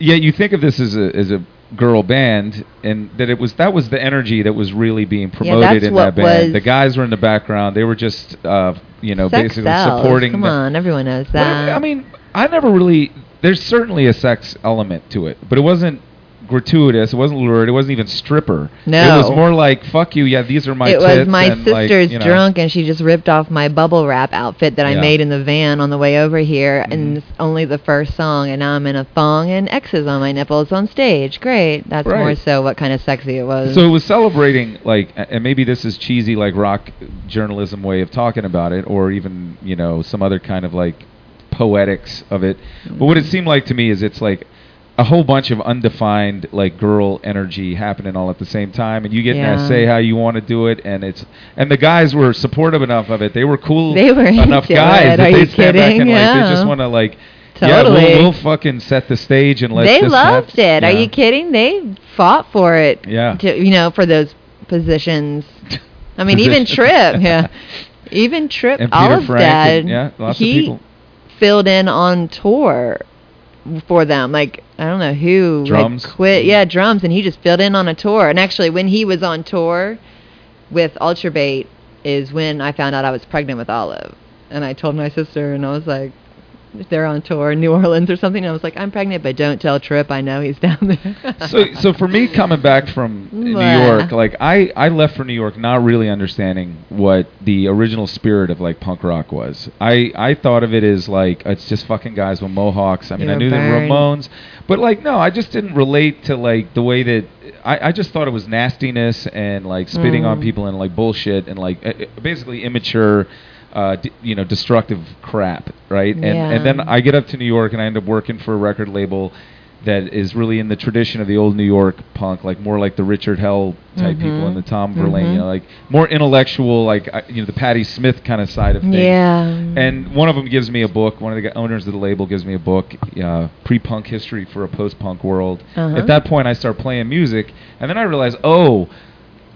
[SPEAKER 1] yeah, you think of this as a as a girl band, and that it was that was the energy that was really being promoted
[SPEAKER 2] that's
[SPEAKER 1] in that
[SPEAKER 2] what
[SPEAKER 1] band.
[SPEAKER 2] was-
[SPEAKER 1] the guys were in the background; they were just, uh, you know,
[SPEAKER 2] Sex
[SPEAKER 1] basically
[SPEAKER 2] sells.
[SPEAKER 1] supporting.
[SPEAKER 2] Come
[SPEAKER 1] the,
[SPEAKER 2] on, everyone knows
[SPEAKER 1] Well,
[SPEAKER 2] that.
[SPEAKER 1] I mean, I never really. There's certainly a sex element to it, but it wasn't gratuitous. It wasn't lurid. It wasn't even stripper.
[SPEAKER 2] No.
[SPEAKER 1] it was more like "fuck you." Yeah, these are my.
[SPEAKER 2] it was
[SPEAKER 1] tits,"
[SPEAKER 2] my
[SPEAKER 1] and, like,
[SPEAKER 2] sister's
[SPEAKER 1] you know.
[SPEAKER 2] drunk, and she just ripped off my bubble wrap outfit that I
[SPEAKER 1] Yeah. Mm-hmm.
[SPEAKER 2] made in the van on the way over here, and it's only the first song, and now I'm in a thong and X's on my nipples on stage. Great. That's more
[SPEAKER 1] Right.
[SPEAKER 2] so what kind of sexy it was.
[SPEAKER 1] So it was celebrating like, a- and maybe this is cheesy, like rock journalism way of talking about it, or even you know some other kind of like poetics of it. But what it seemed like to me is it's like a whole bunch of undefined like girl energy happening all at the same time, and you get an
[SPEAKER 2] Yeah.
[SPEAKER 1] essay how you want to do it, and it's and the guys were supportive enough of it. They were cool.
[SPEAKER 2] They were
[SPEAKER 1] enough
[SPEAKER 2] into
[SPEAKER 1] guys
[SPEAKER 2] it.
[SPEAKER 1] that
[SPEAKER 2] Are
[SPEAKER 1] they
[SPEAKER 2] you
[SPEAKER 1] stand back and
[SPEAKER 2] kidding?
[SPEAKER 1] like they
[SPEAKER 2] Yeah.
[SPEAKER 1] just want to like. Yeah,
[SPEAKER 2] Totally.
[SPEAKER 1] we'll, we'll fucking set the stage and let.
[SPEAKER 2] they
[SPEAKER 1] this hap-
[SPEAKER 2] loved it. Are
[SPEAKER 1] Yeah.
[SPEAKER 2] you kidding? They fought for it.
[SPEAKER 1] Yeah.
[SPEAKER 2] To, you know, for those positions. I mean, even
[SPEAKER 1] Positions.
[SPEAKER 2] Trip. Yeah. Even Trip
[SPEAKER 1] And Peter
[SPEAKER 2] Olive's
[SPEAKER 1] Frank
[SPEAKER 2] dad.
[SPEAKER 1] and- yeah, lots of
[SPEAKER 2] he
[SPEAKER 1] people.
[SPEAKER 2] filled in on tour for them. Like I don't know who had
[SPEAKER 1] Drums?
[SPEAKER 2] quit. Yeah, drums, and he just filled in on a tour. And actually, when he was on tour with Ultrabate, is when I found out I was pregnant with Olive, and I told my sister, and I was like. They're on tour in New Orleans or something. And I was like, I'm pregnant, but don't tell Trip. I know he's down there.
[SPEAKER 1] so so for me coming back from New
[SPEAKER 2] Blah.
[SPEAKER 1] York, like I I left for New York not really understanding what the original spirit of like punk rock was. I I thought of it as like it's just fucking guys with mohawks. I mean,
[SPEAKER 2] You
[SPEAKER 1] I
[SPEAKER 2] were
[SPEAKER 1] knew the
[SPEAKER 2] burned.
[SPEAKER 1] Ramones, but like no, I just didn't relate to like the way that I I just thought it was nastiness and like spitting
[SPEAKER 2] Mm.
[SPEAKER 1] on people and like bullshit and like uh, uh, basically immature. Uh, d- you know, destructive crap, right? And and
[SPEAKER 2] Yeah.
[SPEAKER 1] then I get up to New York and I end up working for a record label that is really in the tradition of the old New York punk, like more like the Richard Hell type
[SPEAKER 2] Mm-hmm.
[SPEAKER 1] people and the Tom Verlaine, you know, like more intellectual, like uh, you know the Patti Smith kind of side of things.
[SPEAKER 2] yeah.
[SPEAKER 1] And one of them gives me a book. One of the gu- owners of the label gives me a book, uh, pre-punk history for a post-punk world.
[SPEAKER 2] Uh-huh.
[SPEAKER 1] At that point, I start playing music, and then I realize, oh,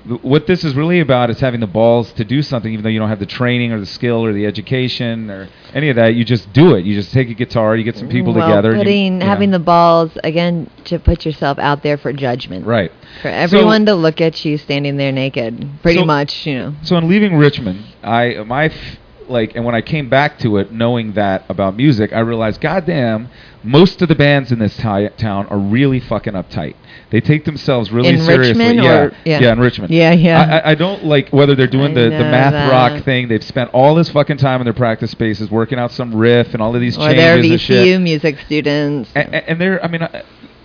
[SPEAKER 1] th- what this is really about is having the balls to do something, even though you don't have the training or the skill or the education or any of that. You just do it. You just take a guitar, you get some people
[SPEAKER 2] well,
[SPEAKER 1] together. and you-
[SPEAKER 2] Putting,
[SPEAKER 1] you know.
[SPEAKER 2] having the balls, again, to put yourself out there for judgment.
[SPEAKER 1] right.
[SPEAKER 2] For everyone to look at you standing there naked, pretty
[SPEAKER 1] So-
[SPEAKER 2] much, you know.
[SPEAKER 1] So in leaving Richmond, I my f- like, and when I came back to it, knowing that about music, I realized, goddamn, most of the bands in this ti- town are really fucking uptight. They take themselves really
[SPEAKER 2] In
[SPEAKER 1] seriously.
[SPEAKER 2] Richmond
[SPEAKER 1] yeah,
[SPEAKER 2] or- yeah.
[SPEAKER 1] in Richmond.
[SPEAKER 2] Yeah, yeah.
[SPEAKER 1] I- I, I don't like whether they're doing
[SPEAKER 2] I
[SPEAKER 1] the, the
[SPEAKER 2] know
[SPEAKER 1] math
[SPEAKER 2] that.
[SPEAKER 1] rock thing. They've spent all this fucking time in their practice spaces working out some riff and all of these
[SPEAKER 2] or
[SPEAKER 1] changes
[SPEAKER 2] they're
[SPEAKER 1] and shit. Eh,
[SPEAKER 2] VCU music students.
[SPEAKER 1] And, and there, I mean, I,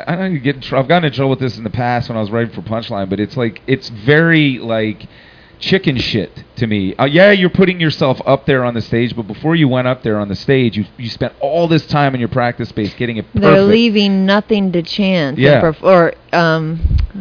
[SPEAKER 1] I don't get in trouble. I've gotten in trouble with this in the past when I was writing for Punchline, but it's like it's very like chicken shit to me. Uh, yeah, you're putting yourself up there on the stage, but before you went up there on the stage, you you spent all this time in your practice space getting it perfect.
[SPEAKER 2] They're leaving nothing to chance.
[SPEAKER 1] Yeah.
[SPEAKER 2] Or, or um,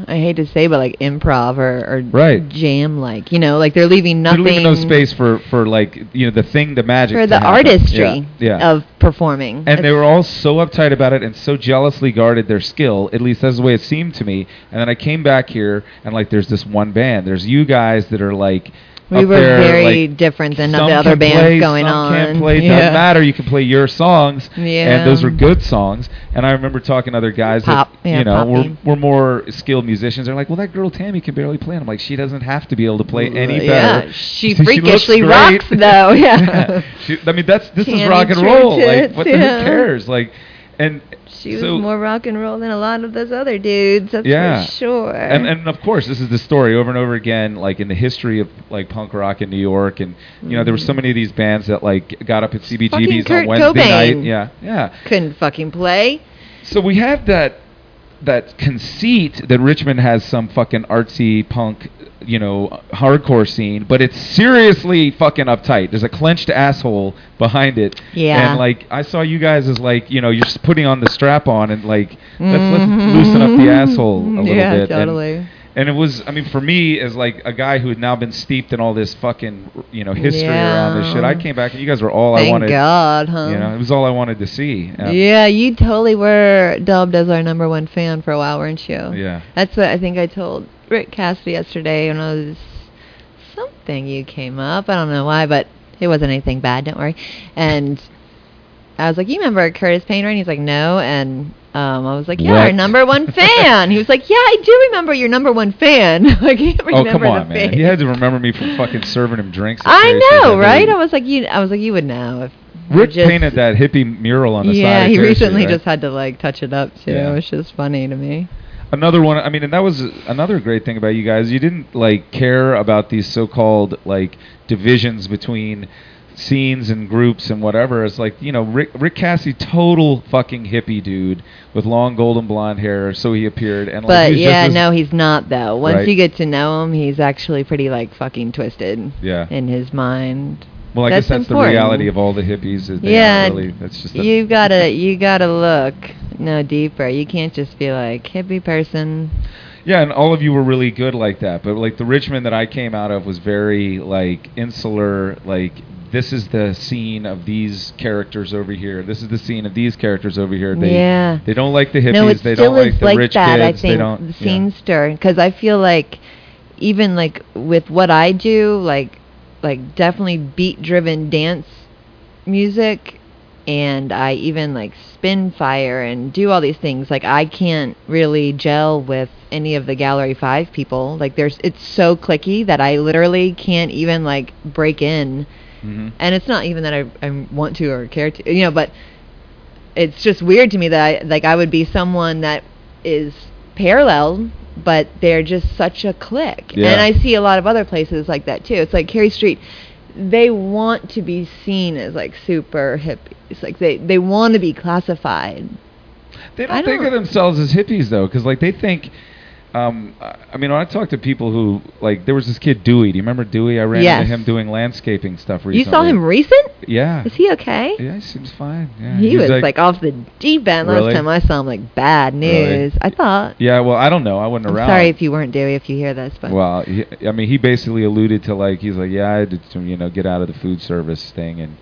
[SPEAKER 2] I hate to say, but like improv or, or
[SPEAKER 1] Right.
[SPEAKER 2] jam, like you know, like they're leaving
[SPEAKER 1] They're
[SPEAKER 2] nothing.
[SPEAKER 1] leaving no space for for like you know the thing, the magic
[SPEAKER 2] for
[SPEAKER 1] to
[SPEAKER 2] the
[SPEAKER 1] happen.
[SPEAKER 2] artistry
[SPEAKER 1] Yeah. yeah.
[SPEAKER 2] of performing.
[SPEAKER 1] and they were all so uptight about it and so jealously guarded their skill. At least that's the way it seemed to me. And then I came back here and like, there's this one band. There's you guys that are like.
[SPEAKER 2] we
[SPEAKER 1] up
[SPEAKER 2] were
[SPEAKER 1] there,
[SPEAKER 2] very
[SPEAKER 1] like,
[SPEAKER 2] different than the
[SPEAKER 1] some
[SPEAKER 2] other
[SPEAKER 1] can play,
[SPEAKER 2] bands going
[SPEAKER 1] some
[SPEAKER 2] on.
[SPEAKER 1] Can't play.
[SPEAKER 2] yeah.
[SPEAKER 1] Doesn't matter. You can play your songs,
[SPEAKER 2] Yeah.
[SPEAKER 1] and those are good songs. And I remember talking to other guys
[SPEAKER 2] Pop,
[SPEAKER 1] that
[SPEAKER 2] yeah,
[SPEAKER 1] you know were,
[SPEAKER 2] poppy.
[SPEAKER 1] were more skilled musicians. They're like, well, that girl Tammy can barely play. And I'm like, she doesn't have to be able to play any
[SPEAKER 2] Yeah,
[SPEAKER 1] better.
[SPEAKER 2] she
[SPEAKER 1] looks
[SPEAKER 2] freakishly
[SPEAKER 1] great."
[SPEAKER 2] rocks, though, yeah.
[SPEAKER 1] She- I mean, that's this
[SPEAKER 2] Tammy
[SPEAKER 1] is rock and
[SPEAKER 2] True
[SPEAKER 1] roll.
[SPEAKER 2] Tits,
[SPEAKER 1] like, what the
[SPEAKER 2] yeah.
[SPEAKER 1] who cares? Like, and
[SPEAKER 2] She
[SPEAKER 1] so-
[SPEAKER 2] was more rock and roll than a lot of those other dudes. That's
[SPEAKER 1] Yeah.
[SPEAKER 2] for sure.
[SPEAKER 1] and, and of course this is the story over and over again like in the history of like punk rock in new york and you know there were so many of these bands that like got up at
[SPEAKER 2] Mm. Fucking
[SPEAKER 1] cbgb's
[SPEAKER 2] Kurt
[SPEAKER 1] on wednesday
[SPEAKER 2] Cobain.
[SPEAKER 1] night yeah yeah
[SPEAKER 2] couldn't fucking play.
[SPEAKER 1] so we have that that conceit that richmond has some fucking artsy punk you know hardcore scene but it's seriously fucking uptight there's a clenched asshole behind it
[SPEAKER 2] Yeah.
[SPEAKER 1] and like i saw you guys as like you know you're just putting on the strap on and like let's, let's
[SPEAKER 2] Mhm.
[SPEAKER 1] loosen up the asshole a little
[SPEAKER 2] yeah,
[SPEAKER 1] bit and-
[SPEAKER 2] totally.
[SPEAKER 1] and it was, I mean, for me, as like a guy who had now been steeped in all this fucking, you know, history around this shit,
[SPEAKER 2] Yeah.
[SPEAKER 1] I came back and you guys were all
[SPEAKER 2] Thank
[SPEAKER 1] I wanted.
[SPEAKER 2] God, huh?
[SPEAKER 1] You know, it was all I wanted to see. Um,
[SPEAKER 2] yeah. you totally were dubbed as our number one fan for a while, weren't you?
[SPEAKER 1] Yeah.
[SPEAKER 2] That's what I think I told Rick Cassidy yesterday when I was something you came up. I don't know why, but it wasn't anything bad, don't worry. And I was like, You remember Curtis Painter? And he's like, No and um, I was like, Yeah, our
[SPEAKER 1] What?
[SPEAKER 2] number one fan. he was like, Yeah, I do remember your number one fan. like he remember
[SPEAKER 1] Oh, come
[SPEAKER 2] the
[SPEAKER 1] on, man.
[SPEAKER 2] face.
[SPEAKER 1] He had to remember me from fucking serving him drinks. at
[SPEAKER 2] I
[SPEAKER 1] Ferris
[SPEAKER 2] know,
[SPEAKER 1] Bueller.
[SPEAKER 2] right? I was like, you. I was like, you would know. If you
[SPEAKER 1] Rick
[SPEAKER 2] just-
[SPEAKER 1] painted that hippie mural on the side.
[SPEAKER 2] Yeah,
[SPEAKER 1] of
[SPEAKER 2] he
[SPEAKER 1] Ferris
[SPEAKER 2] recently
[SPEAKER 1] Bueller, right?
[SPEAKER 2] just had to like touch it up too,
[SPEAKER 1] Yeah.
[SPEAKER 2] which is funny to me.
[SPEAKER 1] another one i mean and that was another great thing about you guys you didn't like care about these so-called like divisions between scenes and groups and whatever it's like you know rick, rick cassie total fucking hippie dude with long golden blonde hair so he appeared and like he
[SPEAKER 2] But
[SPEAKER 1] was
[SPEAKER 2] yeah,
[SPEAKER 1] just as-
[SPEAKER 2] no, he's not though. Once
[SPEAKER 1] Right.
[SPEAKER 2] you get to know him, he's actually pretty like fucking twisted
[SPEAKER 1] yeah
[SPEAKER 2] in his mind.
[SPEAKER 1] well i
[SPEAKER 2] that's
[SPEAKER 1] guess that's
[SPEAKER 2] important.
[SPEAKER 1] the reality of all the hippies is they
[SPEAKER 2] Yeah,
[SPEAKER 1] yeah really, that's just a-
[SPEAKER 2] You gotta, you gotta look no deeper. You can't just be like hippie person.
[SPEAKER 1] Yeah, and all of you were really good like that. But like the Richmond that I came out of was very like insular, like this is the scene of these characters over here. This is the scene of these characters over here. They
[SPEAKER 2] yeah.
[SPEAKER 1] they don't like the hippies,
[SPEAKER 2] no, it
[SPEAKER 1] they
[SPEAKER 2] still
[SPEAKER 1] don't like
[SPEAKER 2] is
[SPEAKER 1] the
[SPEAKER 2] like
[SPEAKER 1] rich
[SPEAKER 2] that.
[SPEAKER 1] kids,
[SPEAKER 2] I think
[SPEAKER 1] they don't
[SPEAKER 2] the
[SPEAKER 1] yeah.
[SPEAKER 2] scene stir because I feel like even like with what I do, like like definitely beat driven dance music, and I even like spin fire and do all these things. Like I can't really gel with any of the Gallery Five people. Like there's it's so clicky that I literally can't even like break in
[SPEAKER 1] Mhm.
[SPEAKER 2] and it's not even that I, I want to or care to, you know, but it's just weird to me that I like I would be someone that is parallel, but they're just such a clique.
[SPEAKER 1] Yeah.
[SPEAKER 2] And I see a lot of other places like that too. It's like Carey Street, they want to be seen as like super hippies. Like they they want to be classified.
[SPEAKER 1] They
[SPEAKER 2] I
[SPEAKER 1] don't think
[SPEAKER 2] don't-
[SPEAKER 1] of themselves as hippies though, because like they think. Um, I I mean, when I talk to people who like, there was this kid Dewey. Do you remember Dewey? I ran
[SPEAKER 2] Yes.
[SPEAKER 1] into him doing landscaping stuff recently.
[SPEAKER 2] You saw him recent?
[SPEAKER 1] yeah.
[SPEAKER 2] Is he okay?
[SPEAKER 1] Yeah, he seems fine. Yeah,
[SPEAKER 2] He
[SPEAKER 1] he's,
[SPEAKER 2] was like, off the deep end last
[SPEAKER 1] Really?
[SPEAKER 2] time I saw him. Like bad
[SPEAKER 1] Really?
[SPEAKER 2] news. I thought.
[SPEAKER 1] Yeah, well, I don't know. I wasn't
[SPEAKER 2] I'm
[SPEAKER 1] around.
[SPEAKER 2] sorry if you weren't Dewey. If you hear this, but
[SPEAKER 1] Well, he, I mean, he basically alluded to like he's like, yeah, I had to you know get out of the food service thing and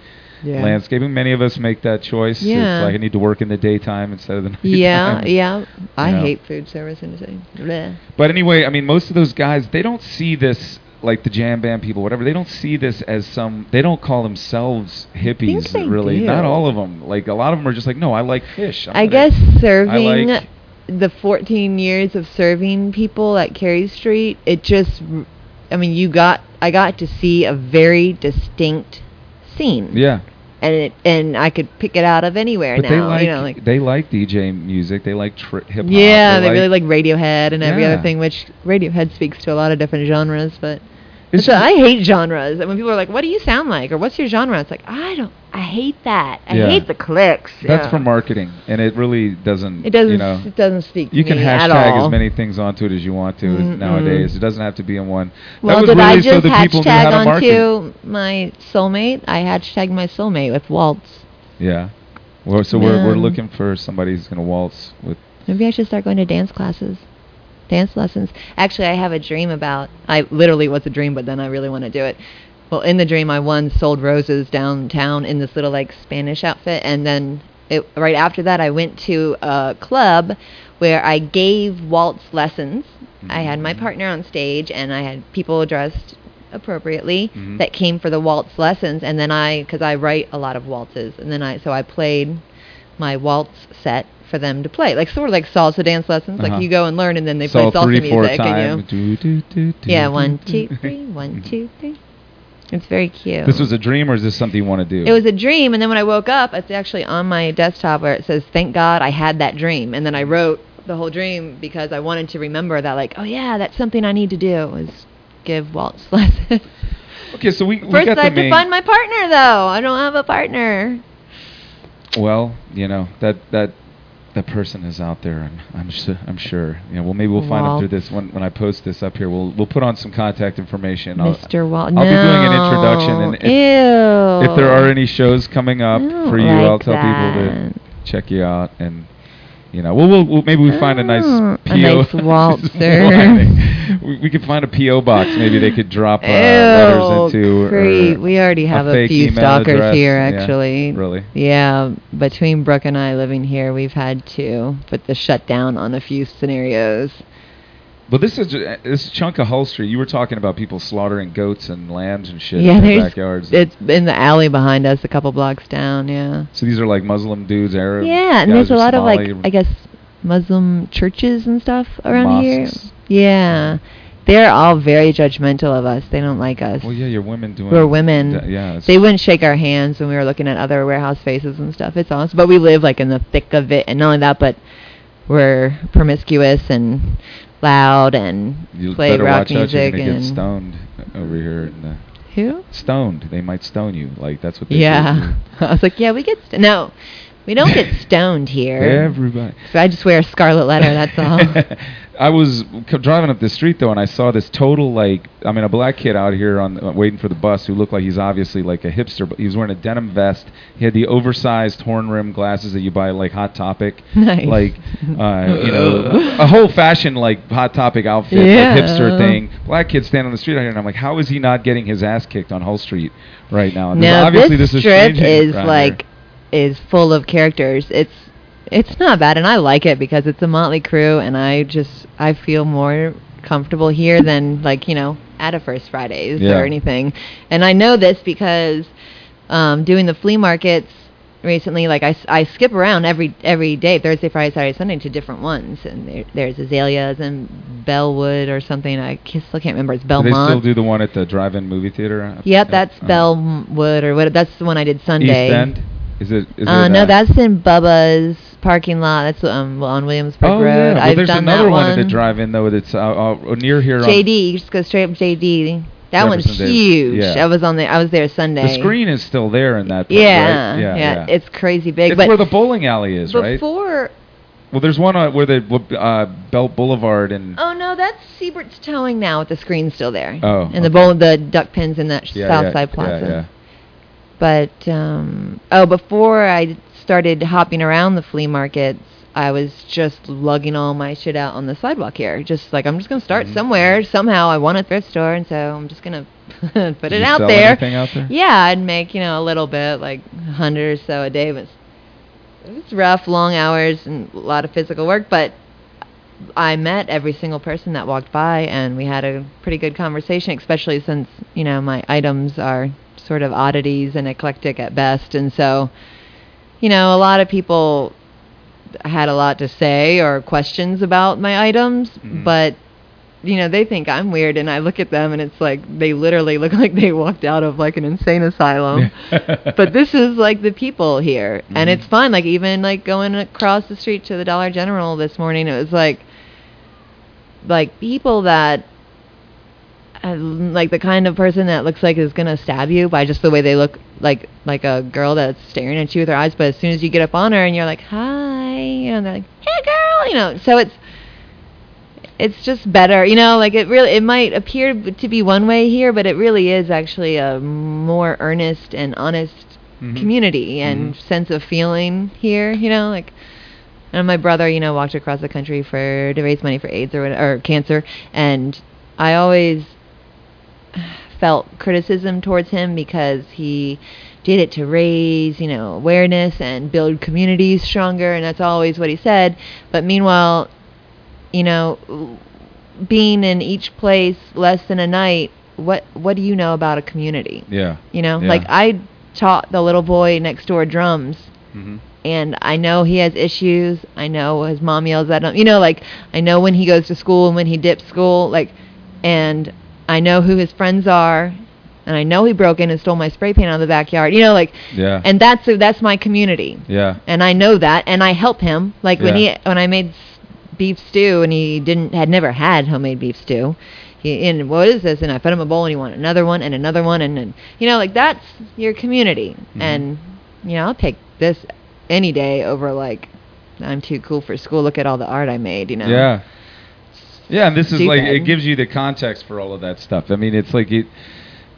[SPEAKER 2] yeah.
[SPEAKER 1] landscaping. Many of us make that choice.
[SPEAKER 2] Yeah.
[SPEAKER 1] It's like I need to work in the daytime instead of the night.
[SPEAKER 2] Yeah, yeah. I
[SPEAKER 1] know.
[SPEAKER 2] hate food service industry. Bleh.
[SPEAKER 1] But anyway, I mean, most of those guys they don't see this like the jam band people, whatever. They don't see this as some. They don't call themselves hippies.
[SPEAKER 2] they
[SPEAKER 1] really,
[SPEAKER 2] do.
[SPEAKER 1] not all of them. Like a lot of them are just like, no, I like fish. I'm
[SPEAKER 2] I
[SPEAKER 1] gonna-
[SPEAKER 2] guess serving
[SPEAKER 1] like-
[SPEAKER 2] the 14 years of serving people at Carey Street, it just, r- I mean, you got, I got to see a very distinct scene.
[SPEAKER 1] Yeah.
[SPEAKER 2] And it, and I could pick it out of anywhere
[SPEAKER 1] But
[SPEAKER 2] now.
[SPEAKER 1] they like,
[SPEAKER 2] you know, like
[SPEAKER 1] they like DJ music. They like tri- hip hop.
[SPEAKER 2] yeah, they really like Radiohead and every
[SPEAKER 1] Yeah.
[SPEAKER 2] other thing, which Radiohead speaks to a lot of different genres. But
[SPEAKER 1] It's
[SPEAKER 2] it's a-
[SPEAKER 1] just-
[SPEAKER 2] I hate genres. And when people are like, "What do you sound like?" or "What's your genre?" it's like I don't. I hate that. I
[SPEAKER 1] Yeah.
[SPEAKER 2] hate the clicks.
[SPEAKER 1] That's
[SPEAKER 2] yeah.
[SPEAKER 1] for marketing, and it really doesn't.
[SPEAKER 2] It doesn't.
[SPEAKER 1] You know,
[SPEAKER 2] it doesn't speak. to
[SPEAKER 1] you can
[SPEAKER 2] me at
[SPEAKER 1] hashtag
[SPEAKER 2] all.
[SPEAKER 1] as many things onto it as you want to
[SPEAKER 2] Mm-mm.
[SPEAKER 1] nowadays. It doesn't have to be in one.
[SPEAKER 2] Well,
[SPEAKER 1] that was
[SPEAKER 2] did
[SPEAKER 1] really
[SPEAKER 2] I just
[SPEAKER 1] so that people knew how to
[SPEAKER 2] hashtag
[SPEAKER 1] market.
[SPEAKER 2] onto my soulmate? I hashtagged my soulmate with waltz.
[SPEAKER 1] Yeah. Well, so we're, we're
[SPEAKER 2] Um,
[SPEAKER 1] looking for somebody who's going to waltz with.
[SPEAKER 2] Maybe I should start going to dance classes, dance lessons. Actually, I have a dream about. I literally it was a dream, but then I really want to do it. Well, in the dream, I once sold roses downtown in this little like Spanish outfit, and then it, right after that, I went to a club where I gave waltz lessons. I had my
[SPEAKER 1] Mhm.
[SPEAKER 2] partner on stage, and I had people dressed appropriately
[SPEAKER 1] Mhm.
[SPEAKER 2] that came for the waltz lessons, and then I, because I write a lot of waltzes, and then I so I played my waltz set for them to play, like sort of like salsa dance lessons.
[SPEAKER 1] Uh-huh.
[SPEAKER 2] Like you go and learn, and then they
[SPEAKER 1] Saw
[SPEAKER 2] play salsa
[SPEAKER 1] three,
[SPEAKER 2] music,
[SPEAKER 1] four
[SPEAKER 2] and
[SPEAKER 1] time.
[SPEAKER 2] you
[SPEAKER 1] Do, do, do, do,
[SPEAKER 2] yeah,
[SPEAKER 1] do,
[SPEAKER 2] one,
[SPEAKER 1] do.
[SPEAKER 2] two, three, one, two, three. It's very cute.
[SPEAKER 1] Mm-hmm. This was a dream, or is this something you want to do?
[SPEAKER 2] It was a dream, and then when I woke up, it's actually on my desktop where it says, "Thank God I had that dream," and then I wrote the whole dream because I wanted to remember that, like, oh yeah, that's something I need to do is give waltz lessons.
[SPEAKER 1] okay. So we, we
[SPEAKER 2] First,
[SPEAKER 1] got
[SPEAKER 2] I
[SPEAKER 1] the
[SPEAKER 2] have to
[SPEAKER 1] main-
[SPEAKER 2] find my partner though. I don't have a partner.
[SPEAKER 1] Well, you know that that that person is out there. I'm I'm, su- I'm sure. You know, well, maybe we'll find
[SPEAKER 2] Well.
[SPEAKER 1] them through this when when I post this up here. We'll we'll put on some contact information. I'll-
[SPEAKER 2] Mr. Wall.
[SPEAKER 1] I'll be doing an introduction, and if-
[SPEAKER 2] Ew.
[SPEAKER 1] if there are any shows coming up
[SPEAKER 2] I don't
[SPEAKER 1] for you, I'll
[SPEAKER 2] like
[SPEAKER 1] tell
[SPEAKER 2] that.
[SPEAKER 1] people to check you out and. You know, well, we'll, we'll maybe we find a nice
[SPEAKER 2] Oh, a
[SPEAKER 1] PO.
[SPEAKER 2] nice waltzer.
[SPEAKER 1] we, we could find a PO box. Maybe they could drop uh,
[SPEAKER 2] Ew,
[SPEAKER 1] letters into. or
[SPEAKER 2] creep. we already have a,
[SPEAKER 1] fake
[SPEAKER 2] few
[SPEAKER 1] email
[SPEAKER 2] stalkers
[SPEAKER 1] address.
[SPEAKER 2] here,
[SPEAKER 1] Yeah,
[SPEAKER 2] actually.
[SPEAKER 1] really.
[SPEAKER 2] Yeah, between Brooke and I living here, we've had to put the shutdown on a few scenarios.
[SPEAKER 1] But this is ju- this chunk of Hull Street. You were talking about people slaughtering goats and lambs and shit
[SPEAKER 2] yeah,
[SPEAKER 1] in their
[SPEAKER 2] there's
[SPEAKER 1] backyards.
[SPEAKER 2] it's in the alley behind us, a couple blocks down. Yeah.
[SPEAKER 1] so these are like Muslim dudes, Arab.
[SPEAKER 2] Yeah, and
[SPEAKER 1] guys
[SPEAKER 2] there's a
[SPEAKER 1] or
[SPEAKER 2] lot of like
[SPEAKER 1] Somali
[SPEAKER 2] I guess Muslim churches and stuff around
[SPEAKER 1] mosques.
[SPEAKER 2] here. Yeah, they're all very judgmental of us. They don't like us.
[SPEAKER 1] Well, yeah, you're women doing.
[SPEAKER 2] We're women.
[SPEAKER 1] that- yeah, it's-
[SPEAKER 2] They wouldn't shake our hands when we were looking at other warehouse faces and stuff. It's awesome. But we live like in the thick of it, and not only that, but we're promiscuous and loud and
[SPEAKER 1] you
[SPEAKER 2] play
[SPEAKER 1] better watch out.
[SPEAKER 2] rock
[SPEAKER 1] You're
[SPEAKER 2] music
[SPEAKER 1] gonna get
[SPEAKER 2] and
[SPEAKER 1] stoned over here. In the,
[SPEAKER 2] who?
[SPEAKER 1] stoned. They might stone you. Like that's what. They do
[SPEAKER 2] Yeah, I was like, yeah, we get st- no, we don't get stoned
[SPEAKER 1] here.
[SPEAKER 2] here.
[SPEAKER 1] Everybody.
[SPEAKER 2] So I just wear a scarlet letter. That's all.
[SPEAKER 1] I was c- driving up the street though, and I saw this total like I mean a black kid out here on uh, waiting for the bus who looked like he's obviously like a hipster, but he was wearing a denim vest. He had the oversized horn rim glasses that you buy at, like Hot Topic,
[SPEAKER 2] Nice.
[SPEAKER 1] like uh, you know a whole fashion like Hot Topic outfit, like,
[SPEAKER 2] Yeah.
[SPEAKER 1] hipster thing. Black kid standing on the street out here, and I'm like, how is he not getting his ass kicked on Hull Street right now? And there's
[SPEAKER 2] No,
[SPEAKER 1] obviously
[SPEAKER 2] this,
[SPEAKER 1] this is
[SPEAKER 2] strip
[SPEAKER 1] changing
[SPEAKER 2] is
[SPEAKER 1] around
[SPEAKER 2] like is full of characters. It's it's not bad, and I like it because it's a motley crew, and I just I feel more comfortable here than like you know at a First Fridays
[SPEAKER 1] Yeah.
[SPEAKER 2] or anything. And I know this because um, doing the flea markets recently like I, s- I skip around every every day thursday friday saturday sunday to different ones and there, there's azaleas and bellwood or something i ca- still can't remember it's
[SPEAKER 1] here. Do
[SPEAKER 2] belmont
[SPEAKER 1] they still do the one at the drive-in movie theater? up-
[SPEAKER 2] Yep,
[SPEAKER 1] up-
[SPEAKER 2] that's
[SPEAKER 1] uh,
[SPEAKER 2] Bellwood or what? That's the one I did Sunday.
[SPEAKER 1] East End? Is it? Is
[SPEAKER 2] uh,
[SPEAKER 1] it,
[SPEAKER 2] no, that's in Bubba's parking lot. That's um, on Williamsburg
[SPEAKER 1] oh,
[SPEAKER 2] Road.
[SPEAKER 1] Yeah. Well,
[SPEAKER 2] I've
[SPEAKER 1] there's
[SPEAKER 2] done
[SPEAKER 1] another
[SPEAKER 2] that
[SPEAKER 1] one
[SPEAKER 2] one.
[SPEAKER 1] at the drive-in though that's uh, uh, near here. On,
[SPEAKER 2] JD, you just go straight up JD. That one's
[SPEAKER 1] Jefferson Davis.
[SPEAKER 2] huge.
[SPEAKER 1] Yeah.
[SPEAKER 2] I was on there. I was there Sunday.
[SPEAKER 1] the screen is still there in that. Place,
[SPEAKER 2] Yeah,
[SPEAKER 1] right?
[SPEAKER 2] yeah,
[SPEAKER 1] yeah,
[SPEAKER 2] It's crazy big.
[SPEAKER 1] It's
[SPEAKER 2] but
[SPEAKER 1] where the bowling alley is, right?
[SPEAKER 2] before,
[SPEAKER 1] Well, there's one uh, where the uh, Belt Boulevard and
[SPEAKER 2] oh no, that's Siebert's Towing now. With the screen still there.
[SPEAKER 1] Oh,
[SPEAKER 2] And
[SPEAKER 1] okay.
[SPEAKER 2] the bowl, the duck pins in that
[SPEAKER 1] yeah,
[SPEAKER 2] south
[SPEAKER 1] yeah,
[SPEAKER 2] side plaza.
[SPEAKER 1] Yeah, yeah.
[SPEAKER 2] But um, oh, before I started hopping around the flea markets, I was just lugging all my shit out on the sidewalk here. Just like I'm just gonna start
[SPEAKER 1] Mhm.
[SPEAKER 2] somewhere. Somehow I want a thrift store, and so I'm just gonna put
[SPEAKER 1] Did
[SPEAKER 2] it
[SPEAKER 1] you
[SPEAKER 2] out
[SPEAKER 1] sell
[SPEAKER 2] there.
[SPEAKER 1] anything out there?
[SPEAKER 2] Yeah, I'd make you know a little bit, like a hundred or so a day. But it's rough, long hours, and a lot of physical work. But I met every single person that walked by, and we had a pretty good conversation. Especially since you know my items are sort of oddities and eclectic at best, and so you know a lot of people had a lot to say or questions about my items,
[SPEAKER 1] Mhm.
[SPEAKER 2] but you know, they think I'm weird, and I look at them, and it's like they literally look like they walked out of like an insane asylum. but this is like the people here, and
[SPEAKER 1] Mhm.
[SPEAKER 2] it's fun. Like even like going across the street to the Dollar General this morning, it was like like people that uh, like the kind of person that looks like is gonna stab you by just the way they look like like a girl that's staring at you with her eyes but as soon as you get up on her and you're like hi you know they're like hey girl you know so it's it's just better you know like it really it might appear b- to be one way here but it really is actually a more earnest and honest
[SPEAKER 1] Mhm.
[SPEAKER 2] community and
[SPEAKER 1] Mhm.
[SPEAKER 2] sense of feeling here you know like and my brother, you know, walked across the country for to raise money for AIDS or what- or cancer, and I always felt criticism towards him because he did it to raise, you know, awareness and build communities stronger, and that's always what he said. But meanwhile, you know, being in each place less than a night, what what do you know about a community?
[SPEAKER 1] Yeah.
[SPEAKER 2] You know,
[SPEAKER 1] Yeah.
[SPEAKER 2] like I taught the little boy next door drums
[SPEAKER 1] Mhm.
[SPEAKER 2] and I know he has issues. I know his mom yells at him. You know, like I know when he goes to school and when he dips school, like and I know who his friends are and I know he broke in and stole my spray paint out of the backyard. You know, like
[SPEAKER 1] Yeah.
[SPEAKER 2] and that's that's my community.
[SPEAKER 1] yeah.
[SPEAKER 2] And I know that and I help him. Like when he
[SPEAKER 1] Yeah.
[SPEAKER 2] when I made s- beef stew and he didn't had never had homemade beef stew. He, and what is this? And I fed him a bowl, and he wanted another one, and another one, and, and you know, like that's your community.
[SPEAKER 1] Mhm.
[SPEAKER 2] And you know, I'll take this any day over like I'm too cool for school. Look at all the art I made. You know.
[SPEAKER 1] Yeah. Yeah, and this is like
[SPEAKER 2] Stupid.
[SPEAKER 1] it gives you the context for all of that stuff. I mean, it's like it.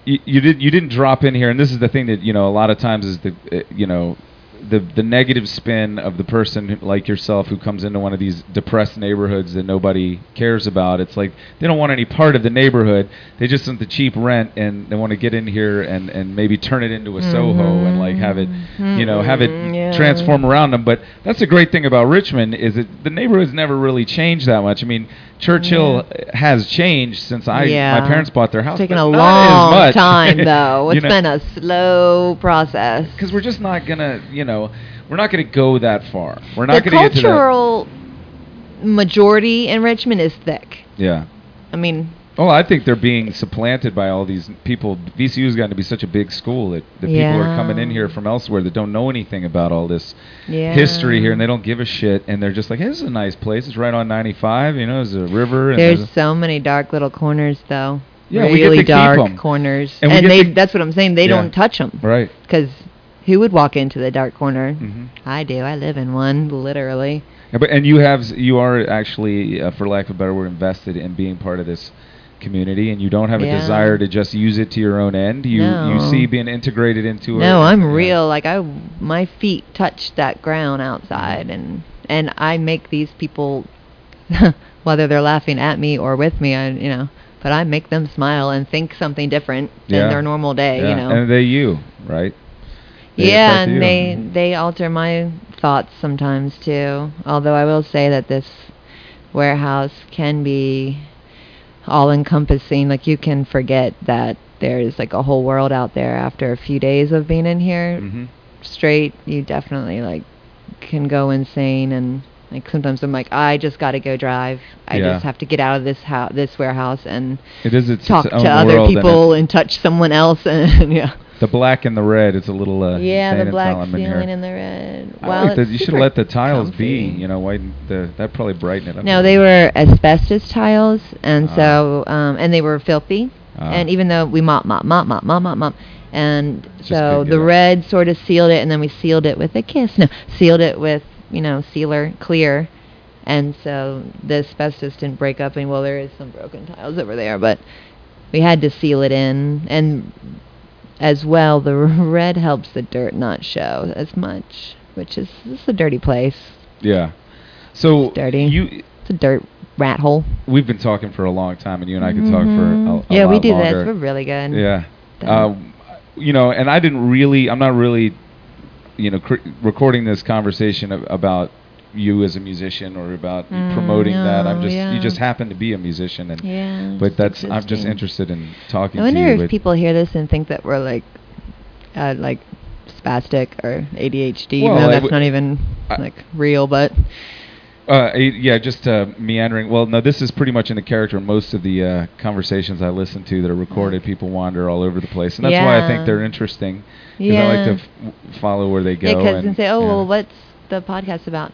[SPEAKER 1] You, you did you didn't drop in here, and this is the thing that you know a lot of times is the uh, you know the the negative spin of the person who- like yourself who comes into one of these depressed neighborhoods that nobody cares about. It's like they don't want any part of the neighborhood. They just want the cheap rent, and they want to get in here and and maybe turn it into a Soho and like have it you know have it
[SPEAKER 2] Mhm, yeah.
[SPEAKER 1] transform around around them. But that's the great thing about Richmond is that the neighborhood's never really changed that much. I mean, Churchill has changed since I
[SPEAKER 2] Yeah.
[SPEAKER 1] my parents bought their house.
[SPEAKER 2] It's taken
[SPEAKER 1] but
[SPEAKER 2] a
[SPEAKER 1] not
[SPEAKER 2] long
[SPEAKER 1] as much.
[SPEAKER 2] time though. It's been a slow process.
[SPEAKER 1] because we're just not gonna you know we're not gonna go that far. We're not
[SPEAKER 2] the
[SPEAKER 1] gonna get to that.
[SPEAKER 2] cultural majority in Richmond is thick.
[SPEAKER 1] Yeah.
[SPEAKER 2] I mean,
[SPEAKER 1] Well, I think they're being supplanted by all these people. VCU's gotten to be such a big school that the people are
[SPEAKER 2] Yeah.
[SPEAKER 1] coming in here from elsewhere that don't know anything about all this
[SPEAKER 2] yeah.
[SPEAKER 1] history here, and they don't give a shit, and they're just like, "Hey, this is a nice place. It's right on 95. You know, there's a river." And
[SPEAKER 2] There's so many dark little corners though.
[SPEAKER 1] Yeah, we
[SPEAKER 2] really
[SPEAKER 1] get to keep
[SPEAKER 2] dark
[SPEAKER 1] 'em.
[SPEAKER 2] corners,
[SPEAKER 1] And
[SPEAKER 2] and,
[SPEAKER 1] we get
[SPEAKER 2] they
[SPEAKER 1] to-
[SPEAKER 2] that's what I'm saying. They
[SPEAKER 1] Yeah.
[SPEAKER 2] don't touch them
[SPEAKER 1] Right.
[SPEAKER 2] because who would walk into the dark corner?
[SPEAKER 1] hmm
[SPEAKER 2] I do. I live in one, literally.
[SPEAKER 1] And, but and you have you are actually, uh, for lack of a better word, invested in being part of this community, and you don't have a
[SPEAKER 2] Yeah.
[SPEAKER 1] desire to just use it to your own end. You you
[SPEAKER 2] No.
[SPEAKER 1] see being integrated into.
[SPEAKER 2] No,
[SPEAKER 1] i
[SPEAKER 2] I'm real. Like I, my feet touch that ground outside, and and I make these people, whether they're laughing at me or with me, I you know, but I make them smile and think something different
[SPEAKER 1] Yeah.
[SPEAKER 2] than their normal day. eh, You know.
[SPEAKER 1] and they you right. They
[SPEAKER 2] yeah,
[SPEAKER 1] affect
[SPEAKER 2] and
[SPEAKER 1] you. Mm-hmm.
[SPEAKER 2] they they alter my thoughts sometimes too. Although I will say that this warehouse can be all encompassing. Like you can forget that there's like a whole world out there after a few days of being in here
[SPEAKER 1] Mhm.
[SPEAKER 2] straight, you definitely like can go insane and like sometimes I'm like I just got to go drive. I
[SPEAKER 1] Yeah.
[SPEAKER 2] just have to get out of this house, this warehouse and
[SPEAKER 1] It is its
[SPEAKER 2] talk
[SPEAKER 1] its own
[SPEAKER 2] to other
[SPEAKER 1] world, and
[SPEAKER 2] people
[SPEAKER 1] it's
[SPEAKER 2] and touch someone else and yeah.
[SPEAKER 1] the black and the red. It's a little uh,
[SPEAKER 2] Yeah,
[SPEAKER 1] insane
[SPEAKER 2] the black
[SPEAKER 1] asylum in here.
[SPEAKER 2] ceiling and the red.
[SPEAKER 1] I
[SPEAKER 2] Wow,
[SPEAKER 1] like
[SPEAKER 2] it's
[SPEAKER 1] that. You should
[SPEAKER 2] super
[SPEAKER 1] let the tiles
[SPEAKER 2] comfy.
[SPEAKER 1] be. You know, white. The that probably brighten it up.
[SPEAKER 2] No, they were asbestos tiles, and
[SPEAKER 1] Ah.
[SPEAKER 2] so um, and they were filthy.
[SPEAKER 1] Ah.
[SPEAKER 2] And even though we mop, mop, mop, mop, mop, mop, mop, and
[SPEAKER 1] Just
[SPEAKER 2] so
[SPEAKER 1] big,
[SPEAKER 2] the
[SPEAKER 1] yeah.
[SPEAKER 2] red sort of sealed it, and then we sealed it with a kiss. No, sealed it with you know sealer clear, and so the asbestos didn't break up. And well, there is some broken tiles over there, but we had to seal it in, and as well, the red helps the dirt not show as much, which is this is a dirty place.
[SPEAKER 1] Yeah. So
[SPEAKER 2] It's dirty.
[SPEAKER 1] you
[SPEAKER 2] It's a dirt rat hole.
[SPEAKER 1] we've been talking for a long time, and you and I could talk
[SPEAKER 2] Mhm.
[SPEAKER 1] for a, a
[SPEAKER 2] yeah,
[SPEAKER 1] lot
[SPEAKER 2] we do
[SPEAKER 1] longer.
[SPEAKER 2] this. We're really good.
[SPEAKER 1] Yeah.
[SPEAKER 2] Done.
[SPEAKER 1] Um, you know, and I didn't really. I'm not really, you know, cr- recording this conversation ab- about you as a musician or about you
[SPEAKER 2] Mm,
[SPEAKER 1] promoting that. I'm
[SPEAKER 2] no,
[SPEAKER 1] just you
[SPEAKER 2] yeah.
[SPEAKER 1] just happen to be a musician, and
[SPEAKER 2] yeah.
[SPEAKER 1] but
[SPEAKER 2] it's
[SPEAKER 1] that's I'm just
[SPEAKER 2] interesting.
[SPEAKER 1] interested in talking.
[SPEAKER 2] I wonder
[SPEAKER 1] to you,
[SPEAKER 2] if
[SPEAKER 1] but-
[SPEAKER 2] people hear this and think that we're like, uh, like spastic or ADHD.
[SPEAKER 1] Well,
[SPEAKER 2] no,
[SPEAKER 1] I
[SPEAKER 2] that's
[SPEAKER 1] would-
[SPEAKER 2] not even
[SPEAKER 1] I-
[SPEAKER 2] like real, but
[SPEAKER 1] Uh, eh, yeah, just uh, meandering. Well, no, this is pretty much in the character. Most of the uh, conversations I listen to that are recorded, people wander all over the place, and that's why I
[SPEAKER 2] Yeah.
[SPEAKER 1] think they're interesting. Because I
[SPEAKER 2] Yeah.
[SPEAKER 1] like to f- w- follow where they go.
[SPEAKER 2] Yeah, 'cause
[SPEAKER 1] and,
[SPEAKER 2] and say, oh
[SPEAKER 1] yeah.
[SPEAKER 2] well, what's the podcast about?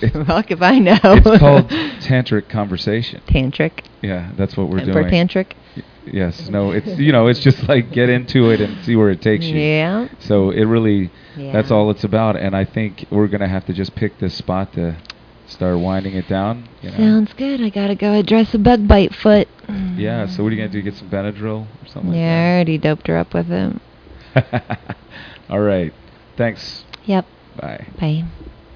[SPEAKER 1] It's-
[SPEAKER 2] Fuck if I know.
[SPEAKER 1] It's called tantric conversation.
[SPEAKER 2] tantric.
[SPEAKER 1] Yeah, that's what we're
[SPEAKER 2] Uh,
[SPEAKER 1] doing.
[SPEAKER 2] For tantric.
[SPEAKER 1] Y- Yes. No. It's you know, it's just like get into it and see where it takes you.
[SPEAKER 2] Yeah.
[SPEAKER 1] So it really, that's
[SPEAKER 2] Yeah.
[SPEAKER 1] all it's about. And I think we're gonna have to just pick this spot to start winding it down. You know?
[SPEAKER 2] Sounds good. I gotta go address a bug bite foot.
[SPEAKER 1] Yeah. So what are you gonna do? Get some Benadryl or something
[SPEAKER 2] Yeah, I already doped her up with him.
[SPEAKER 1] like that. all right. Thanks.
[SPEAKER 2] Yep.
[SPEAKER 1] Bye.
[SPEAKER 2] Bye.